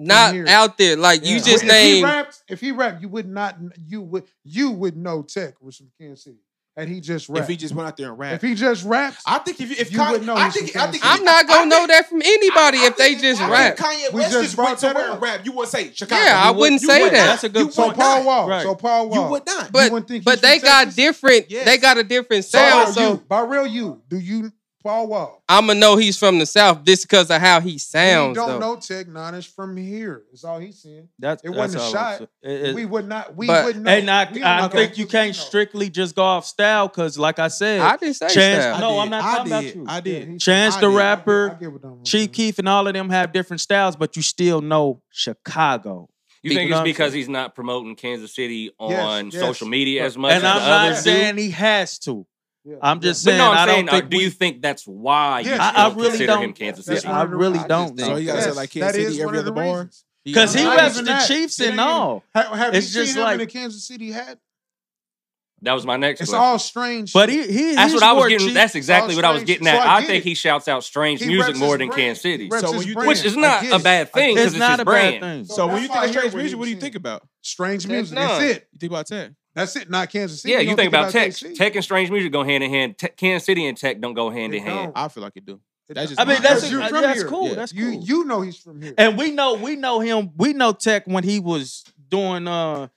not here. out there. Like you Yeah. just if he named rapped, if he rapped, you would not. You would. You would know Tech was from Kansas City, and he just rapped. If he just went out there and if rapped, he just rapped, I think if you, if You Kanye, wouldn't know I he's think from I think Kansas. I'm not gonna I know think- that from anybody I- I if they think- just I rap. think Kanye We West just just brought went to that where up. and rap. You wouldn't say Chicago. Yeah, I You wouldn't you say would that. not. That's a good You point. so would Paul not. Wall, Right. so Paul You Wall, would not. But wouldn't think he's but from they got Texas? different. Yes. They got a different So sound. by So you, by real you, do you Paul Wall? I'ma know he's from the south just because of how he sounds. we don't though. know Tech Nine is from here. That's all he's saying. That's It that's wasn't a all I'm shot. saying. It- it- we would not. We But- would know. and I, We I don't know. think you can't strictly just go off style because, like I said, I didn't say Chance- style. No, I I'm not did. talking I about did. you. I did. Yeah, Chance I the did. I rapper, I get what I'm Chief saying. Keef, and all of them have different styles, but you still know Chicago. You People think know it's what I'm because saying? he's not promoting Kansas City Yes, on yes. social media as much And as I'm the not others do? saying he has to. Yeah. I'm just But saying no, I I'm don't saying, uh, think do we- you think that's why you Yes, still I- I really consider him don't- Kansas That's City? I one of the really reasons. don't So think you gotta say Yes, like that Kansas City is every one of other the bar. reasons. because he Not reps even the that. Chiefs It ain't and even- all. Have, have It's you just seen like- him in a Kansas City hat? That was my next It's question. all strange. But shit. he, he that's he's what I was more getting. Chief- That's exactly what I was strange. getting So at. I I get think it. he shouts out strange He music reps more his than brand. Kansas City, He reps So his when you brand. think- which is I not get a it. bad I get thing because it's it's not his a bad brand. thing. So So when that's you why think of I hear strange what music, he what do you was think saying. about? Strange Tech music. Nine. That's it. You think about Tech. That's it. Not Kansas City. Yeah, You you don't think about tech. KC. Tech and strange music go hand in hand. Te- Kansas City and tech don't go hand They in hand. don't. I feel like it do. It That's don't. just I mean, my that's Because opinion. you're uh, from that's here. cool. Yeah. That's cool. You you know he's from here. And we know we know him. We know Tech when he was doing uh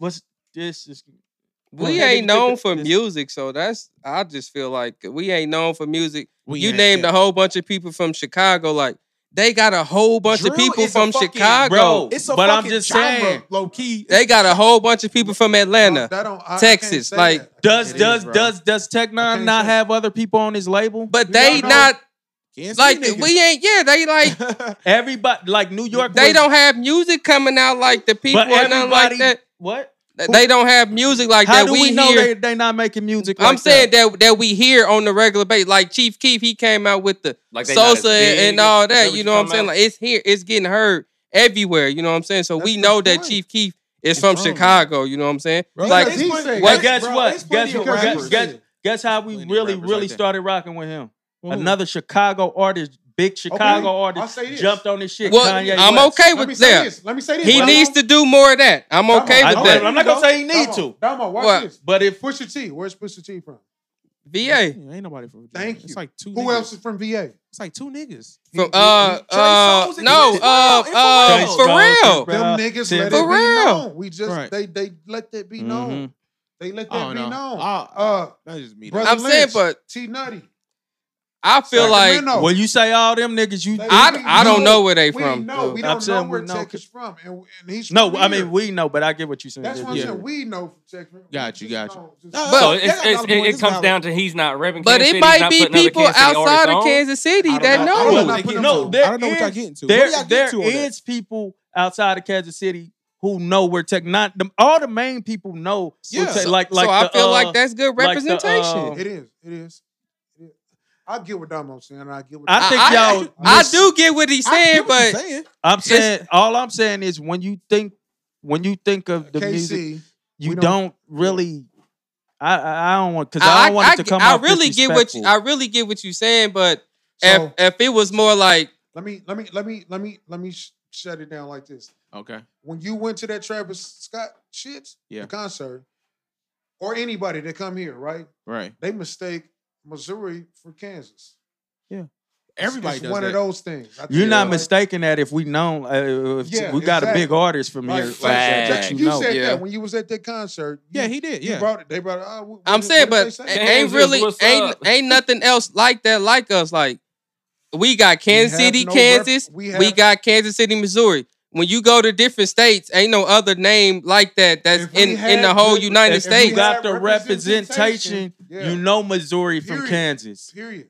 what's this is We ahead, ain't nigga, known pick for this. music, so that's I just feel like we ain't known for music. We you ain't named that. a whole bunch of people from Chicago, like they got a whole bunch of Drill people is a from fucking- Chicago. bro. It's a but I'm fucking just genre, saying. low key. They got a whole bunch of people from No, Atlanta. that don't, I- I can't Texas, say like, that. Does It is, does bro. does does Tech Nine can't not say. have other people on his label? But You they don't know. not Kansas like City we ain't yeah, *laughs* they like niggas. everybody like New York. they was- don't have music coming out like the people But or nothing everybody like that. what? They don't have music like How that. do We, we, know they hear they not making music? I'm like saying that? that. that we hear on the regular basis. Like Chief Keef, he came out with the Like they not as Sosa big. and all Is that. what you you're know what I'm talking saying? about? Like it's here, it's getting heard everywhere. You know what I'm saying? So That's we the know that point. Chief Keef is It's from from Chicago. You know what I'm saying? Bro, like it's he plenty- said- Well, it's- guess bro, what? it's plenty Guess of what? Guess- rappers. guess- Guess how we Plenty of really, rappers really like that. started rocking with him. Who? Another Chicago artist, big Chicago Okay, I'll artist, say this. jumped on this shit. Well, Kanye I'm West. okay Let me with say that. this. Let me say this. He Damo. needs to do more of that. I'm Damo, okay I with Damo, that. here I'm that. not gonna we go. say he need Damo, to. Damo, watch What? this. But if Pusha T. Where's Pusha T from? VA Ain't nobody from Virginia. Thank you. It's like two. Who niggas. else is from VA? It's like two niggas. from He- uh Trey uh Songz and no Chris uh Brown and uh Pharrell. for real. Chris Brown, Them niggas Tim- let For it be real. Mm-hmm. known. We just Right. they they let that be known. They let I that don't be know. known. I- Uh, That's just me. brother I'm saying, Lynch, but T Nutty. I feel like Sacramento. When you say all them niggas, you They- I, we I don't know where they we from. know. though. We I'm don't know saying we where know. Tech is from, and, and he's No, from I here. mean we know, but I get what you're saying. That's Yeah. what I'm Yeah. saying. We know from Tech. Got you, got you. But So But- it's, it's, it, it comes down to he's not repping. but Kansas it City, he's might not be putting other people Kansas City outside artists of on. Kansas City I don't know. that I don't know. know. it. Like, no, there I don't know what y'all is- getting to. What There, y'all getting there to on that? is people outside of Kansas City who know where tech. Not the, all the main people know. where Yeah. tech- like like so I the, feel uh, like that's good like the, representation. uh, It is. It is. It is. I get what Domo's saying. and I get what. I think I- y'all. I miss- do get what he's saying, get what but you're saying. I'm it's- saying all I'm saying is when you think when you think of the KC. music, you Uh, we don't, don't- really. I I I don't want because I, I, don't want I it to get- come I off really get what you, disrespectful. I really get what you're saying, but So if, if it was more like let me let me let me let me let me sh- shut it down like this. Okay. When you went to that Travis Scott shit, Yeah. the concert, or anybody that come here, right? Right. They mistake Missouri for Kansas. It's- Everybody it's does one that. of those things. I You're think, not like- mistaken that if we known, uh, if Yeah, we got a big exactly. artist from Like, here, like, like that, Facts. that you You know. said Yeah. that when you was at that concert. You, Yeah, he did. you Yeah. brought it. They brought it. Oh, what- I'm what did- saying, what did they but say? ain't Kansas, really what's ain't up? ain't nothing else like that like us. Like we got Kansas have City, no rep- Kansas. we we, have- got Kansas City, Missouri. When you go to different states, ain't no other name like that. That's If we in in had the whole good- United if States. you got the Had representation, representation, yeah. you know Missouri from Period. Kansas. period.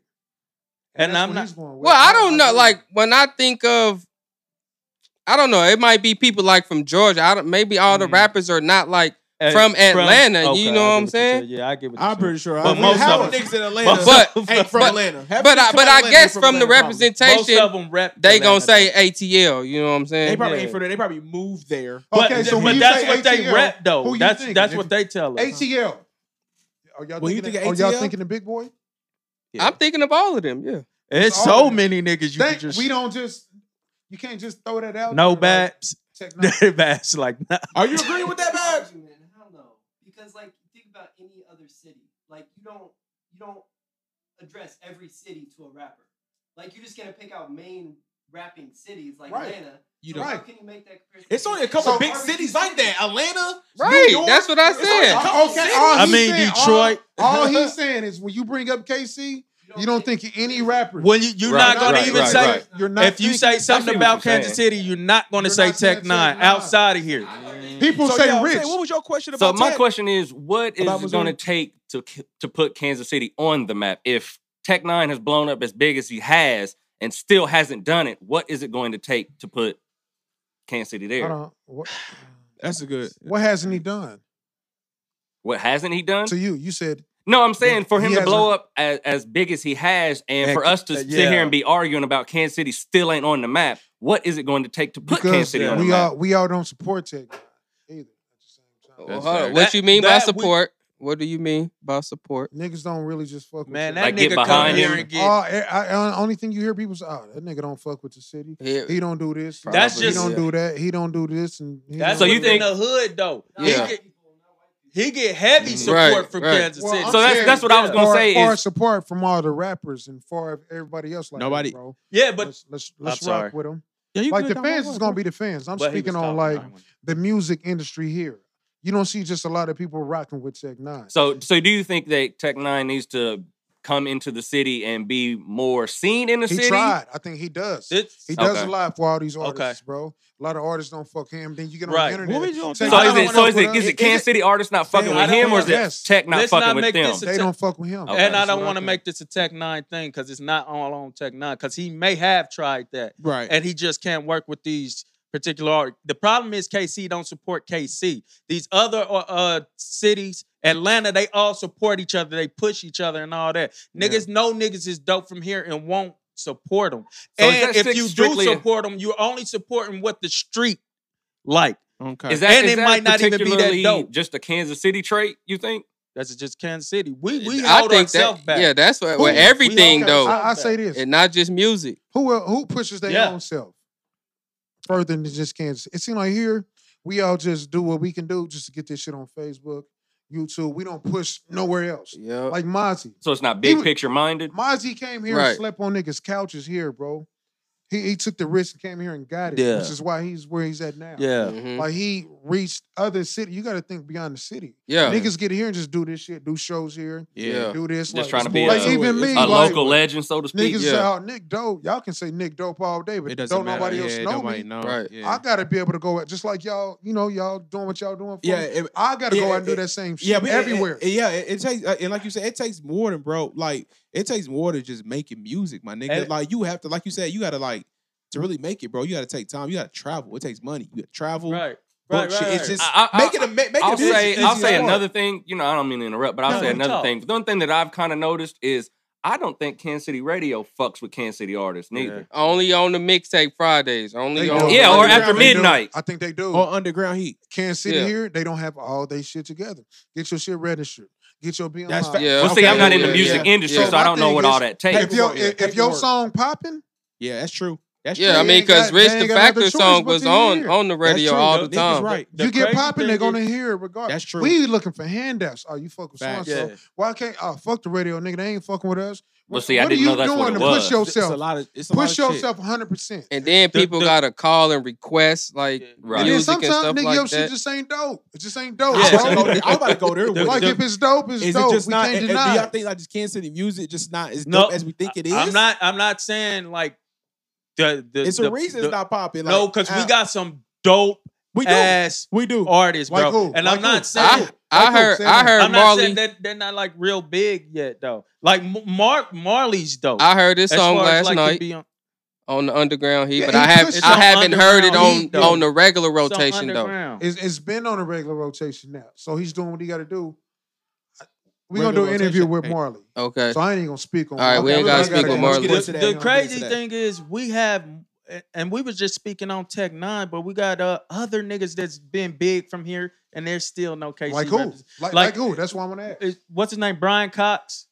And that's I'm what not- he's going with. well, I don't know. do. Like when I think of, I don't know. It might be people like from Georgia. I don't. Maybe all the Mm. rappers are not like. Uh, From Atlanta, you okay, I know get what I'm you're saying? Yeah, I get what you're I'm saying. pretty sure. But I mean, most how of niggas in Atlanta. But- hey, from but- Atlanta. Half niggas But I, from but I Atlanta guess ain't from, the Atlanta, probably. Most representation, of them rep. they gonna Atlanta, say ATL. You know what I'm saying? They probably Yeah. ain't from there. They probably moved there. though. okay, But, so but when that's you what say they ATL, rep who though. you That's thinking? that's If what they tell us. ATL. Are y'all When you thinking? think of- of Are y'all ATL? thinking the big boy? I'm thinking of all of them. Yeah. It's all so of it. many niggas you That- could just we don't just. You can't just throw that *laughs* out. no there, like, *laughs* babs. *laughs* technology. Babs like nah. Are you agreeing with that, Babs? Argument, Hell no. Because like think about any other city. Like you don't you don't address every city to a rapper. Like you're just gonna pick out main rapping cities like Right. Atlanta. You So don't. how Right. can you make that comparison? It's only a couple So- big cities like that. Atlanta, Right, New York, that's what I it's only a said. couple Oh, Okay, cities. all I he's mean, saying- Detroit. *laughs* All, all he's saying is when you bring up KC, you don't think of any rapper. When you you're Right, not gonna right, even right, say right. You're not if you thinking- say something I see what about you're saying. Kansas City, you're not gonna You're say not saying Tech Tech Nine Nine. outside of here. people So, say yeah, I'm rich. saying, What was your question So about? my Tech? question is, what is About it going to Missouri? take to k- to put Kansas City on the map? If Tech Nine has blown up as big as he has and still hasn't done it, what is it going to take to put Kansas City Hold there? on. What, That's a good. what hasn't he done What hasn't he done? to you? You said No, I'm saying for He him to hasn't- blow up as, as big as he has, and And for c- us to uh, sit yeah. here and be arguing about Kansas City still ain't on the map. What is it going to take to put Kansas because City on the we map? all we all don't support Tech either. At the same time. Well, hold on. fair. Uh-huh. What That- you mean by that we- support? what do you mean by Oh. support? Niggas don't really just fuck Man, with that Like, nigga get come behind here him. and get. Oh, All- eh, I, I- only thing you hear people say, oh, that nigga don't fuck with the city. Yeah. He don't do this. That's he just- don't do that. He don't do this. And he That's So don't do you within think- Mm, the hood though? Yeah. He get, he get heavy Mhm. support Right, from right. Kansas Well, City. I'm So that's saying, that's what I was yeah. gonna far, say far is support from all the rappers and far everybody else. Like that, Nobody- bro. yeah, but let's let's, let's sorry. rock with them. Yeah, you Like good, the dog? fans is gonna be the fans. I'm but he speaking was talking on like about him. the music industry here. You don't see just a lot of people rocking with Tech Nine. so. So do you think that Tech Nine needs to come into the city and be more seen in the he city? tried. I think he does. This- He does Okay. a lot for all these Okay. artists, bro. A lot of artists don't fuck him. Then you get on Right. the What we internet. doing? say, So So "I is don't it so wanna is fuck it with is him." it Kansas City artists not fucking I with don't him or is it Yes. Tech not Let's not fucking with make them? this a- They don't fuck with him. Okay. And I That's don't what want to think. make this a Tech Nine thing because it's not all on Tech Nine because he may have tried that Right. and he just can't work with these particular art. The problem is KC don't support KC. These other uh, uh, cities, Atlanta, they all support each other. They push each other and all that. Niggas know niggas is dope from here and won't support them. So is and that if stick you do strictly- support them, you're only supporting what the street like. Okay. Is that, And is it that might not even be that particularly dope. Just a Kansas City trait, you think? That's just Kansas City. We we I hold think ourselves that. back. Yeah, that's what. Who- Well, we everything all- though, I, I say this. and not just music. Who el- who pushes their Yeah. own self further than just Kansas? It seems like here we all just do what we can do just to get this shit on Facebook, YouTube. We don't push nowhere else. Yeah. Like Mozzie, So it's not big Even- picture minded. Mozzie came here Right. and slept on niggas' couches here, bro. He he took the risk and came here and got it, Yeah. which is why he's where he's at now. Yeah. Mm-hmm. Mhm. Like he reached other city. You got to think beyond the city. Yeah. Niggas get here and just do this shit, do shows here, Yeah. do this. Just like, trying to be like a- even me, a like, local legend, so to speak. Niggas yeah. say, "Oh, Nick Dope." Y'all can say Nick Dope all day, but It doesn't don't matter. nobody else Yeah, know nobody me. know. Right. Yeah. I gotta be able to go at just like y'all. You know, y'all doing what y'all doing. For Yeah, me. it- I gotta go yeah, out and do it- that same shit Yeah, but it- everywhere. it- yeah, it, it takes uh, and like you said, it takes more than bro. Like it takes more than just making music, my nigga. And- like you have to, like you said, you gotta like to really make it, bro. You gotta take time. You gotta travel. It takes money. You gotta travel. Right. book Right, shit. right, It's right. just I- I- make it a ma- make it a I'll business say as I'll you say want. another thing. You know, I don't mean to interrupt, but I'll No, say you another talk. thing. The one thing that I've kind of noticed is I don't think Kansas City radio fucks with Kansas City artists neither. Only on the mixtape Fridays. Only They on do. Yeah, I or think after they do. midnight. I think they do. on underground heat. Kansas City Yeah. here, they don't have all they shit together. Get your shit registered. Get your BMI. That's fa- Yeah. Well, see, okay, I'm not in the yeah, music yeah. industry, So so I my don't know thing what is, all that If takes. your, your, if, Yeah, if your paperwork. song popping, Yeah, that's true. That's Yeah, true. I They mean, ain't because got- Rich they ain't the got nothing Factor to choose song but was to on hear. on the radio true, all though. the Niggas time. right. The you get crazy popping, they're thing gonna is- hear it regardless. That's true. We looking for handouts. Oh, you fuck with so Facts. and so. Yeah. Why can't oh fuck the radio, nigga? They ain't fucking with us. Well, What- see, I what didn't are know you that's doing what it to was. push It's a yourself? lot of it's a lot of Push shit. yourself 100. percent And then The- people the- gotta call and request Right. like And then music and sometimes, stuff nigga, like your that. shit just ain't dope. It just ain't dope. I'm about to go bro. *laughs* there- I'm about to go there. with like it. if it's dope, it's Is dope. it just we not? can't and- and deny. do it. y'all think like just Kansas City music just not as No, dope as we think it is? I'm not. I'm not saying like the. the It's the- a reason the- it's not popping. Like, no, because we uh, got some dope we do ass we do. artists, Like bro. who? And Like I'm who? not Like saying. I, I Like who? heard Say I that. heard I'm not Marley. saying that they're not like real big yet, though. Like M- Mark Marley's dope. I heard this As song far as, last like, to night be on- on the underground heat, Yeah, but he I have pushed I it. haven't heard it Underground on heat, though. on the regular it's on rotation though. underground. It's, it's been on a regular rotation now, so he's doing what he got to do. We're gonna do Regular an interview rotation. with Hey. Marley, Okay. so I ain't even gonna speak on. All right, we ain't gotta I speak gotta with go Marley. into The, get to that. the We're gonna get crazy to that. thing is we have and we was just speaking on Tech Nine, but we got uh, other niggas that's been big from here and there's still no KC. Like who? represent- Like, Like- like who? That's why I'm gonna ask. Is- What's his name? Brian Cox.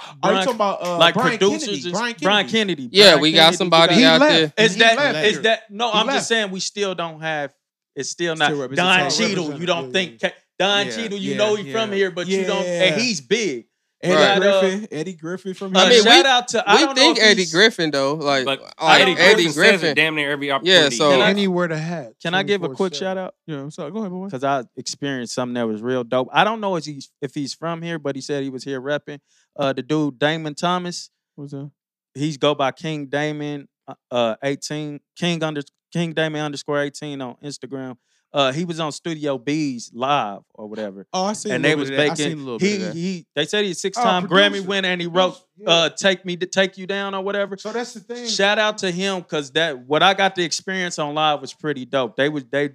Are you Brian- talking about uh, like Brian producers? Kennedy? and- Brian Kennedy. Brian Kennedy. Yeah, Brian we got Kennedy, somebody He out left. there. and Is he that left is here. that no? He I'm left. just saying we still don't have. It's still not Still represent- Don still Cheadle. You represent- don't yeah, think Ca- Don Yeah, Cheadle? You yeah, know he from yeah. here, but you don't. Yeah. And he's big. Eddie Right. Griffin. Eddie Griffin from Uh, here. I mean, shout out to I We don't know think if he's- Eddie Griffin though, like, But uh, like Uh, Eddie, Griffin, says it damn near every opportunity. so- he Can I- gets. Anywhere to hat. Can I give a quick 24/7. shout out? yeah, I'm sorry. Go ahead, boy. Because I experienced something that was real dope. I don't know if he's if he's from here, but he said he was here repping. Uh, the dude Damon Thomas. What's that? He's go by King Damon uh, uh 18 King under King Damon underscore 18 on Instagram. Uh, he was on Studio B's live or whatever. Oh, I seen. and a they little was bit of that. I seen a baking. little He bit of that. he. They said he's a six Oh, time Grammy producer. winner, and he wrote Yeah. uh, "Take Me to Take You Down" or whatever. So that's the thing. Mm. Shout out to him because that what I got to experience on live was pretty dope. They was they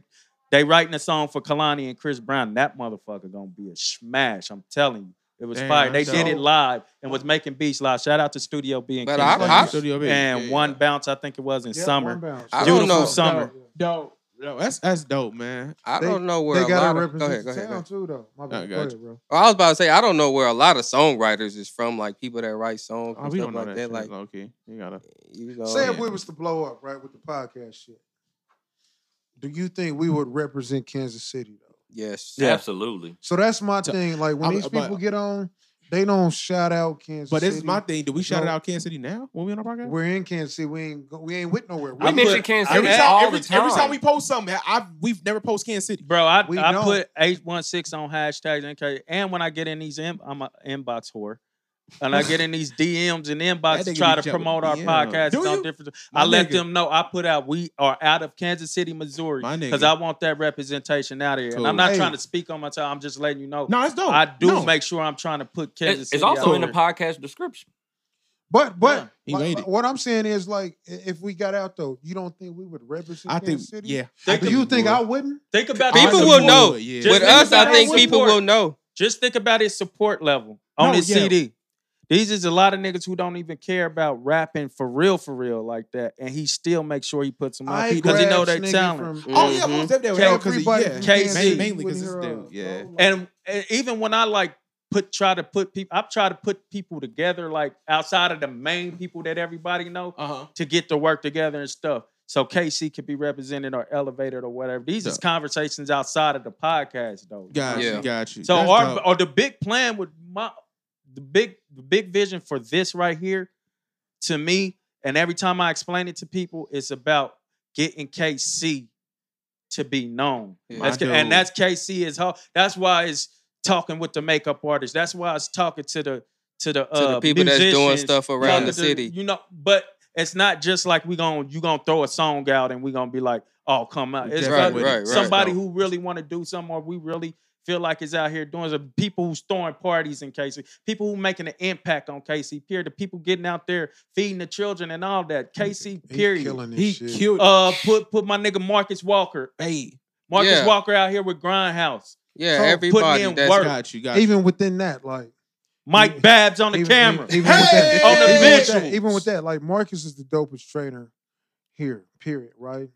they writing a song for Kalani and Chris Brown. That motherfucker gonna be a smash. I'm telling you, it was Damn, fire. They that's did it dope. live and was making beats live. Shout out to Studio B and But Kings I- Bay. I- Studio B. and Yeah, one yeah. bounce I think it was in Yeah, one summer. bounce. I don't Beautiful know. summer. Dope. Dope. That's that's dope, man. I They- don't know where They a lot gotta of go ahead, represent go the ahead, go town ahead. too, though. My bad. Go gotcha. ahead, bro. Well, I was about to say I don't know where a lot of songwriters is from, like people that write songs Oh, and we don't stuff know like that. that. Like shit, okay, you gotta. you know, Say if yeah. we was to blow up, right, with the podcast shit. Do you think we would represent Kansas City though? yes, Absolutely. So that's my So- thing. Like when I'm- these but- people get on, they don't shout out Kansas. But this City. is my thing. Do we shout it No. out Kansas City now when we on our podcast? We're in Kansas City. We ain't go, we ain't with nowhere. I I mean- We, mention put- Kansas every City time- all every, the time. every time we post something, I we've never post Kansas City. Bro, I, We I know. put eight one six on hashtags in case, and when I get in these, in, I'm an inbox whore, and I get in these DMs and inbox That to nigga try be to jumping. promote our Yeah. podcast Do on you? different. My I let nigga. them know I put out we are out of Kansas City, Missouri, My nigga. because I want that representation out of here. And Cool. I'm not Hey. trying to speak on my time. I'm just letting you know. No, that's dope. I do No. make sure I'm trying to put Kansas It's, City. it's also out in the there. podcast description. but but He my- made my- it. what I'm saying is like i- if we got out though, you don't think we would represent I think Kansas City? yeah. They I could- Do we you think would. I wouldn't? Think about the people I will would, support. know. yeah. Just With think us, about I our think people support. will know. Just think about his support level on No, his yeah. CD. These is a lot of niggas who don't even care about rapping for real, for real like that, and he still makes sure he puts them out I because he know grabs their nigga talent. from Oh yeah, Mhm. most definitely. K- Yeah, 'cause everybody yeah. from K- Kansas KC. City Mainly 'cause wouldn't this hear dude, us, yeah. bro. Like, And, and even when I like put try to put people, I try to put people together like outside of the main people that everybody know Uh huh. to get to work together and stuff. So KC could be represented or elevated or whatever. These is conversations outside of the podcast though. Got Yeah. you. Got you. So That's our dope. or the big plan with my the big the big vision for this right here to me And every time I explain it to people, it's about getting KC to be known. Yeah. That's- My dude. and that's KC is how. That's why it's talking with the makeup artists. That's why it's talking to the to the, the uh, people that's doing musicians, stuff around the talking to- city. You know, but it's not just like we going to you gonna throw a song out and we gonna be like, oh come out. It's Right, other- right, right. somebody who really want to do something or we really feel like is out here doing some people who's throwing parties in KC, people who making an impact on KC period, the people getting out there feeding the children and all that. KC He period. killing this He shit. killed. Uh put put my nigga Marcus Walker. hey, Marcus Yeah. Walker out here with Grindhouse. Yeah, So, putting everybody in that's work. got you, got you. Even within that, like Mike Even- Babs on the even, camera. even, even with that, On the even with that- visuals. even with that, like Marcus is the dopest trainer here. Period. Right.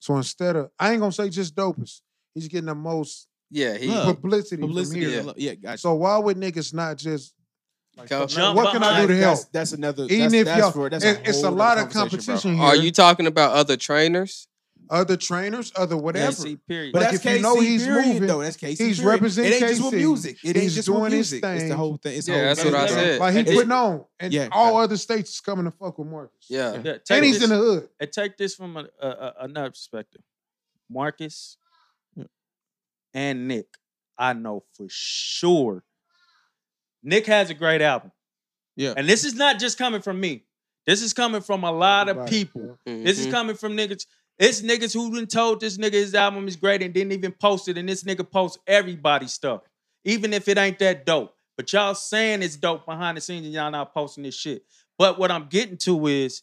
So instead of I ain't gonna say just dopest, he's getting the most yeah, he Look, publicity, Publicity, from yeah, here. look, yeah, got you. So why would niggas not just Go. Jump what can I behind- do to help? That's, that's another. Even that's, if that's y'all- for, that's it- it's a whole lot other of bro. competition here. Are you talking about other trainers? Other trainers, other whatever. KC period. But Like, that's if KC you know he's period, moving, though. That's KC. he's period. representing It ain't just with KC. music. It ain't He's just with doing his music. It's the thing. whole thing. It's the Yeah, whole that's thing, what I bro. said. Like he It- putting on, and Yeah. all other states is coming to fuck with Marcus. Yeah. Yeah, take and he's this- in the hood. And take this from a, a, a- another perspective. Marcus and Nick, I know for sure. Nick has a great album. Yeah. And this is not just coming from me. This is coming from a lot of people. This is Mhm. coming from niggas. It's niggas who been told this nigga his album is great and didn't even post it. And this nigga posts everybody's stuff, even if it ain't that dope. But y'all saying it's dope behind the scenes and y'all not posting this shit. But what I'm getting to is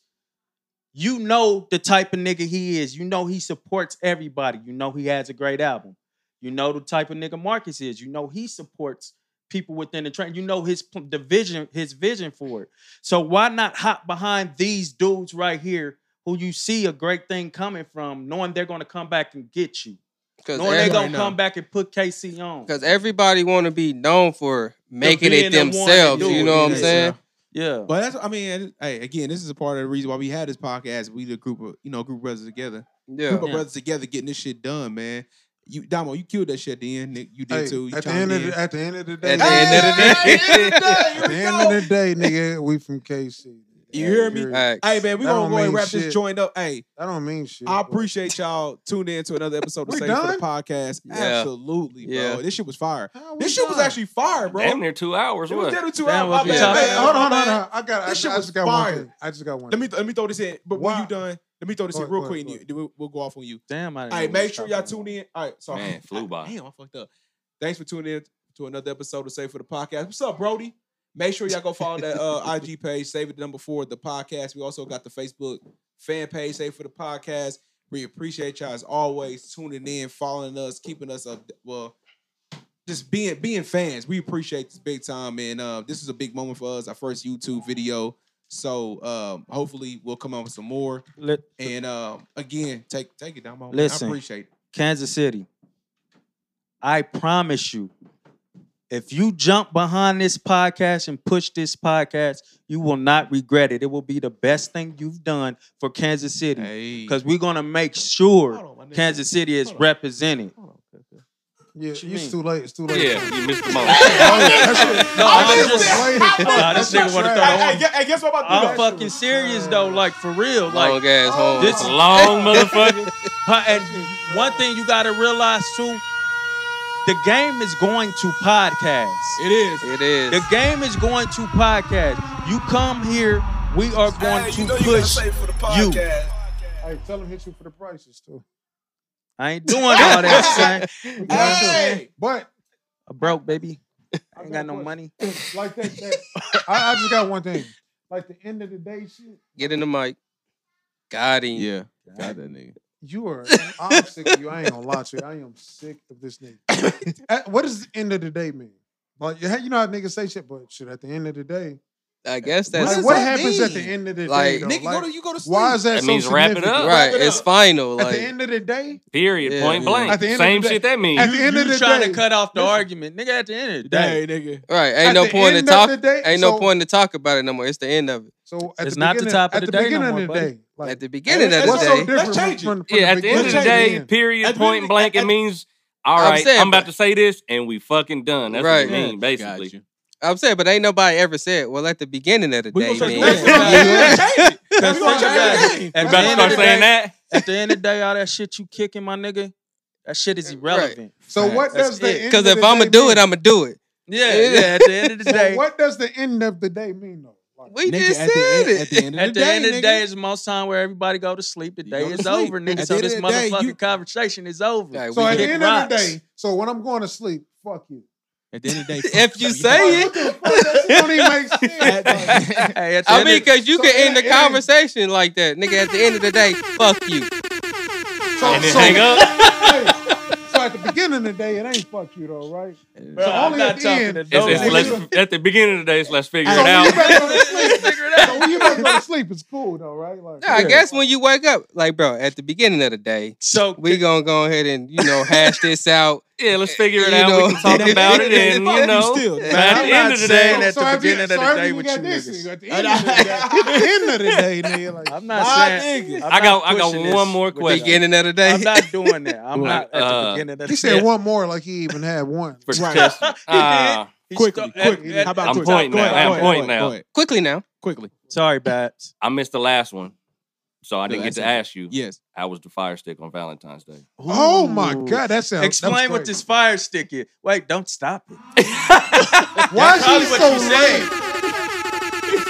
you know the type of nigga he is. You know he supports everybody. You know he has a great album. You know the type of nigga Marcus is. You know he supports people within the train. You know his pl- the vision, his vision for it. So why not hop behind these dudes right here who you see a great thing coming from, knowing they're gonna come back and get you, Because knowing they're gonna now. come back and put KC on. Because everybody want to be known for making being it the one to themselves. do You it. know what I'm Yeah. saying? Yeah, But that's. I mean, hey, again, this is a part of the reason why we had this podcast. We the group of you know group brothers together. Yeah. Group of Yeah. brothers together getting this shit done, man. You Damo, you killed that shit at the end. Nick, you did Hey, too. You at the chimed end of in. the, at the end of the day, At the end of the day. at the end of the day, nigga, we from KC. You hear me? Facts. Hey man, we That gonna don't go and mean wrap this shit. joint up. Hey, That don't mean shit. I bro. appreciate y'all tuned in to another episode of We Save for the done? Podcast. Yeah. Absolutely, bro. Yeah. This shit was fire. How we This shit was done? actually fire, bro. Damn near two hours. It was What? damn near two Damn, hours. My what we bad, talking man. Hey, hold on, My hold on, bad. hold on. I got. I, This shit I was just got one fire. thing. I just got one. Let thing. me let me throw this in. But when Why- you done, let me throw this Go in ahead, real go quick. ahead, and go you- then we'll, we'll go off on you. damn. I didn't All right, know we make sure was y'all talking tune about- in. All right, sorry, *laughs* Man, flew by. Damn, I fucked up. Thanks for tuning in to another episode of Save for the Podcast. What's up, Brody? Make sure y'all go follow that *laughs* uh, IG page, Save It the Number Four, the podcast. We also got the Facebook fan page, Save for the Podcast. We appreciate y'all as always tuning in, following us, keeping us up. Well, just being being fans, we appreciate this big time, and uh, this is a big moment for us. Our first YouTube video, so um, hopefully we'll come out with some more. Let- And um, again, take take it down. Listen. I appreciate it. Kansas City. I promise you, if you jump behind this podcast and push this podcast, you will not regret it. It will be the best thing you've done for Kansas City Hey. *laughs* because we're going to make sure Hold on, my nigga. Kansas City is Hold on. represented. Hold on, cuz, cuz. Yeah, What you mean? it's too late. It's too late. *laughs* *laughs* Yeah, you *laughs* missed the moment. *laughs* No, I'm just. Nah, Nah, this nigga wanna throw Hey, hey, gu- hey, guess what I'm about to I'm do? though? fucking serious though, like for real. Long Like, ass home. this- Long motherfucker. pa- and one thing you got to realize too, the game is going to podcast. It is. it is. The game is going to podcast. You come here, we are going Hey, to you know you gotta push. save for the podcast. Hey, tell him hit you for the prices too. I ain't doing all that, son. We got Hey! you. But I'm broke, baby. I I ain't got no one- money. Like that, that I, I just got one thing. Like the end of the day, shit. Get in the mic. Got him. Yeah. Got that nigga. You are. I'm sick of you. I ain't gonna lie to you. I am sick of this nigga. *coughs* At- what does the end of the day mean? Like you know how niggas say shit, but shit. At the end of the day, I guess What that's like, does what that happens at the mean? end of the Like, day? Though? Nigga, Like, go to you go to sleep. why is that That so means wrap it significant? up. right. it It's up. final. At Like the end of the day, Period. Yeah, point yeah. At blank. the end of Same the day- shit that means. at the end you of the trying day- to cut off the listen. argument, nigga? At the end of the day, Hey, nigga. right. at Ain't no the point to end talk. Of the day, Ain't so- no point to talk about it no more. It's the end of it. So at It's the not the beginning, top of at the the, day no beginning more, of the buddy. day, like At the beginning of the what's what's so day. so different? Let's change from, from, from yeah, at the beginning end of the to day, end? period, At the point end- blank, at- it means, all I'm right, saying, I'm about but- to say this, and we fucking done. That's Right. what it means, basically. Got you. I'm saying, but ain't nobody ever said. Well, at the beginning of the We day. gonna start man." doing that. Yeah. Let's change it. Because We gonna think change about the it. At game. You the better end of start the saying day- that. At the end of the day, all that shit you kicking, my nigga, that shit is irrelevant. So what That's does it. the *laughs* end Because of if the I'm day gonna do mean? it, I'm gonna do it. Yeah, Yeah. yeah. At the end *laughs* of the So day, what does the end of the day mean though? Like, We Nigga, just at the said end- it. at *laughs* the end of At the end of the nigga. day, it's most time where everybody go to sleep. The You day go to is sleep. over, nigga. At so the end this of the day, motherfucking you- conversation is over. Like, We so at the kick end of the rocks. day, so when I'm going to sleep, fuck you. At the end of the day, if you fuck say Like, what it, the fuck? That shit don't even *laughs* make sense. *laughs* Like, Hey, at the I end mean, of- because you So can it- end the it ain't- conversation like that, nigga. At the end of the day, fuck you. *laughs* so, And then so- hang up. Hey, so at the beginning of the day, it ain't fuck you though, right? *laughs* Bro, so I'm only not at the talking end- to It's, no it's Hey, nigga. nigga. let's, at the beginning of the day, it's let's figure So it when you out. better *laughs* go to sleep. Figure it So out. when you better go to sleep, it's cool though, right? Like, Nah, I guess when you wake up, like, bro, at the beginning of the day, So we gonna go ahead and you know hash this out. Yeah, let's figure it You out. know. we can talk about it, and Fuck you you know, still. but I'm at the end not of the saying day, that- at the if you- beginning of the if day you with got you this, niggas. nigga, At the end of the day, *laughs* *laughs* at the end of the day, nigga, like, I'm not My saying. niggas. I'm I got- not I got pushing this one more with the- question. Beginning of the day, I'm not doing that. I'm Look, not at the uh, beginning of the He *laughs* said one more, like he even had one. for Right. test. Ah, He Quickly, sto- at- quickly. at- How about I'm quick? pointing Go now. ahead, I'm go ahead, pointing go ahead, now. go ahead. quickly now. Quickly. Sorry, Bats. I missed the last one, so I The didn't get last to one. ask you. Yes. How was the fire stick on Valentine's Day? Oh my Ooh. god, that sounds. that was Explain what crazy. this fire stick is. Wait, don't stop it. Why is Probably he what so you said. late?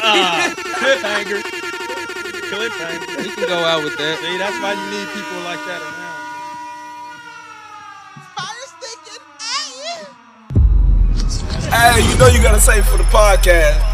Ah, cliffhanger. Cliffhanger. We can go out with that. See, that's why you need people like that around. Hey, you know you gotta save it for the podcast.